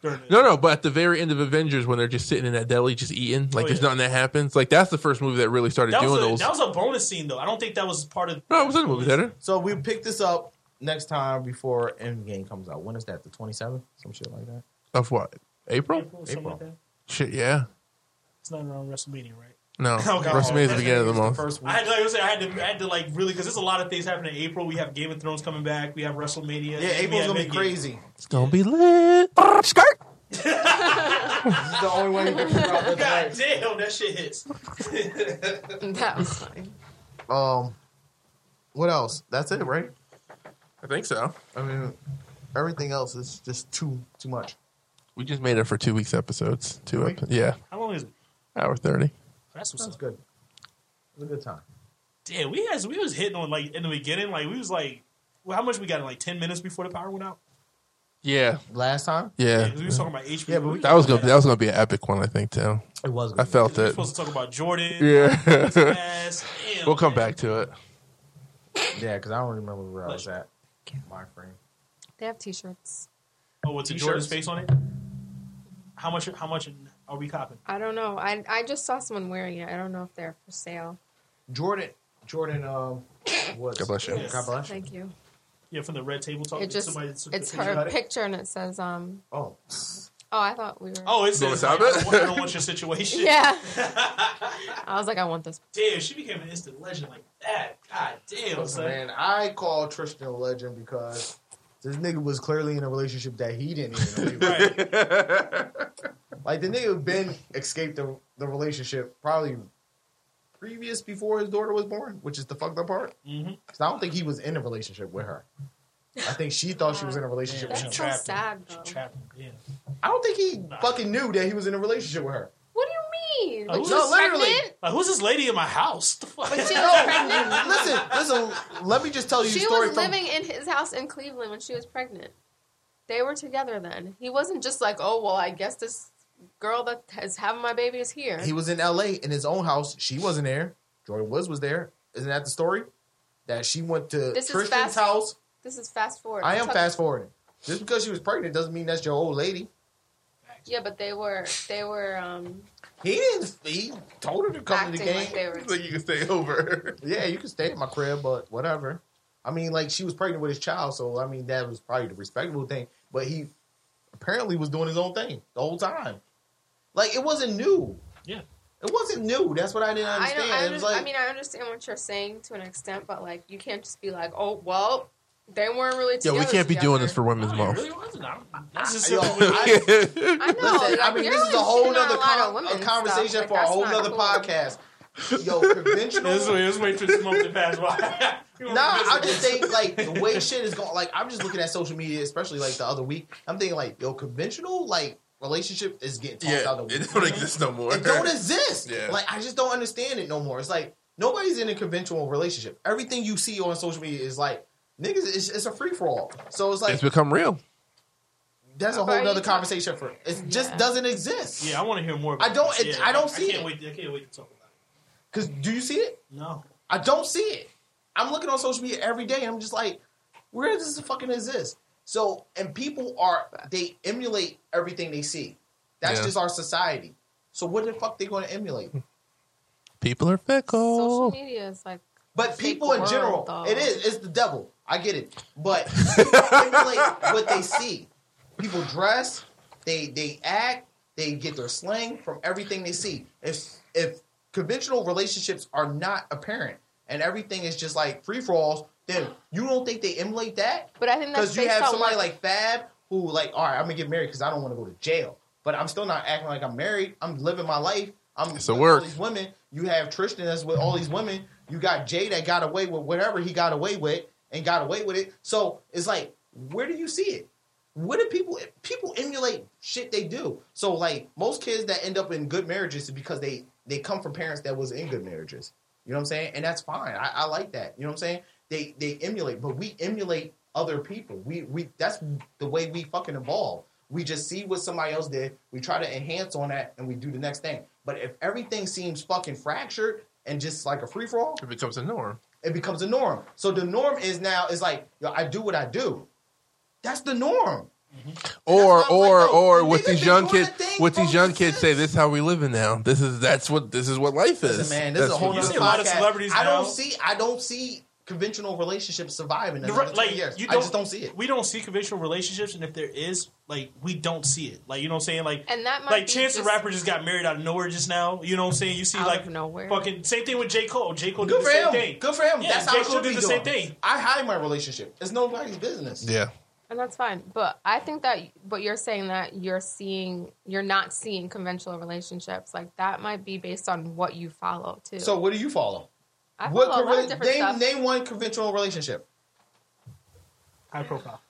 during the, no, no, but at the very end of Avengers, when they're just sitting in that deli, just eating, like Oh, there's yeah. nothing that happens. Like that's the first movie that really started that was, doing a, those. that was a bonus scene though. I don't think that was part of. no, it was in the movie theater. So we pick this up next time before Endgame comes out. When is that? The twenty seventh, some shit like that. Of what? April? April, something like April. that. Shit, yeah. It's not around WrestleMania, right? No, Oh, God. WrestleMania's the That's beginning of the It's month. first I week. had, to, like I, was saying, I had to, I had to like really because there's a lot of things happening in April. We have Game of Thrones coming back. We have WrestleMania. Yeah, and we April's have gonna be Endgame. crazy. It's gonna be lit. Skirt. This is the only way we can figure out God this right. damn, that shit hits. That was funny. Um, what else? That's it, right? I think so. I mean, everything else is just too too much. We just made it for two weeks episodes. Two, Really? ep- yeah, How long is it? hour thirty. That's what's That's up. good. It was a good time. Damn, we has we was hitting on like in the beginning, like we was like, well, how much we got in like ten minutes before the power went out? Yeah, Last time, yeah. 'Cause we was talking about HP. Yeah, but we- That was gonna that was gonna be an epic one, I think too. it was. I felt we were it. supposed to talk about Jordan. Yeah, Ass. Damn, *laughs* we'll come man. *laughs* back to it. Yeah, because I don't remember where I was Pleasure. at. My *laughs* friend. They have T-shirts. Oh, with the T-shirts. Jordan's face on it. How much? How much are we copping? I don't know. I I just saw someone wearing it. I don't know if they're for sale. Jordan. Jordan. Um. Was, God bless you. Yeah, God bless you. Thank you. Yeah, from the red table talk. It just Oh, somebody took the it's picture. her about it? picture and it says um Oh, oh I thought we *laughs* were Oh, it Don't says like, stop I, it. don't want, I don't want your situation. *laughs* yeah. I was like I want this. *laughs* Damn, she became an instant legend like that. God damn, listen, son. man. I called Tristan a legend because this nigga was clearly in a relationship that he didn't even know. *laughs* He was. *laughs* Right. Like the nigga been escaped the, the relationship probably previous before his daughter was born, which is the fucked up part. Mhm. Because I don't think he was in a relationship with her. I think she thought she was in a relationship with That's She him. so trapped him. sad, She though. trapped him, yeah. I don't think he fucking knew that he was in a relationship with her. What do you mean? Oh, Like no, she's literally. pregnant? Like, who's this lady in my house? The fuck? *laughs* But *laughs* she No, was pregnant. listen, listen. Let me just tell you a She story was from. living in his house in Cleveland when she was pregnant. They were together then. He wasn't just like, oh well, I guess this girl that is having my baby is here. he was in L.A. in his own house. She wasn't there. Jordan Woods was there. Isn't that the story? That she went to This is Tristan's fast- house. this is fast forward. I am Tuck- fast forwarding. Just because she was pregnant doesn't mean that's your old lady. Yeah, but they were they were um He didn't. He told her to come to acting the game. like they *laughs* were. you can stay over. yeah, you can stay at my crib, but whatever. I mean, like she was pregnant with his child, so I mean that was probably the respectable thing. But he apparently was doing his own thing the whole time. Like it wasn't new. Yeah. It wasn't new. That's what I didn't I understand. don't. I, it was under- like I mean, I understand what you're saying to an extent, but like, you can't just be like, "Oh, well, they weren't really Yo, together." we can't be doing this for together." Women's No, it *laughs* Month. really wasn't. I don't- That's just Yo, simply what- *laughs* I- *laughs* I know. Listen, I mean, this is a whole *laughs* other nother con- a conversation for a whole nother podcast. Yo, conventional. Let's wait, let's wait for *laughs* this moment to pass *laughs* by. *laughs* Nah, I just think like the way shit is going. Like I'm just looking at social media, especially like the other week. I'm thinking like, yo, conventional like relationship is getting tossed Yeah, out the it window. don't exist no more. It don't exist. Yeah. Like I just don't understand it no more. It's like nobody's in a conventional relationship. Everything you see on social media is like niggas. It's, it's a free for all. So it's like *laughs* It's become real. that's a Are whole you other talking- conversation for. It just Yeah. doesn't exist. yeah, I want to hear more. About I don't- This. Yeah, I don't see I can't it. wait. I can't wait to talk about Cause do you see it? it. No. I don't see it. I'm looking on social media every day, and I'm just like, where does this fucking exist? So, and people are they emulate everything they see. That's Yeah. just our society. So, what the fuck they going to emulate? People are fickle. Social media is like But Fake people in world, general, though. it is it's the devil. I get it, but people emulate what they see. People dress, they they act, they get their slang from everything they see. If if conventional relationships are not apparent and everything is just like free for alls, then you don't think they emulate that? But I think that's Because you based have on somebody what- like Fab who like, all right, I'm gonna get married because I don't want to go to jail, but I'm still not acting like I'm married. I'm living my life. I'm It's a with work. All these women. You have Tristan that's with all these women. You got Jay that got away with whatever he got away with and got away with it. So it's like, where do you see it? What do people people emulate shit they do? So like most kids that end up in good marriages is because they they come from parents that was in good marriages. You know what I'm saying? And that's fine. I, I like that. You know what I'm saying? They they emulate, but we emulate other people. We we that's the way we fucking evolve. We just see what somebody else did. We try to enhance on that, and we do the next thing. But if everything seems fucking fractured and just like a free for all, It becomes a norm. it becomes a norm. So the norm is now is like, yo, I do what I do. That's the norm. Or That's what I'm or like, though. or The with niggas these been young doing kids, the thing with these from young the kids say, six. "This is how we living now. This is that's what this is what life is." Listen, man, this that's is a whole what- you nother see a lot of podcast. celebrities I now. don't see. I don't see conventional relationships surviving. In The another re- 20 like years. you I don't, just don't see it. We don't see conventional relationships, and if there is, like we don't see it. Like you know what I'm saying? Like And that might like be Chance the just- Rapper just got married out of nowhere just now. You know what I'm saying? You see Out like of nowhere. Fucking same thing with J Cole. J Cole Good did for the same him. thing. Good for him. Yeah, That's J. how it Cole should did be the doing. same thing. I hide my relationship. It's nobody's business. yeah. And that's fine. But I think that but you're saying that you're seeing you're not seeing conventional relationships. Like that might be based on what you follow too. So what do you follow? I follow what a lot of conven- different name stuff. name one conventional relationship. High profile.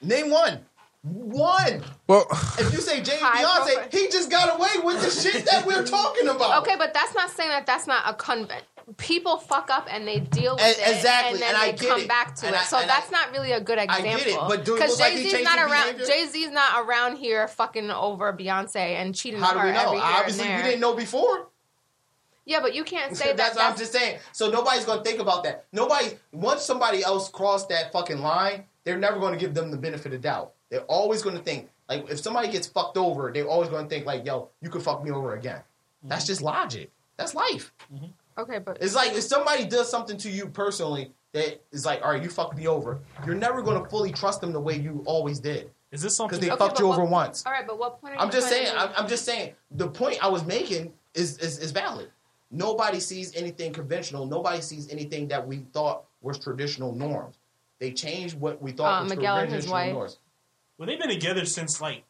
Name one. One. Well, If you say Jay and High Beyonce, profile. he just got away with the shit that we're talking about. Okay, but that's not saying that that's not a convent. People fuck up and they deal with And- it, exactly, and then and I they get come it. back to And it. I- so and that's I- not really a good get it, example. but do it look like Jay he Z's changed not his around. behavior? Jay Z's not around here fucking over Beyonce and cheating How on do her we know? every here Obviously, and we there. didn't know before. Yeah, but you *laughs* can't say that. that's, what I'm just saying. So nobody's gonna think about that. Nobody once somebody else crossed that fucking line, they're never gonna give them the benefit of doubt. They're always gonna think like if somebody gets fucked over, they're always gonna think like, yo, you could fuck me over again. That's just logic. That's life. okay, but It's like if somebody does something to you personally that is like, all right, you fucked me over. You're never gonna fully trust them the way you always did Is because this something? they Okay, fucked but you what- over once. all right, but what point? Are I'm you just trying to saying. make? I'm, I'm just saying. The point I was making is, is is valid. Nobody sees anything conventional. Nobody sees anything that we thought was traditional norms. They changed what we thought Uh, was Miguel and traditional his wife. norms. well, they've been together since like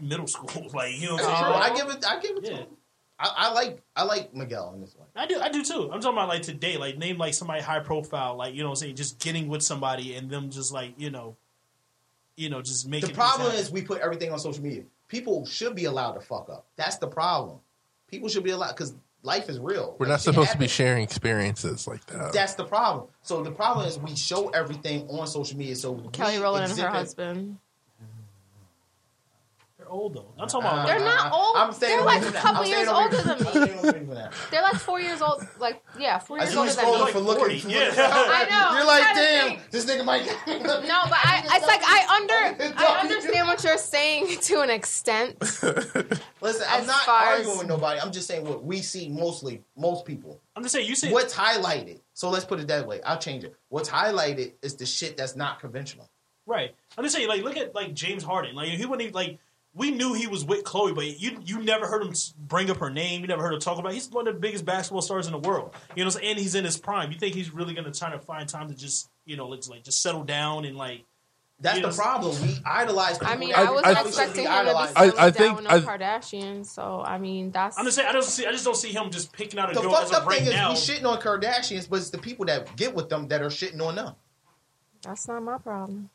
middle school. *laughs* Like you know what That's I'm true. saying? Oh, I give it. I give it to Yeah. him. I, I like. I like Miguel in this one. I do, I do too. I'm talking about like today, like name like somebody high profile, like you know, what I'm saying just getting with somebody and them just like you know, you know, just making. The things problem happen. is we put everything on social media. People should be allowed to fuck up. That's the problem. People should be allowed because life is real. we're Like, not shit supposed to be happens. sharing experiences like that. That's the problem. So the problem is we show everything on social media. So Kelly we Rowland and her exhibit- husband. they're old though. I'm talking about Uh, They're like, not old. They're away like from a that. couple I'm staying years away older from- than I'm me. staying away from *laughs* that. They're like four years old. Like yeah, four I years see you older than scrolling me. like for looking. 40, *laughs* yeah. I know, You're I'm like, trying to damn, think. this nigga might. *laughs* No, but I, it's like I under I understand what you're saying *laughs* to an extent. Listen, I'm as not far arguing as- with nobody. I'm just saying what we see mostly, most people. I'm just saying you said What's highlighted? So let's put it that way. I'll change it. What's highlighted is the shit that's not conventional. right. I'm just saying like look at like James Harden. Like he wouldn't even like we knew he was with Chloe, but you you never heard him s- bring up her name. You never heard him talk about. it. He's one of the biggest basketball stars in the world. You know, what I'm saying? and he's in his prime. You think he's really gonna try to find time to just you know like, like just settle down and like That's the Yes. problem. We idolize. People I mean, that I- I, we wasn't probably I- shouldn't expecting be him to be idolizing. I- so I think- down on the I- Kardashians. So I mean, that's I'm just saying I don't see I just don't see him just picking out a The girl as fucked of up right thing now. is we shitting on Kardashians, but it's the people that get with them that are shitting on them. that's not my problem.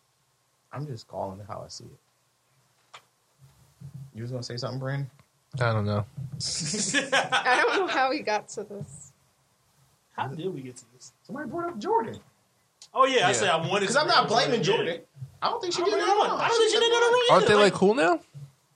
I'm just calling it how I see it. You was gonna say something, Brandon? I don't know. I don't know how we got to this. *laughs* How did we get to this? Somebody brought up Jordan. Oh yeah, I Yeah. said I wanted Because to I'm not bring up blaming yeah. Jordan. I don't think she I don't did nothing think she did wrong. I don't think she did nothing wrong either. Aren't they like cool now?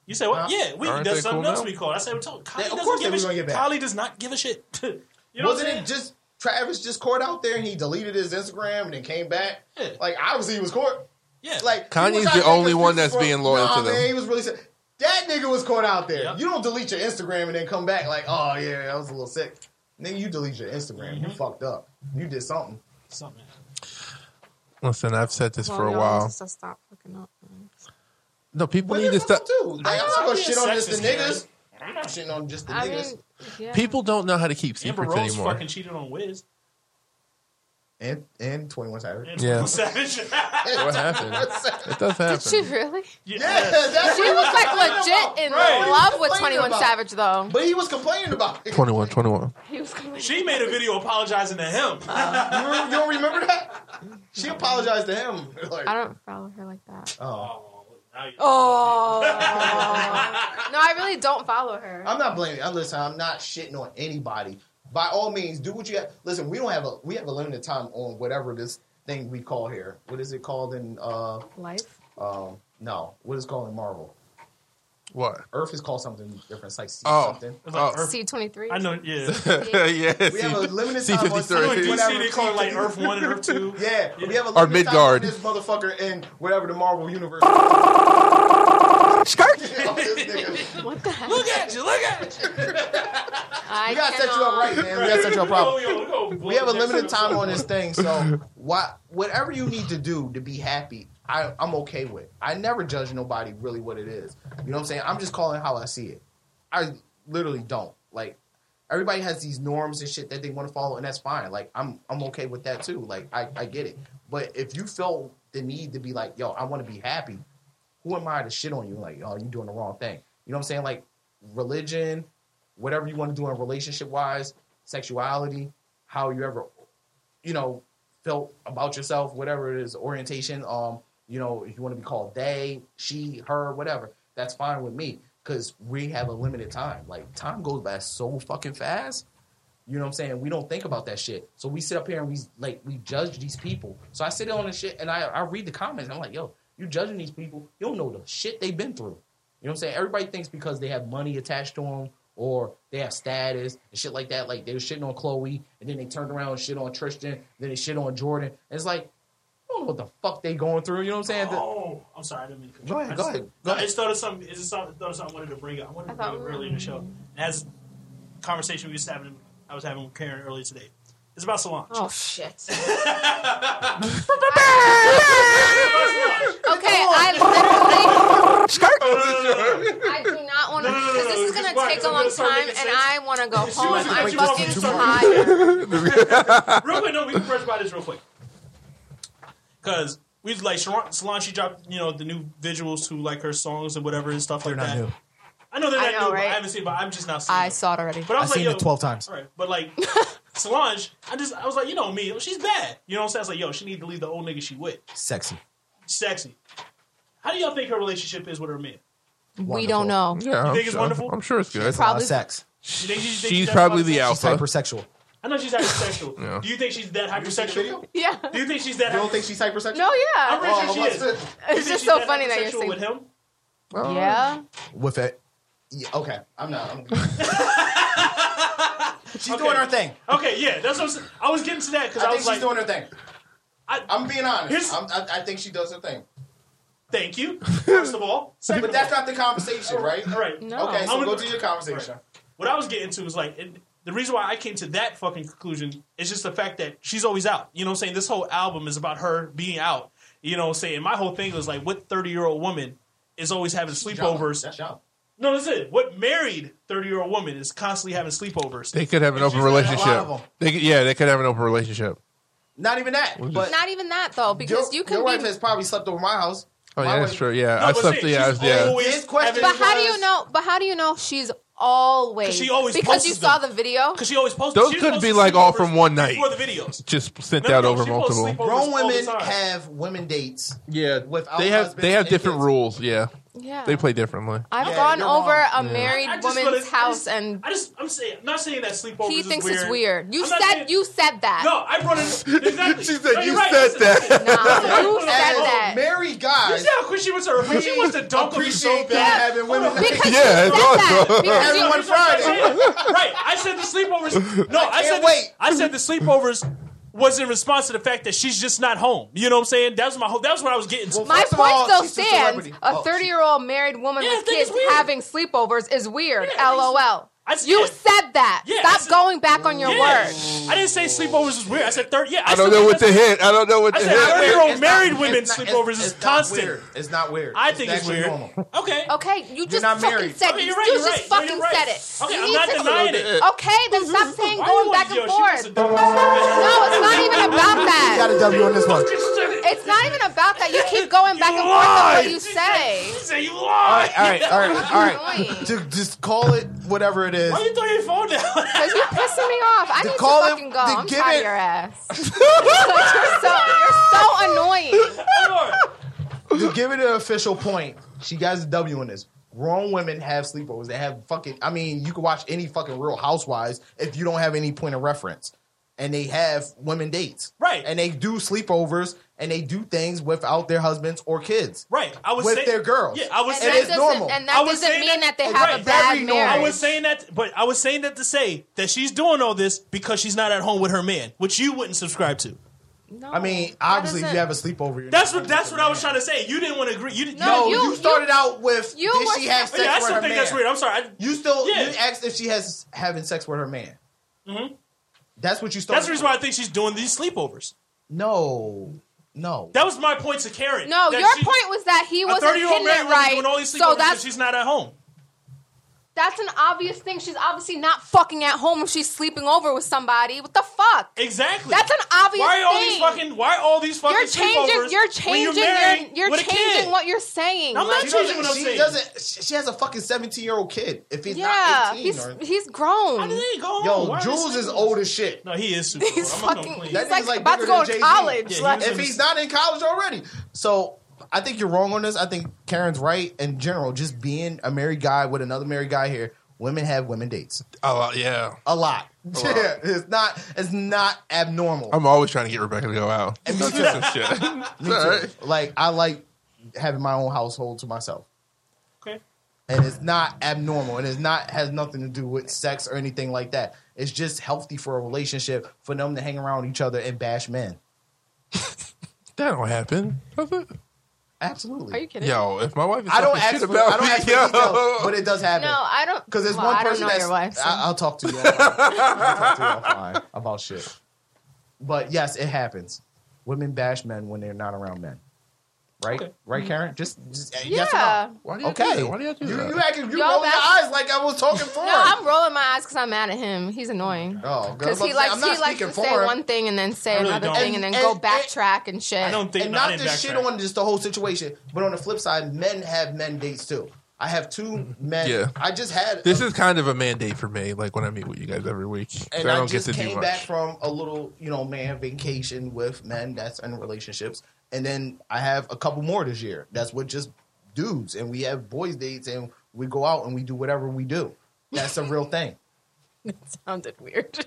You said what? Huh? yeah, we Aren't that's they something cool else now? we called. I said we told Kylie They- of doesn't course give they a was gonna shit. get back. Kylie does not give a shit. *laughs* you know Wasn't what I'm it just Travis just caught out there and he deleted his Instagram and then came back? Yeah. Like obviously he was caught. yeah. Like Kanye's he was out the there only one that's for- being loyal Nah, to them. Man, he was really sick. That nigga was caught out there. Yep. You don't delete your Instagram and then come back like, oh yeah, I was a little sick. Then you delete your Instagram. You fucked up. You did something. something. Listen, I've said this for Well, a y'all while. must have stopped fucking up. man. No, people Women need to fuck stop. up too. I, I'm not gonna Stop shit on being just the sexist, niggas. I'm not shitting on just the I niggas. mean, yeah. People don't know how to keep Amber secrets Rose anymore. fucking cheated on Wiz. and and 21 Savage. *laughs* And *laughs* Yeah. Savage. *laughs* What happened? It does Did she happen. really? Yeah, yeah. that's She what he *laughs* was like complaining about. legit in Right. love with Complaining 21 about. Savage, though. But he was complaining about it. 21, 21. He was coming. She made a video apologizing to *laughs* him. You, re- you don't remember that? She apologized to him. *laughs* Like, I don't follow her like that. oh. Oh, now you- Oh. *laughs* no, I really don't follow her. I'm not blaming. I'm listen. I'm not shitting on anybody. By all means, do what you have. Listen, we don't have a we have a limited time on whatever this thing we call here. What is it called in uh Life. um no? What is it called in Marvel? What? Earth is called something different. It's like C Oh. something. It's like Earth- C23. I know. *laughs* Yeah. yeah. We have a *laughs* limited C- time on I know C-53. in DC Whatever. they call it like Earth One and Earth Two. Yeah, we have a Or limited time Midgard. on This motherfucker in whatever the Marvel universe. Skirt. This nigga. *laughs* What the heck? Look at you! Look at you! I We gotta set you up cannot- right, man. We gotta set you up proper. Yo, yo, yo, boy, we have a Jackson. limited time on this thing, so what whatever you need to do to be happy, I, I'm okay with. I never judge nobody really what it is. You know what I'm saying? I'm just calling how I see it. I literally don't. Like everybody has these norms and shit that they want to follow, and that's fine. Like I'm I'm okay with that too. Like I, I get it. But if you feel the need to be like, yo, I want to be happy, who am I to shit on you? Like, oh, you doing the wrong thing. You know what I'm saying? Like religion, whatever you want to do in relationship wise, sexuality, how you ever, you know, felt about yourself, whatever it is, orientation. Um, you know, if you want to be called they, she, her, whatever, that's fine with me because we have a limited time. Like time goes by so fucking fast. You know what I'm saying? We don't think about that shit. So we sit up here and we like we judge these people. So I sit on this shit and I, I read the comments. I'm like, yo, you judging these people? You don't know the shit they've been through. You know what I'm saying? Everybody thinks because they have money attached to them or they have status and shit like that. Like they were shitting on Chloe and then they turned around and shit on Tristan. Then they shit on Jordan. And it's like, I don't know what the fuck they going through. You know what I'm saying? Oh, I'm sorry, I didn't mean to. cut uh, you Go off. ahead, I go just- ahead, go I just thought of something. It's just something, thought of something I wanted to bring up. I wanted I to bring thought up we were- earlier in the show. As conversation we was having, I was having with Karen earlier today. It's about Solange. Oh, *laughs* shit. Solange. Okay, I Skirt. Oh, literally, I do not want to. No, no, no, no, Because this is no, just going to watch. take It's a long gonna start time, making and sense. Oh, I want to go home. wasn't I'm thinking about fucking this tired. *laughs* real quick, no, we can brush by this real quick. Because we like Sharon, Solange, she dropped you know the new visuals to like her songs and whatever and stuff like not that. new. I know they're not I know, new, but right? I haven't seen. But I'm just not seeing. I them. saw it already. But I was like, yo, times. All right, but *laughs* like Solange, I just I was like, you know me, she's bad. You know what I'm saying? I was like, yo, she need to leave the old nigga she with. Sexy. Sexy. How do y'all think her relationship is with her man? We don't know. Yeah, I'm think it's sure- wonderful? I'm sure it's good. Probably- sex. You think she- you think She's that's probably the why- alpha. hypersexual. I know she's hypersexual. Yeah. Do you think she's that hypersexual? video? Yeah. Do you think she's that? You don't hyper- think she's hypersexual? No, I'm yeah. pretty Oh, sure she I'm is. about Do to- you It's think just she's so funny that you're hypersexual saying. with him. Yeah. with it. Yeah, okay, I'm not. I'm, *laughs* she's Okay. doing her thing. Okay, yeah, that's what I was, I was getting to that because I, I, think was she's like, doing her thing. I- I, am being Here's- honest. I'm, I, I think she does her thing. thank you, first of all. *laughs* Second But of that's all- not the conversation, right? all right. No. Okay, so I'm go gonna- to your conversation. What I was getting to is like it, the reason why I came to that fucking conclusion is just the fact that she's always out. You know what I'm saying? This whole album is about her being out. You know what I'm saying? My whole thing was like what 30-year-old woman is always having sleepovers? That's y'all. No, that's it. What married 30-year-old woman is constantly having sleepovers? They could have an open she's got a lot relationship. of 'em. They could, yeah, they could have an open relationship. Oh, Not even that. But Not even that though, because your, you can your be. wife has probably slept over my house. Oh My yeah, that's wife- true. Yeah, No, I but slept. see, Yeah, I she's was, yeah. always His question having- But how do was- you know? But how do you know she's always? 'Cause she always because posts you them. saw the video. Because she always posts. Those she could posts be, like, all from sleepovers one night. Before the videos. Just sent No, out no, over she posts multiple. sleepovers Grown all the women time. have women dates. Yeah, Without they have husbands they have and different kids. rules. Yeah, Yeah, they play differently. I've Yeah, gone you're over wrong. a married I just feel woman's it's- I house just- and I just I'm saying I'm not saying that sleepovers. he is thinks weird. it's weird. You I'm not said saying- you said that. No, I brought it. Exactly. *laughs* She said No, you you're right. said Listen, listen. that. Nah, you As said *laughs* As that. married guys, You see how quick she was to her? When she *laughs* wants to dunk on you so appreciate them bad. having women dates. *laughs* Because Yeah, you it's said awesome. that. Because you- Everyone Friday. *laughs* right. I said the sleepovers. No, I, can't said the- wait. I said the sleepovers was in response to the fact that she's just not home. You know what I'm saying? That was my whole. That was what I was getting. to. Well, My First of point all, still she's a stands. celebrity. Oh, A she- 30 year old married woman Yeah, I with think it's kids weird. having sleepovers is weird. Yeah, I think so. LOL. I said- You said that. Yeah, I Stop said- going back on your Yeah. word. I didn't say sleepovers was weird. I said third. Yeah, I don't know what to hit. I don't know what I to said It's not hit. earlier- weird. Girl, It's married not- women it's not- sleepovers it's- is it's not constant. weird. It's not weird. I think it's actually weird. normal. Okay. Okay, you just not fucking married. said Okay, it. you're right, you you're just right. No, fucking you're right. said it. Okay, You I'm need not to- denying it. Okay, then stop saying Why going was- back yo, she and was a forth. dumb- No, it's not even about that. got a W on this one. It's not even about that. You *laughs* keep going back You and forth on lied. what you say. She said you All lied. right, all right, all right, all right. *laughs* Annoying. Ju- Just call it whatever it is. Why you throw your phone down? Cause you're pissing me off. I To need to call it- fucking go. to I'm give tired it- of *laughs* your ass. *laughs* you're so you're so annoying. to give it an official point, she got a W on this. Grown women have sleepovers. They have fucking. I mean, you can watch any fucking Real Housewives if you don't have any point of reference. And they have women dates, Right. And they do sleepovers and they do things without their husbands or kids, *laughs* Right. I was With saying- their girls. Yeah, I was And it that saying is doesn't- normal. And I that was doesn't saying mean that- that they have right. a bad Very normal. marriage. I was saying that, but I was saying that to say that she's doing all this because she's not at home with her man, which you wouldn't subscribe to. No, I mean, that obviously, if doesn't- you have a sleepover, you're That's not what gonna that's what I was trying to say. You didn't want to agree. You didn't. No, No, you, you, you- started out with you did was- she have sex yeah, I with still her think man? that's weird. I'm sorry. I, You still Yeah. Mm-hmm. you asked if she has having sex with her man. That's what you started. that's the reason why I think she's doing these sleepovers. No, no. That was my point to Karen. No, that your she- point was that he a wasn't hitting 30 year old it man right, right. doing all these So sleepovers because that's she's not at home. that's an obvious thing. She's obviously not fucking at home if she's sleeping over with somebody. What the fuck? Exactly. That's an obvious why are all thing. these fucking why are all these fucking you're changing. sleepovers You're when you're changing. married your, you're with a kid? changing what you're saying. I'm not Like, She changing doesn't- what I'm she saying. doesn't. She she has a fucking seventeen year old kid. If he's yeah, not eighteen, he's or, he's grown. I didn't go home. yo, Why are they Jules is sleepovers? old as shit. No, he is super. *laughs* He's old. I'm not fucking. gonna He's That complain. like, nigga's, like, about to bigger go than to Jay-Z. college. Yeah, Like- he If he's not in college already, so I think you're wrong on this. I think Karen's right in general. Just being a married guy with another married guy here, women have women dates Oh yeah, a lot. Yeah, *laughs* it's not. It's not abnormal. I'm always trying to get Rebecca to go out. Let's do some shit. It's all right. Like I like having my own household to myself. Okay. and it's not abnormal and it's not has nothing to do with sex or anything like that it's just healthy for a relationship for them to hang around each other and bash men That don't happen. Are absolutely you kidding? Yo, if my wife is i don't talking ask shit for, about i don't me, ask for yo. *laughs* details, but it does happen No, I don't. because there's well, one I don't person know that's your wife. so- I, will talk to *laughs* you offline. I'll talk to you offline about shit but yes it happens women bash men when they're not around men Right, Okay. right, Karen. Just, just yeah. yes or Mm-hmm. Yeah. no. Why do you Okay. do that? Why do you do You, that? you acting, you Yo, rolling your that's- eyes like I was talking for. No, I'm rolling my eyes because I'm mad at him. He's annoying. oh, girl, Because he I'm likes not he likes speaking to for say her. one thing and then say I really another don't. thing and, And- then go and- backtrack and shit. I don't think and no, I not didn't to shit backtrack. on just the whole situation, but on the flip side, men have men dates too. I have two men. Yeah. I just had This a- is kind of a mandate for me. Like when I meet with you guys every week, and I I, don't get just to do came much. back from a little you know man vacation with men that's in relationships, and then I have a couple more this year. That's what just dudes, and we have boys dates, and we go out and we do whatever we do. That's a real thing. sounded weird.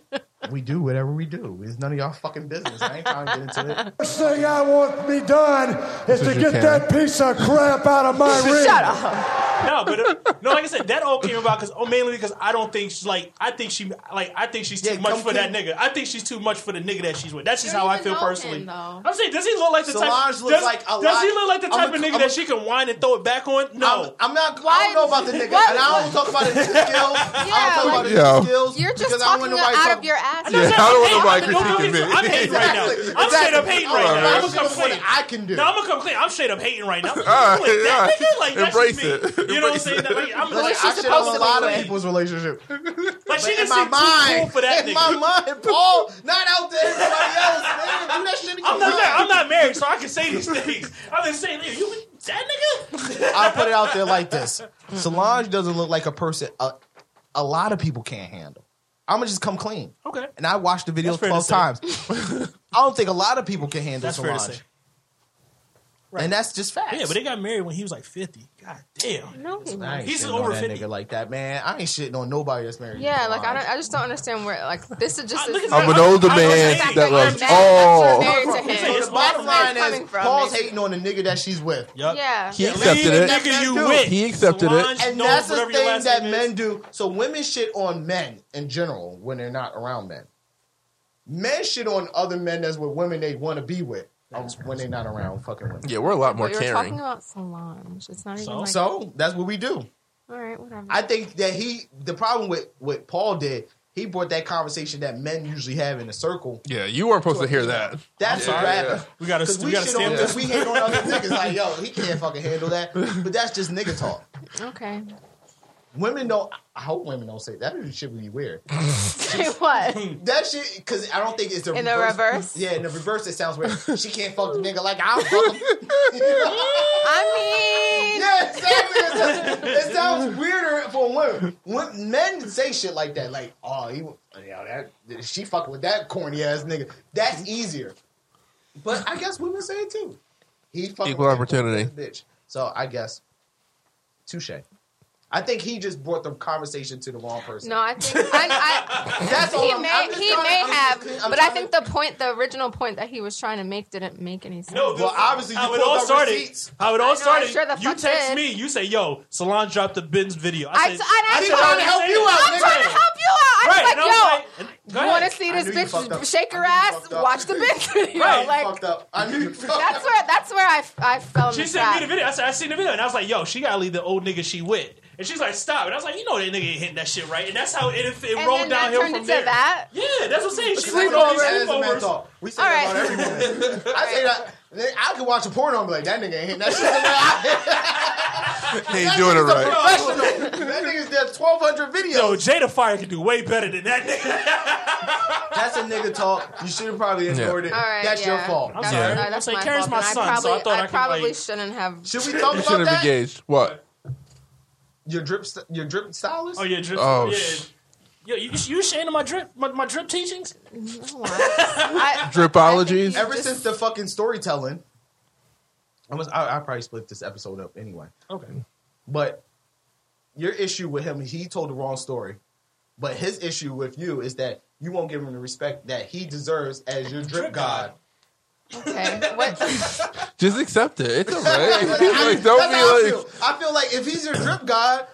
We do whatever we do. It's none of y'all fucking business. I ain't trying to get into it. First thing I want to be done is This to is get Karen. that piece of crap out of my *laughs* ring. Shut up. No, but it- no, like I said, that all came about because oh, mainly because I don't think she's like I think she like I think she's too Yeah, much come for that clean. nigga. I think she's too much for the nigga that she's with. That's just You don't how I even feel know personally. him, though. I'm saying, does he look like the Solange type? looks does, like a does lot- he look like the I'm type a- of nigga I'm a- that she can whine and throw it back on? No, I'm, I'm not. I Why- don't know about the nigga, what- and I don't talk about his skills. I don't talk about his Yeah. skills. You're just because I don't talking want nobody out talk- of your ass. Yeah, I don't want nobody critiquing me. I'm hating right now. Exactly. I'm straight up Exactly. hating I right don't now. know I'm gonna come what clean. I can do. No, I'm gonna come clean. I'm straight up hating *laughs* right now. right, You with that yeah. nigga? Like, that's Embrace just me. it. You know what I'm saying? Like, I'm Like, like, I shit on a supposed to be lot of with. people's relationship. like, she but can in my sing too cool mind, for that in my nigga. *laughs* mind, Paul, not out to everybody else. Nigga, do that shit in I'm your not, mind. I'm not married, so I can say *laughs* these things. I've been saying, nigga, you that nigga? I'll put it out there like this: Solange doesn't look like a person a, a lot of people can't handle. I'm gonna just come clean. *laughs* Okay. And I watched the video That's fair to 12 times. *laughs* I don't think a lot of people can handle That's fair to Solange. say. And that's just facts. Yeah, but they got married when he was like 50. God damn. No, he I won't. ain't He's shitting on over that 50. nigga like that, man. I ain't shitting on nobody that's married. to Yeah, like I Solange. don't. I just don't understand where. Like this is just. I- look at this- that. I'm an older I- I- man that's that where loves that's all. where it's married to It's him. his That's Bottom where it's line coming is, from, Paul's basically. hating on the nigga that she's with. Yup. Yeah. He Leave accepted the it. nigga you He with. accepted it. Solange And knows that's the whatever your thing last that name men is. do. So women shit on men in general when they're not around men. Men shit on other men that's with women they want to be with um, when they're not around fucking Oh women. Yeah, we're a lot more But we were talking caring. about Solange. It's not even So? like. So that's what we do. all right, whatever. I think that he the problem with what Paul did, he brought that conversation that men usually have in a circle. Yeah, you weren't supposed to hear that. That's I'm what sorry, happened. We gotta- Because we we, gotta shit on stand this, we hate on other niggas like, yo, he can't fucking handle that. But that's just nigga talk. *laughs* okay. *laughs* Women don't. I hope women don't say that. That shit would be weird. Say *laughs* what? That shit, because I don't think it's the In the reverse? Yeah, in the reverse, it sounds weird. she can't fuck the nigga like I'll fuck him. I *laughs* mean, yeah, exactly. It sounds, it sounds weirder for women. When men say shit like that, like, oh, he, yeah, that she fucking with that corny ass nigga. That's easier. But I guess women say it too. He fucking Equal with that corny opportunity. ass bitch. So I guess, touche. I think he just brought the conversation to the wrong person. no, I think I, I, *laughs* That's all he I'm- may I'm just he trying to- may I'm just- have, I'm but I trying think to- the point, the original point that he was trying to make, didn't make any sense. No, Well, this- obviously, you how it pulled all up started. receipts. How it I know, all I'm started. sure the you fuck text did. me. You say, "Yo, Solange dropped the Ben's video." I, I and said, I, said, said, trying to I'm help you out, I'm nigga. trying to help you out. I Right, and was I like, was like, and- yo, go you want to ahead. see I this knew you fucked up. bitch shake her I knew you ass? fucked up. Watch the bitch video. Right. I Like fucked up. I knew you fucked *laughs* that's up. *laughs* where that's where I I fell in She the sent me the trap. video. I said, I seen the video. And I was like, yo, she got to leave the old nigga she with. And she's like, stop. And I was like, you know that nigga ain't hitting that shit right. And that's how it, it, it And rolled then that downhill turned from into there. that? Yeah, that's what I'm saying. She Sleepover. sleepovers. sleepovers. Sleepover. We say All that right. about every woman. *laughs* I say that. nigga, I could watch a porno and be like, that nigga ain't hitting that shit. *laughs* That He ain't doing it right. nigga's a professional. That nigga's did 1,200 videos. Yo, Jada Fire can do way better than that *laughs* nigga. That's a nigga talk. You should have probably ignored it. All right, That's yeah. your fault. I'm That's, sorry. uh, I'm that's saying, my Karen's fault. my and son, I probably, so I thought I could, probably like- shouldn't have. Should we talk You about should have that? engaged. What? Your drip, st- your drip stylist. Oh, yeah, drip. Oh, yeah. sh- Yo, you, you ashamed of my drip, my, my drip teachings? I, Dripologies? I Ever Just- since the fucking storytelling, I was. I, I probably split this episode up anyway. Okay. But your issue with him, he told the wrong story. But his issue with you is that you won't give him the respect that he deserves as your drip, Drip god. god. okay. What? Just accept it. It's *laughs* alright. like, That's how I don't be feel. like. I feel like if he's your drip god,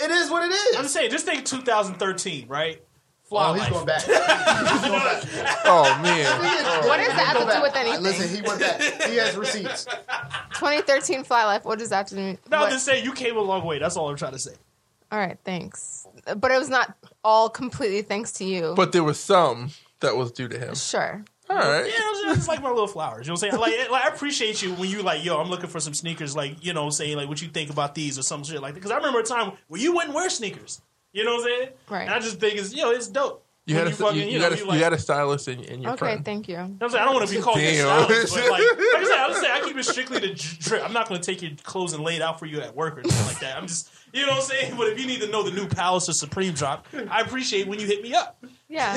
it is what it I'm just is. saying, just think 2013, right? Fly Oh, he's life. going back. *laughs* He's going back. Oh man. What does that have to do with anything? Listen, he went back. He has receipts. 2013 Fly Life. What does that have to do? No, what? I'm just saying, you came a long way. That's all I'm trying to say. All right, thanks. But it was not all completely thanks to you. But there was some that was due to him. sure. All right. Yeah, it's just- it's like my little flowers. You know what I'm saying? Like, it- like I appreciate you when you like, yo, I'm looking for some sneakers. Like, you know, what I'm saying like, what you think about these or some shit like that. Because I remember a time where you wouldn't wear sneakers. You know what I'm saying? Right. And I just think it's, you know, it's dope. You When had a you, you know, had a, you like- had a stylist in, in your Okay, friend. thank you. you know what I'm saying I don't want to be called your Damn. stylist, *laughs* but like, like I said, I'm just saying I keep it strictly to dr- drip. I'm not going to take your clothes and lay it out for you at work or anything like that. I'm just, you know what I'm saying. But if you need to know the new Palace or Supreme drop, I appreciate when you hit me up. *laughs* Yeah,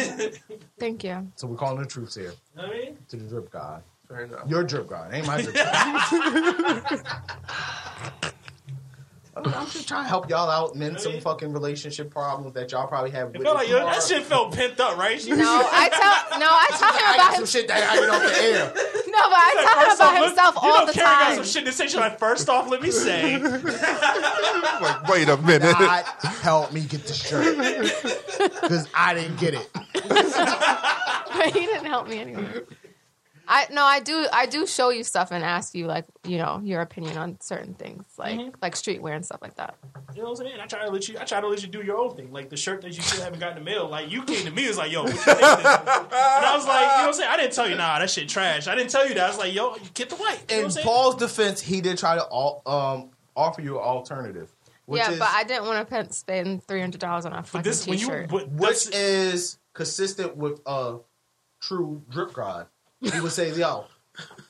thank you. So we're calling the troops here You know what I mean? to the drip god. Fair enough. Your drip god ain't my drip god. *laughs* I'm just trying to help y'all out, mend some fucking relationship problems that y'all probably have. It felt like yo, that shit felt pent up, right? She- No, I tell no, I *laughs* tell I got some him about him. shit that I get off the air. No, but I tell him First off, about let- himself you all know the Karen got time. some shit to say. She's like, first off, let *laughs* me say, Like, wait a minute. God help me get the shirt because I didn't get it. *laughs* But he didn't help me anyway. I no, I do. I do show you stuff and ask you like you know your opinion on certain things like Mm-hmm. like streetwear and stuff like that. You know what I'm saying? I try to let you. I try to let you do your own thing. Like the shirt that you still haven't gotten in the mail. Like you came to me it was like, "Yo," what you think of this? and I was like, "You know what I'm saying? I didn't tell you, nah, that shit trash. I didn't tell you that." I was like, "Yo, you get the white." In You know what I'm saying? Paul's defense, he did try to al- um, offer you an alternative. Which yeah, is, but I didn't want to spend three hundred dollars on a fucking But this when you t-shirt. but which that's- is consistent with a true drip god. He would say, "Yo,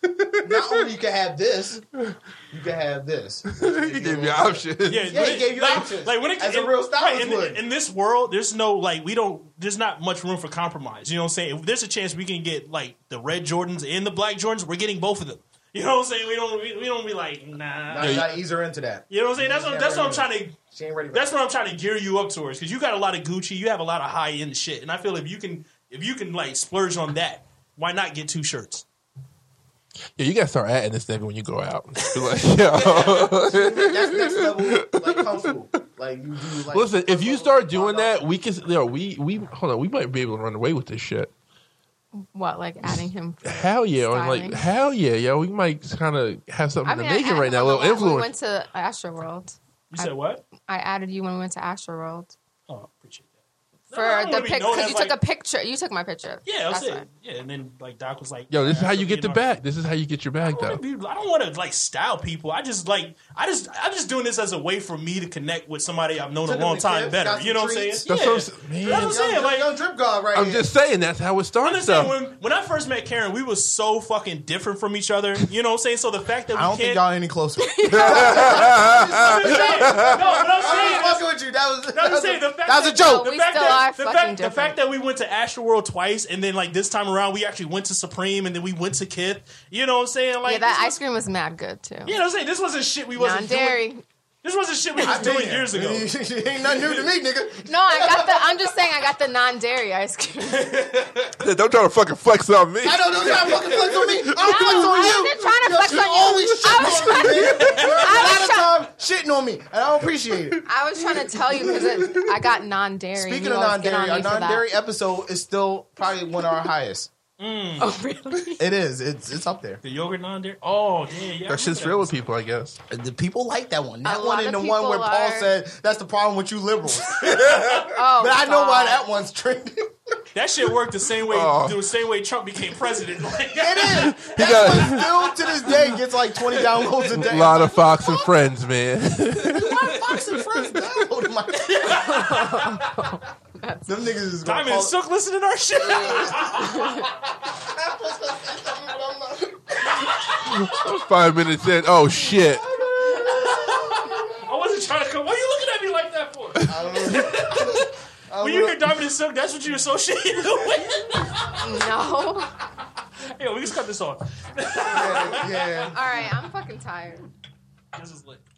not only you can have this, you can have *laughs* this." *laughs* he gave me options. yeah, Yeah, when he it- gave you like, options. Like when it, As a in- real stylist right, in, would. in this world, there's no like we don't. There's not much room for compromise. You know what I'm saying? If there's a chance we can get like the red Jordans and the black Jordans, we're getting both of them. You know what I'm saying? We don't. We, we don't be like Now nah. you gotta ease her into that. You know what I'm saying? That's what, that's what I'm trying to. She ain't ready. *laughs* For That's that. what I'm trying to gear you up towards because you got a lot of Gucci, you have a lot of high end shit, and I feel if you can if you can like splurge on that, why not get two shirts? Yeah, you gotta start adding this nigga when you go out. *laughs* Be like, *laughs* yo. That's next level, like comfortable. Like you do. Like Listen, if you start doing that, we can. Yo, we we hold on. We might be able to run away with this shit. what, like adding *laughs* him? Hell yeah! I'm Styling. like hell yeah, yo. We might kind of have something I mean, to make I it right added now. A little him lot when We influence. went to Astro World. You said what? I added you when we went to Astro World Oh, I appreciate that. No, I don't for the wanna be pic known because as, you took like- a picture. You took my picture. Yeah, that's, it. why. Yeah, and then like Doc was like, Yo, this is "Yeah, how you that's get the what we know." bag. This is how you get your bag, I though. don't wanna be- I don't want to like style people. I just like I just I'm just doing this as a way for me to connect with somebody I've known Took a him long to time Cliff's, got better. some You know what I'm saying? treats. That's yeah. what I'm, s- That's what I'm man. saying. Young, Like young drip god right I'm here. just saying that's how it I'm starts. just saying, Though. when when I first met Karen, we was so fucking different from each other. You know what I'm saying? So the fact that we I don't think can't. y'all any *laughs* closer. I'm just saying- no, but I'm I'm saying just fucking with you. That was No, I'm that was saying the fact that was a that- joke. Oh, We the fact still that, are the fucking fact, the different. fact that we went to Astro World twice, and then like this time around, we actually went to Supreme, and then we went to Kith. You know what I'm saying? Like yeah, that this ice cream was mad good too. Was, you know what I'm saying? This wasn't shit we wasn't Non doing. dairy. This wasn't shit we was I've been doing there. years ago. *laughs* ain't nothing new to me, nigga. No, I got the. I'm just saying, I got the non dairy ice cream. don't try to fucking flex on me. I don't know. Y'all fucking flex on me. I'm flexing on I you. wasn't trying to Yo, flex you on you. always I was shitting on me, man. a lot of time shitting on me, I and I don't appreciate it. *laughs* I was trying to tell you because I got non dairy. Speaking of non-dairy, our non-dairy episode is still probably one of our highest. Mm. Oh, really? It is. It's it's up there. The yogurt non dairy. Oh yeah, yeah. I That shit's real remember with people, I guess. The people like that one. That A one lot and the of one where people Paul are- said that's the problem with you liberals. *laughs* Oh, But I know why God. that one's trending. that. That shit worked the same way. Oh. The same way Trump became president. *laughs* Like, It is. That got- one still to this day gets like twenty downloads a A day. lot of Fox and Friends, man. *laughs* Why Fox and Friends download my? *laughs* Them niggas is gonna Diamond call. and Silk listening to our shit. Five minutes in, oh shit. I wasn't trying to come. Why are you looking at me like that for? I don't know. *laughs* When you hear Diamond and Silk, that's what you associate *laughs* it with. *laughs* No. All Yeah, we just cut this off. Yeah. right, I'm fucking tired. This is lit.